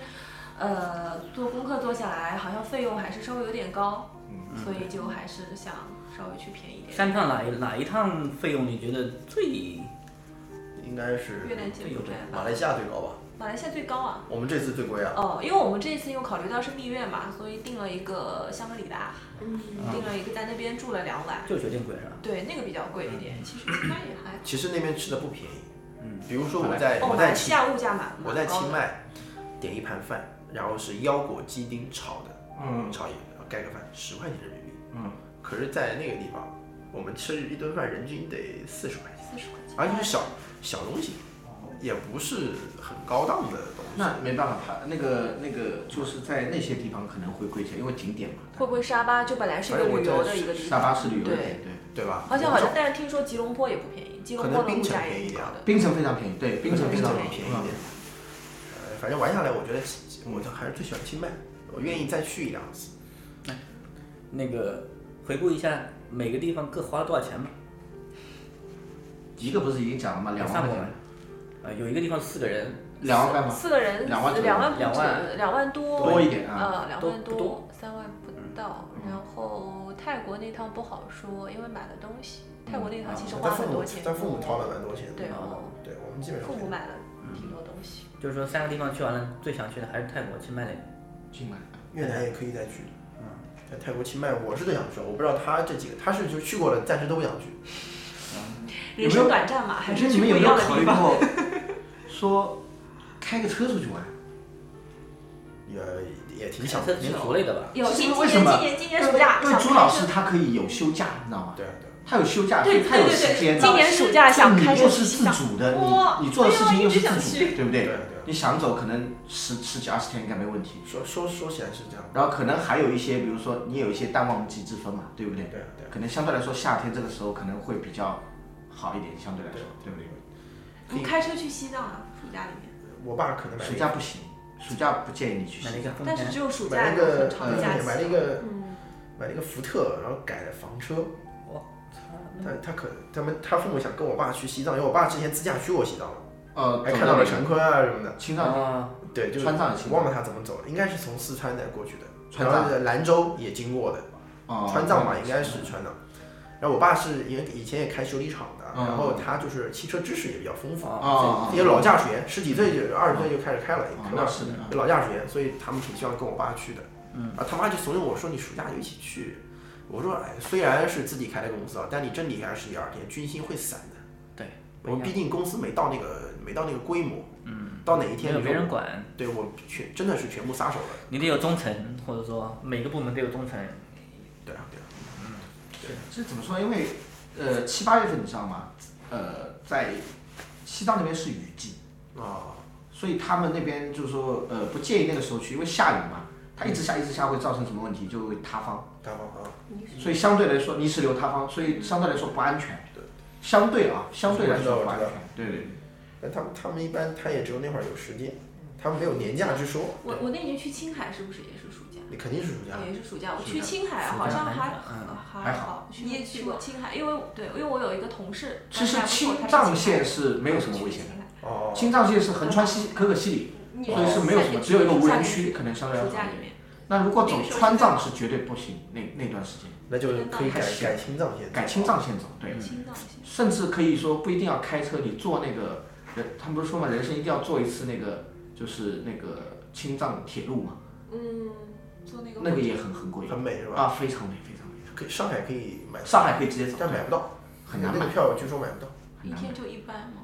Speaker 11: 呃，做功课做下来，好像费用还是稍微有点高，
Speaker 6: 嗯
Speaker 11: 所以就还是想稍微去便宜一点。
Speaker 9: 三趟哪一哪一趟费用你觉得最
Speaker 6: 应该是
Speaker 11: 越南柬埔寨吧
Speaker 6: 马来西亚最高吧？
Speaker 11: 马来西亚最高啊！
Speaker 6: 我们这次最贵啊。
Speaker 11: 哦，因为我们这次又考虑到是蜜月嘛，所以订了一个香格里拉，嗯，订了一个在那边住了两晚，
Speaker 9: 就酒店贵是吧？
Speaker 11: 对，那个比较贵一
Speaker 6: 嗯
Speaker 11: 点，其实其他也还。
Speaker 6: 其实那边吃的不便宜，嗯，比如说我在我
Speaker 11: 哦，马
Speaker 6: 在
Speaker 11: 来西
Speaker 6: 清
Speaker 11: 亚物哦价蛮
Speaker 6: 我在清迈点一盘饭，然后是腰果鸡丁炒的，
Speaker 10: 嗯
Speaker 6: 炒一然后盖个饭，十块钱人民币，嗯，可是，在那个地方，我们吃一顿饭人均得四十块钱，
Speaker 11: 四十块钱，
Speaker 6: 而且是小小东西，也不是很高档的东西。
Speaker 10: 那没办法，他那个那个就是在那些地方可能会贵一些，因为景点嘛。
Speaker 11: 会不会沙巴就本来是一个旅游的一个地方，
Speaker 10: 沙巴是旅游
Speaker 11: 对
Speaker 10: 的，对，
Speaker 6: 对吧？
Speaker 11: 而且好像，但是听说吉隆坡也不便宜，吉隆
Speaker 6: 可
Speaker 11: 坡
Speaker 6: 能
Speaker 11: 的物
Speaker 6: 槟城
Speaker 11: 价也
Speaker 6: 便宜一点，
Speaker 10: 槟城非常便宜，对，槟城非常便宜。
Speaker 6: 便宜一点。呃，反正玩下来，我觉得我就还是最喜欢清迈，我愿意再去一两次。
Speaker 9: 那个回顾一下每个地方各花了多少钱吧。
Speaker 10: 一个不是已经讲了吗？两万
Speaker 9: 上
Speaker 10: 块
Speaker 9: 过
Speaker 10: 钱
Speaker 9: 吗。？呃，有一个地方四个人，
Speaker 10: 两万块吗？
Speaker 11: 四个人
Speaker 10: 两万左右
Speaker 11: 两万
Speaker 9: 两万
Speaker 11: 两万多
Speaker 10: 多嗯一点啊
Speaker 11: 呃，两万多，三万不到。然后泰国那趟不好说，因为买了东西。泰国那趟
Speaker 10: 嗯
Speaker 11: 其实花
Speaker 6: 但
Speaker 11: 了
Speaker 6: 父
Speaker 11: 很
Speaker 6: 母
Speaker 11: 多
Speaker 10: 啊
Speaker 11: 钱，嗯
Speaker 6: 但父母掏了蛮多钱的。
Speaker 11: 对哦，
Speaker 6: 对我们基本上
Speaker 11: 父母买了
Speaker 10: 嗯
Speaker 11: 挺多东西。
Speaker 9: 就是说三个地方去完了，最想去的还是泰国清迈那个。
Speaker 10: 清迈。
Speaker 6: 越南也可以再去。
Speaker 11: 嗯
Speaker 6: 在泰国清迈，我是最想去，我不知道他这几个，他是就去过了，暂时都不想去。
Speaker 11: 人生短暂嘛，还
Speaker 10: 其
Speaker 11: 是
Speaker 10: 实
Speaker 11: 去
Speaker 10: 你
Speaker 11: 不一
Speaker 10: 们有没有
Speaker 11: 样的
Speaker 10: 考虑
Speaker 11: 地方。
Speaker 10: 过，说开个车出去玩？
Speaker 6: 也也挺
Speaker 9: 想开车挺族累的吧
Speaker 11: 有
Speaker 10: 是
Speaker 11: 今
Speaker 10: 为什么？
Speaker 11: 今年今年今年暑假
Speaker 10: 因为
Speaker 11: 想
Speaker 10: 朱
Speaker 11: 开
Speaker 10: 老
Speaker 11: 车
Speaker 10: 师他可以有休假，你知道吗？
Speaker 6: 对啊
Speaker 10: 他有休假，所
Speaker 11: 对
Speaker 10: 以他有
Speaker 11: 对对
Speaker 10: 时
Speaker 11: 对
Speaker 10: 间。
Speaker 11: 今年暑假想开车
Speaker 10: 你又是自主的，
Speaker 11: 哇
Speaker 10: 你你做的事情又是自
Speaker 11: 哎呦一直
Speaker 10: 主
Speaker 11: 想
Speaker 10: 的，
Speaker 11: 去
Speaker 10: 对不对
Speaker 6: 对？
Speaker 10: 你想走可能十十几二十天应该没问题。
Speaker 6: 说说说起来是这样，
Speaker 10: 然后可能还有一些，比如说你有一些淡旺季之分嘛，对不对？
Speaker 6: 对对
Speaker 10: 可能相对来说，夏天这个时候可能会比较好一点，相对来说，对不对？
Speaker 11: 你开车去西藏啊，暑假里面。
Speaker 6: 我爸可能买
Speaker 10: 暑假不行，暑假不建议你去西藏。
Speaker 11: 但是只有暑
Speaker 6: 买
Speaker 11: 假
Speaker 6: 了一
Speaker 11: 有
Speaker 6: 个呃
Speaker 11: 很长
Speaker 10: 呃
Speaker 11: 的假期。
Speaker 6: 买了一个
Speaker 11: 嗯，
Speaker 6: 买了一个福特，然后改了房车。
Speaker 9: 我
Speaker 6: 他他可他们他父母想跟我爸去西藏，因为我爸之前自驾去过西藏了，
Speaker 10: 呃
Speaker 6: 还看到了陈坤啊什么的。
Speaker 10: 青藏
Speaker 9: 啊，
Speaker 6: 对，就是
Speaker 10: 川藏也青藏
Speaker 6: 忘了他怎么走了，应该是从四川再过去的，
Speaker 10: 川
Speaker 6: 然
Speaker 10: 藏
Speaker 6: 后是兰州也经过的，
Speaker 10: 哦
Speaker 6: 川藏嘛，
Speaker 10: 川藏
Speaker 6: 应该是川藏。然后我爸是因为以前也开修理厂的，
Speaker 10: 嗯
Speaker 6: 然后他就是汽车知识也比较丰富，
Speaker 10: 哦
Speaker 6: 也老驾驶员，十几岁就二十岁就开始开了，
Speaker 10: 哦
Speaker 6: 可能
Speaker 10: 那是的
Speaker 6: 老驾驶员，所以他们挺希望跟我爸去的。
Speaker 9: 嗯
Speaker 6: 啊，他妈就怂恿我说你暑假就一起去。我说哎，虽然是自己开的公司啊，但你真离开十几二十天，军心会散的。
Speaker 9: 对，
Speaker 6: 我们毕竟公司没到那个没到那个规模，嗯，到哪一天
Speaker 9: 没有
Speaker 6: 你
Speaker 9: 没
Speaker 6: 说
Speaker 9: 人
Speaker 6: 我
Speaker 9: 管，
Speaker 6: 对我全真的是全部撒手了。
Speaker 9: 你得有忠诚，或者说每个部门都有忠诚。
Speaker 6: 对啊，对啊，
Speaker 10: 这怎么说？因为呃七八月份你知道吗？呃，在西藏那边是雨季，
Speaker 6: 啊，
Speaker 10: 所以他们那边就是说呃不建议那个时候去，因为下雨嘛，它一直下一直下会造成什么问题？就会塌方。
Speaker 6: 大方啊，
Speaker 10: 所以相对来说泥石流塌方，所以相对来说不安全。
Speaker 6: 对，
Speaker 10: 相对啊，相对来
Speaker 6: 我知道
Speaker 10: 说不
Speaker 6: 我
Speaker 10: 安
Speaker 6: 知道
Speaker 10: 全。对对对。
Speaker 6: 但他们他们一般他也只有那会儿有时间，他们没有年假之说。
Speaker 15: 我我那年去青海是不是也是暑假？
Speaker 6: 你肯定是暑假，
Speaker 15: 也是暑假。我
Speaker 6: 暑
Speaker 15: 去
Speaker 6: 假
Speaker 15: 青海
Speaker 6: 暑
Speaker 15: 好
Speaker 6: 假
Speaker 15: 像
Speaker 6: 寒
Speaker 15: 还
Speaker 6: 假嗯
Speaker 15: 还
Speaker 6: 还
Speaker 15: 好，你也去过青海？因为对，因为我有一个同事，
Speaker 10: 其实
Speaker 15: 关系还
Speaker 10: 青
Speaker 15: 不错他是
Speaker 10: 藏
Speaker 15: 青海
Speaker 10: 线
Speaker 15: 人
Speaker 10: 是没有什么危险的，
Speaker 6: 哦，
Speaker 10: 青藏线是横穿西可可西里，
Speaker 15: 你
Speaker 10: 所以是没有什么，只有一个无人区，可能相对来
Speaker 15: 暑
Speaker 10: 说
Speaker 15: 假
Speaker 10: 好
Speaker 15: 里
Speaker 10: 一点。
Speaker 15: 面。
Speaker 10: 那如果走川藏是绝对不行，那那段时间，
Speaker 6: 那就可以改改青藏线，
Speaker 10: 改青藏线走，
Speaker 15: 嗯
Speaker 10: 对，甚至可以说不一定要开车，你坐那个人，他们不是说嘛，人生一定要坐一次那个就是那个青藏铁路嘛，
Speaker 15: 嗯，坐那个
Speaker 10: 那个也很很贵，
Speaker 6: 很美是吧？
Speaker 10: 啊，非常美，非常美，
Speaker 6: 可以上海可以买，
Speaker 10: 上海可以直接走
Speaker 6: 但买不到，
Speaker 10: 很难
Speaker 6: 那个
Speaker 10: 买
Speaker 6: 票据说买不到，
Speaker 15: 一天就一般嘛，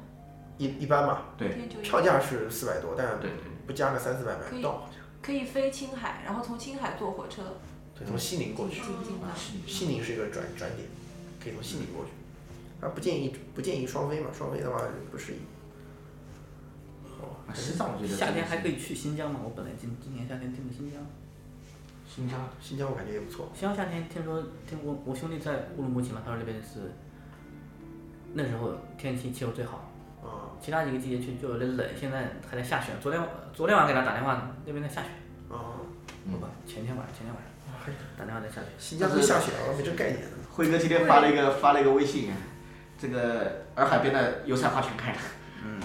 Speaker 6: 一一般吧。
Speaker 10: 对
Speaker 15: 一天就一
Speaker 6: 票价是四百多，但不加个三四百买
Speaker 15: 可
Speaker 6: 不
Speaker 15: 以
Speaker 6: 到。
Speaker 15: 可以飞青海，然后从青海坐火车。
Speaker 6: 对，从西宁过去
Speaker 15: 进
Speaker 9: 嗯
Speaker 15: 京的
Speaker 6: 啊西西宁是一个转转点，可以从西宁过去。啊，不建议不建议双飞嘛，双飞的话不适宜。哦，
Speaker 10: 啊西藏我觉得
Speaker 9: 夏天还可以去新疆吗？我本来今今年夏天定的新疆，
Speaker 10: 新疆
Speaker 6: 新疆我感觉也不错。
Speaker 9: 新疆夏天听说听我我兄弟在乌鲁木齐嘛，他说那边是那时候天气气候最好，
Speaker 6: 啊，
Speaker 9: 其他几个季节去就有点冷，现在还在下雪。昨天昨天晚上给他打电话，那边在下雪。
Speaker 6: 哦，
Speaker 9: 好吧，前天晚上前天晚上打电话在下雪。
Speaker 6: 新疆会下雪啊，没这概念。
Speaker 10: 辉哥今天发了一个发了一个微信，啊这个洱海边的油菜花全开了，嗯，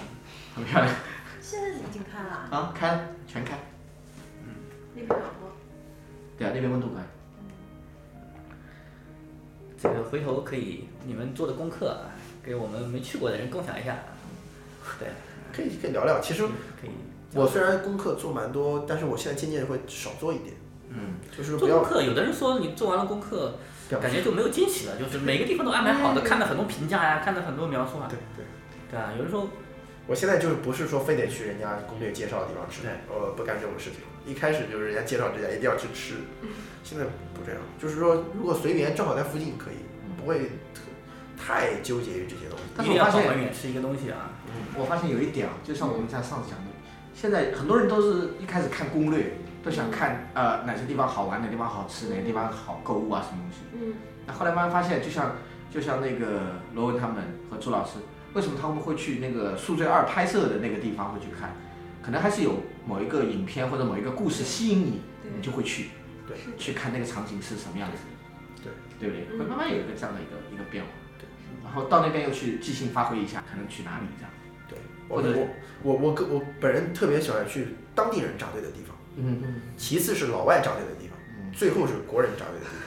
Speaker 10: 很漂亮
Speaker 7: 现在已经开了啊，
Speaker 10: 啊，开了全开，
Speaker 7: 那边暖和。
Speaker 10: 对啊，那边温度高。
Speaker 9: 这个回头可以你们做的功课啊给我们没去过的人共享一下。对，
Speaker 6: 可以可以聊聊。其实
Speaker 9: 可以。
Speaker 6: 我虽然功课做蛮多，但是我现在渐渐会少做一点。
Speaker 9: 嗯，
Speaker 6: 就是
Speaker 9: 做
Speaker 6: 不要
Speaker 9: 功课，有的人说你做完了功课，
Speaker 6: 表
Speaker 9: 感觉就没有惊喜了，就是每个地方都安排好的，
Speaker 6: 嗯
Speaker 9: 看了很多评价呀，看了很多描述啊。
Speaker 6: 对对。
Speaker 9: 对啊，有的时候
Speaker 6: 我现在就是不是说非得去人家攻略介绍的地方吃，我不干这种事情。一开始就是人家介绍之前一定要去吃，
Speaker 9: 嗯
Speaker 6: 现在不这样，就是说如果随缘，正好在附近可以，
Speaker 9: 嗯
Speaker 6: 不会特太纠结于这些东西。
Speaker 10: 但是我发现
Speaker 9: 是一个东西啊，
Speaker 10: 我发现有一点啊，就像我们在上次讲的，现在很多人都是一开始看攻略，都想看呃哪些地方好玩，哪些地方好吃，哪些地方好购物啊，什么东西。
Speaker 7: 嗯，
Speaker 10: 那后来慢慢发现，就像就像那个罗文他们和朱老师，为什么他们会去那个《宿醉二》拍摄的那个地方会去看？可能还是有某一个影片或者某一个故事吸引你，你就会去，
Speaker 6: 对，
Speaker 10: 去看那个场景是什么样子，
Speaker 6: 对，
Speaker 10: 对不对？
Speaker 6: 嗯
Speaker 10: 会慢慢有一个这样的一个一个变化，对。然后到那边又去即兴发挥一下，可能去哪里这样，
Speaker 6: 对。我
Speaker 10: 或者
Speaker 6: 我我我个我本人特别喜欢去当地人扎堆的地方，
Speaker 10: 嗯嗯。
Speaker 6: 其次是老外扎堆的地方，最后是国人扎 堆的地方。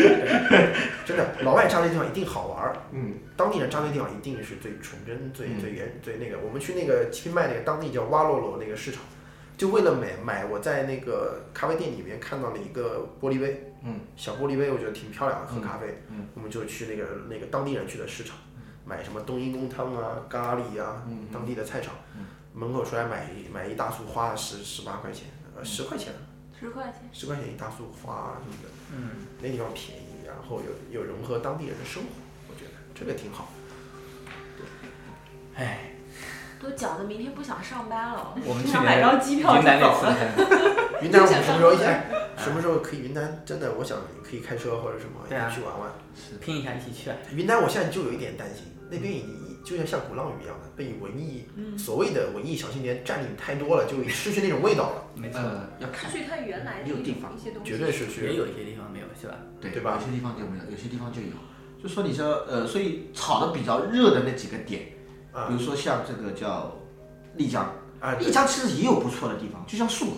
Speaker 6: 对，真的，老外扎堆的地方一定好玩儿，
Speaker 10: 嗯，
Speaker 6: 当地人扎堆的地方一定是最纯真、最最原、最那个。我们去那个清迈那个当地叫哇洛洛那个市场，就为了买买我在那个咖啡店里面看到了一个玻璃杯，
Speaker 10: 嗯，
Speaker 6: 小玻璃杯我觉得挺漂亮的，喝咖啡，
Speaker 10: 嗯，
Speaker 6: 我们就去那个那个当地人去的市场，买什么冬阴功汤啊、咖喱啊，
Speaker 10: 嗯
Speaker 6: 当地的菜场，门口出来买一买一大束花，十十八块钱，
Speaker 9: 嗯
Speaker 6: 呃，十块钱。
Speaker 15: 十块钱。
Speaker 6: 十块钱一大束花啊什么的，
Speaker 9: 嗯，
Speaker 6: 那地方便宜，然后又又融合当地人的生活，我觉得这个挺好。
Speaker 9: 哎
Speaker 15: 都讲的明天不想上班了，
Speaker 6: 我们去
Speaker 15: 想买
Speaker 6: 年
Speaker 15: 张机票就
Speaker 9: 云南那
Speaker 15: 走
Speaker 9: 次
Speaker 15: 了。
Speaker 6: 云南我们
Speaker 15: 想
Speaker 6: 什
Speaker 15: 上
Speaker 6: 么时候一起？
Speaker 15: 班
Speaker 6: 哎什么时候可以云南？真的，我想可以开车或者什么
Speaker 9: 对啊
Speaker 6: 一起去玩玩。
Speaker 9: 拼一下一起去啊。
Speaker 6: 云南我现在就有一点担心，那边已就像像鼓浪屿一样的被文艺
Speaker 9: 嗯
Speaker 6: 所谓的文艺小青年占领太多了，就失去那种味道了。
Speaker 9: 没
Speaker 10: 错，呃要看
Speaker 7: 失去它原来的一种一些东西，
Speaker 6: 绝对是去
Speaker 9: 嗯也有一些地方没有是吧？
Speaker 10: 对
Speaker 6: 对吧
Speaker 10: 有些地方就没有，有些地方就有。就说你说呃，所以炒的比较热的那几个点，比
Speaker 9: 嗯
Speaker 10: 如说像这个叫丽江，
Speaker 6: 啊对嗯
Speaker 10: 丽江其实也有不错的地方，就像束河，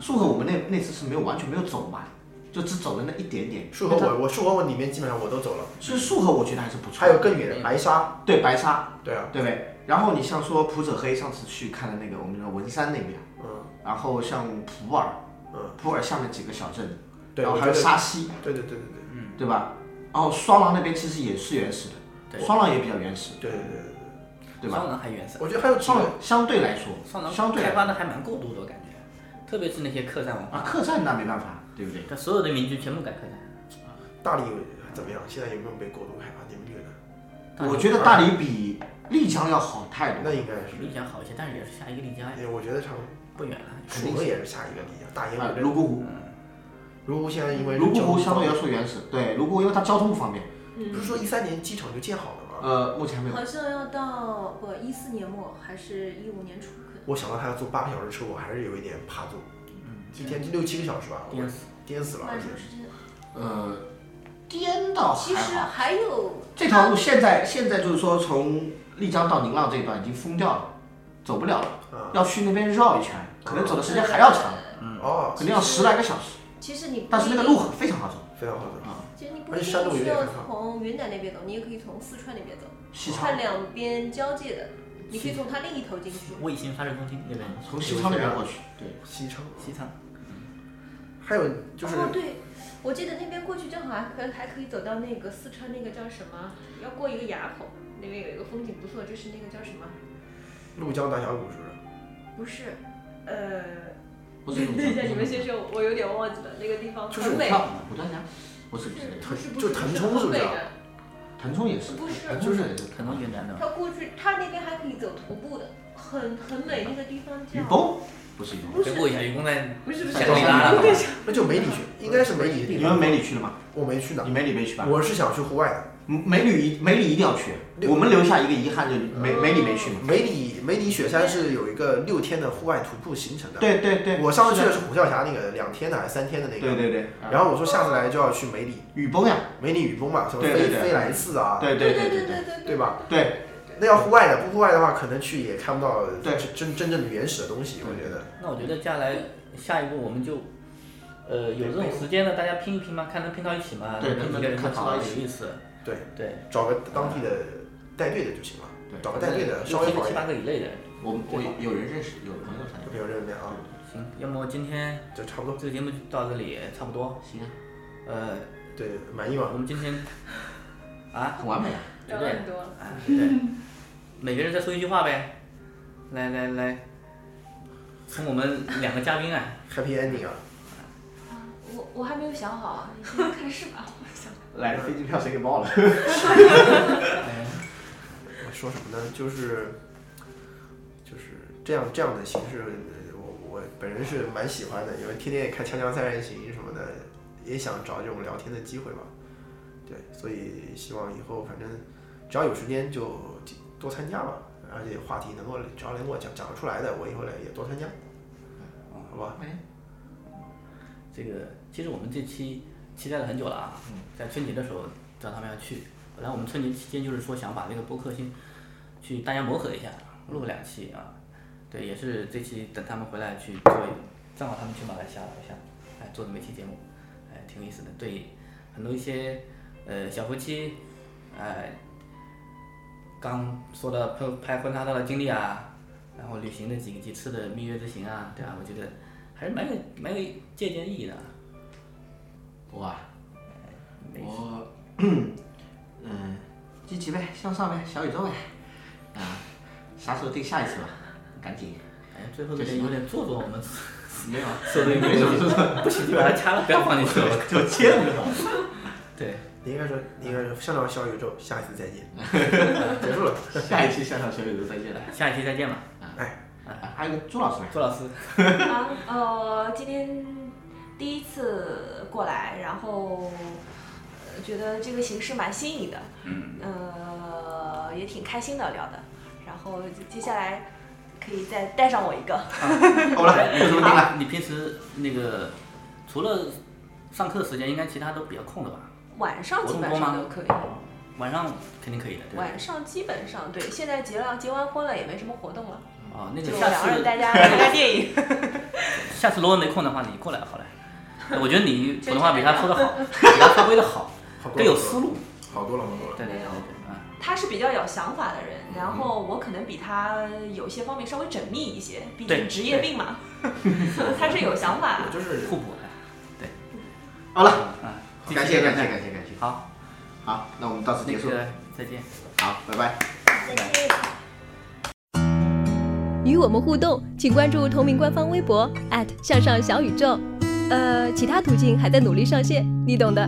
Speaker 10: 束河我们那那次是没有完全没有走完，就只走了那一点点。
Speaker 6: 束河我我束河我里面基本上我都走了。
Speaker 10: 其实束河我觉得还
Speaker 9: 嗯
Speaker 10: 是不错。
Speaker 6: 还有更远的白沙，
Speaker 10: 对白沙，
Speaker 6: 对啊，
Speaker 10: 对不对？然后你像说普者黑上次去看的那个我们的文山那边，
Speaker 6: 嗯，
Speaker 10: 然后像普洱，
Speaker 6: 嗯，
Speaker 10: 普洱下面几个小镇，
Speaker 6: 对
Speaker 10: 然后
Speaker 6: 我
Speaker 10: 还有
Speaker 6: 觉得
Speaker 10: 沙溪，
Speaker 6: 对对对对对，嗯，
Speaker 10: 对吧？然后双廊那边其实也是原始的，
Speaker 6: 对
Speaker 10: 双廊也比较原始，
Speaker 6: 对对对对
Speaker 10: 对吧？
Speaker 9: 双廊还原始
Speaker 6: 我觉得还有
Speaker 10: 双廊相对来说，
Speaker 9: 上南
Speaker 10: 相对来
Speaker 9: 开
Speaker 10: 说
Speaker 9: 发的还蛮够多的，我感觉，特别是那些客栈文化
Speaker 10: 啊，客栈那没办法，对不对？
Speaker 9: 它所有的民居全部改客栈，
Speaker 6: 大理怎么样？现在有没有被过度开发？你们觉得？
Speaker 10: 我觉得大理比丽江要好太多，
Speaker 6: 那应该是
Speaker 9: 丽江好一些，但是也是下一个丽江呀，
Speaker 6: 我觉得差
Speaker 9: 不远了，
Speaker 6: 楚河也是下一个丽江，大
Speaker 10: 啊
Speaker 6: 研
Speaker 10: 泸沽湖，
Speaker 6: 泸沽现在因为
Speaker 10: 泸沽湖相对来说原始，对，泸沽湖因为它交通不方便，
Speaker 7: 嗯
Speaker 6: 不是说一三年机场
Speaker 10: 嗯
Speaker 6: 就建好了吗？
Speaker 10: 呃，目前没有
Speaker 7: 好，像要到不一四年末还是一五年初可能
Speaker 6: 我想到他要坐八个小时车，我还是有一点怕坐，
Speaker 10: 嗯
Speaker 6: 一天六七个小时吧，我
Speaker 9: 颠
Speaker 6: 死颠死了，
Speaker 7: 嗯
Speaker 6: 而且
Speaker 10: 呃，颠倒
Speaker 7: 其
Speaker 10: 还
Speaker 7: 实啊
Speaker 10: 好。
Speaker 7: 还有
Speaker 10: 这条路现在现在就是说从丽江到宁浪这一段已经封掉了，走不了
Speaker 6: 啊
Speaker 10: 了，要去那边绕一圈，可能走的时间还要长，
Speaker 6: 嗯，哦，
Speaker 10: 可能要十来个小时。
Speaker 7: 其实你不
Speaker 10: 但是那个
Speaker 7: 一定
Speaker 10: 路非常好走，
Speaker 6: 非常好走
Speaker 10: 啊。
Speaker 7: 其实你不
Speaker 10: 而
Speaker 7: 一
Speaker 10: 且山路
Speaker 7: 定需
Speaker 10: 有点
Speaker 7: 要
Speaker 10: 害怕。
Speaker 7: 从云南那边走，你也可以从四川那边走
Speaker 10: 西，
Speaker 7: 它两边交界的，你可以从它另一头进去。
Speaker 9: 卫星发射中心那边，
Speaker 10: 从西昌那边过去，对，
Speaker 6: 西昌，
Speaker 9: 西昌。
Speaker 6: 还有就是
Speaker 7: 哦，对，我记得那边过去正好还可还可以走到那个四川那个叫什么，要过一个垭口，那边有一个风景不错，就是那个叫什么？
Speaker 6: 怒江大峡谷是不是？
Speaker 7: 不是，呃，
Speaker 10: 不 是
Speaker 7: 等
Speaker 10: 怒江
Speaker 7: 一下，你们先说，我有点忘记了那个地方，
Speaker 10: 就是
Speaker 7: 很
Speaker 10: 武
Speaker 7: 美。
Speaker 10: 当，武当峡，不是不是，
Speaker 7: 不是不
Speaker 10: 就是腾
Speaker 7: 是
Speaker 10: 冲是
Speaker 7: 很
Speaker 10: 不是
Speaker 7: 美
Speaker 10: 啊？
Speaker 7: 的，
Speaker 10: 腾冲也是，
Speaker 7: 不是
Speaker 10: 腾冲是腾
Speaker 9: 冲云南
Speaker 10: 的
Speaker 7: 它过去，它那边还可以走徒步的，很很美那个地方叫。
Speaker 10: 雨崩不是雨崩，
Speaker 7: 啊不是回顾一
Speaker 9: 下雨崩在
Speaker 7: 不是不是
Speaker 9: 香格里拉了
Speaker 6: 那就梅里去，
Speaker 10: 嗯
Speaker 6: 应该是梅里。
Speaker 10: 你们梅里去了吗？
Speaker 6: 我没去呢。
Speaker 10: 你梅里没去吧？
Speaker 6: 我是想去户外的。
Speaker 10: 梅里一梅里一定要去，我们留下一个遗憾，就梅梅里没去嘛。
Speaker 6: 梅里梅里雪山是有一个六天的户外徒步行程的。
Speaker 10: 对对对
Speaker 6: 嗯我上次去的
Speaker 10: 是
Speaker 6: 是
Speaker 10: 的
Speaker 6: 虎啸峡那个两天的还是三天的那个。
Speaker 10: 对对对
Speaker 6: 然后我说下次来就要去梅里。
Speaker 10: 雨崩呀，
Speaker 6: 梅里雨崩嘛，什么
Speaker 10: 对
Speaker 6: 飞
Speaker 10: 对对
Speaker 6: 飞来寺啊，
Speaker 10: 对对对对
Speaker 6: 对对，对吧？
Speaker 10: 对。
Speaker 6: 那要户外的，不户外的话，可能去也看不到真真真正的原始的东西，我觉得。
Speaker 9: 那我觉得接下来下一步我们就，呃，有这种时间呢，大家拼一拼嘛，看能拼到一起嘛，
Speaker 6: 对
Speaker 9: 拼
Speaker 6: 能
Speaker 9: 几
Speaker 6: 不
Speaker 9: 个
Speaker 6: 能
Speaker 9: 人
Speaker 6: 看
Speaker 9: 正好
Speaker 6: 到一
Speaker 9: 有
Speaker 6: 起
Speaker 9: 意思。
Speaker 6: 对
Speaker 9: 对，
Speaker 6: 找个当地的带队的就行了，找个带队的稍微好一
Speaker 9: 七八个
Speaker 6: 点。
Speaker 9: 以内的。
Speaker 10: 我我有人认识，有朋友参
Speaker 6: 与。有人认识啊。
Speaker 9: 行，要么今天
Speaker 6: 就差不多，
Speaker 9: 这个节目就到这里，差不多。
Speaker 10: 行。
Speaker 9: 呃，
Speaker 6: 对，满意吗？
Speaker 9: 我们今 天啊，
Speaker 10: 很完美啊
Speaker 9: 对不
Speaker 7: 聊
Speaker 9: 对
Speaker 7: 了很多？
Speaker 9: 啊，对不对，每个人再说一句话呗。来来来，从我们两个嘉宾啊
Speaker 6: ，Happy ending 啊。
Speaker 7: 我我还没有想好啊，你先开始吧，我想。
Speaker 10: 来的飞机票谁给报了？
Speaker 6: 我说什么呢？就是就是这样这样的形式，呃我我本人是蛮喜欢的，因为天天也看《锵锵三人行》什么的，也想找这种聊天的机会吧。对，所以希望以后反正只要有时间就多参加吧，而且话题能够只要能给我讲讲得出来的，我以后来也多参加，好吧？
Speaker 9: 这个其实我们这期期待了很久了啊，在春节的时候找他们要去，本来我们春节期间就是说想把这个播客先去大家磨合一下，录两期啊，对，也是这期等他们回来去做一，正好他们去马来西亚了一下，哎，做这么一期节目，哎，挺有意思的，对很多一些呃小夫妻，哎，刚说的拍拍婚纱照的经历啊，然后旅行的几几次的蜜月之行啊，对吧、我觉得还是蛮有蛮有借鉴意义的啊。
Speaker 10: 我啊，
Speaker 9: 没
Speaker 10: 我，嗯，积极呗，向上呗，小宇宙呗，啊，啥时候定下一次吧？赶紧。
Speaker 9: 哎，最后这个有点做作，我们
Speaker 10: 没有啊，
Speaker 9: 说的有点
Speaker 10: 没什么做作
Speaker 9: 不行 就把它掐了，不要放进去了，
Speaker 10: 就切了就好，
Speaker 9: 对，
Speaker 6: 你应该说，你应该说，向上小宇宙，下一次再见结束了。
Speaker 10: 下一期向上小宇宙再见了。啊
Speaker 9: 下一期再见吧。
Speaker 6: 哎，
Speaker 10: 还有个朱老师，
Speaker 9: 朱老师，
Speaker 7: 啊，呃，今天第一次过来，然后呃觉得这个形式蛮新颖的，
Speaker 9: 嗯，
Speaker 7: 呃，也挺开心的聊的。然后接下来可以再带上我一 个。
Speaker 10: 好了
Speaker 9: 你
Speaker 10: 有什么定了
Speaker 9: 你平时那个除了上课时间，应该其他都比较空的吧？
Speaker 7: 晚上基本上都可以，
Speaker 9: 晚上肯定可以的，对吧。
Speaker 7: 晚上基本上对。现在结了结完婚了，也没什么活动了。
Speaker 9: 哦，那个
Speaker 7: 就
Speaker 9: 下
Speaker 7: 两个
Speaker 9: 次
Speaker 7: 人 大家看看电影。
Speaker 9: 下次罗文没空的话，你过来好了。哎我觉得你普通话比他说的好，比他发挥的 好，更有思路。
Speaker 6: 好多了，好多了。
Speaker 9: 对对对对，啊，
Speaker 7: 他是比较有想法的人，然后
Speaker 9: 嗯
Speaker 7: 我可能比他有些方面稍微缜密一些，毕
Speaker 9: 对
Speaker 7: 竟职业病嘛， 他是有想法的。
Speaker 6: 就是
Speaker 9: 互补的，对。
Speaker 10: 好了，
Speaker 9: 嗯
Speaker 10: 感谢感谢感谢感谢。
Speaker 9: 好，
Speaker 10: 好，那我们到此结束
Speaker 9: 那。个再见。
Speaker 10: 好，拜拜。
Speaker 17: 与我们互动，请关注同名官方微博向上小宇宙。呃，其他途径还在努力上线，你懂的。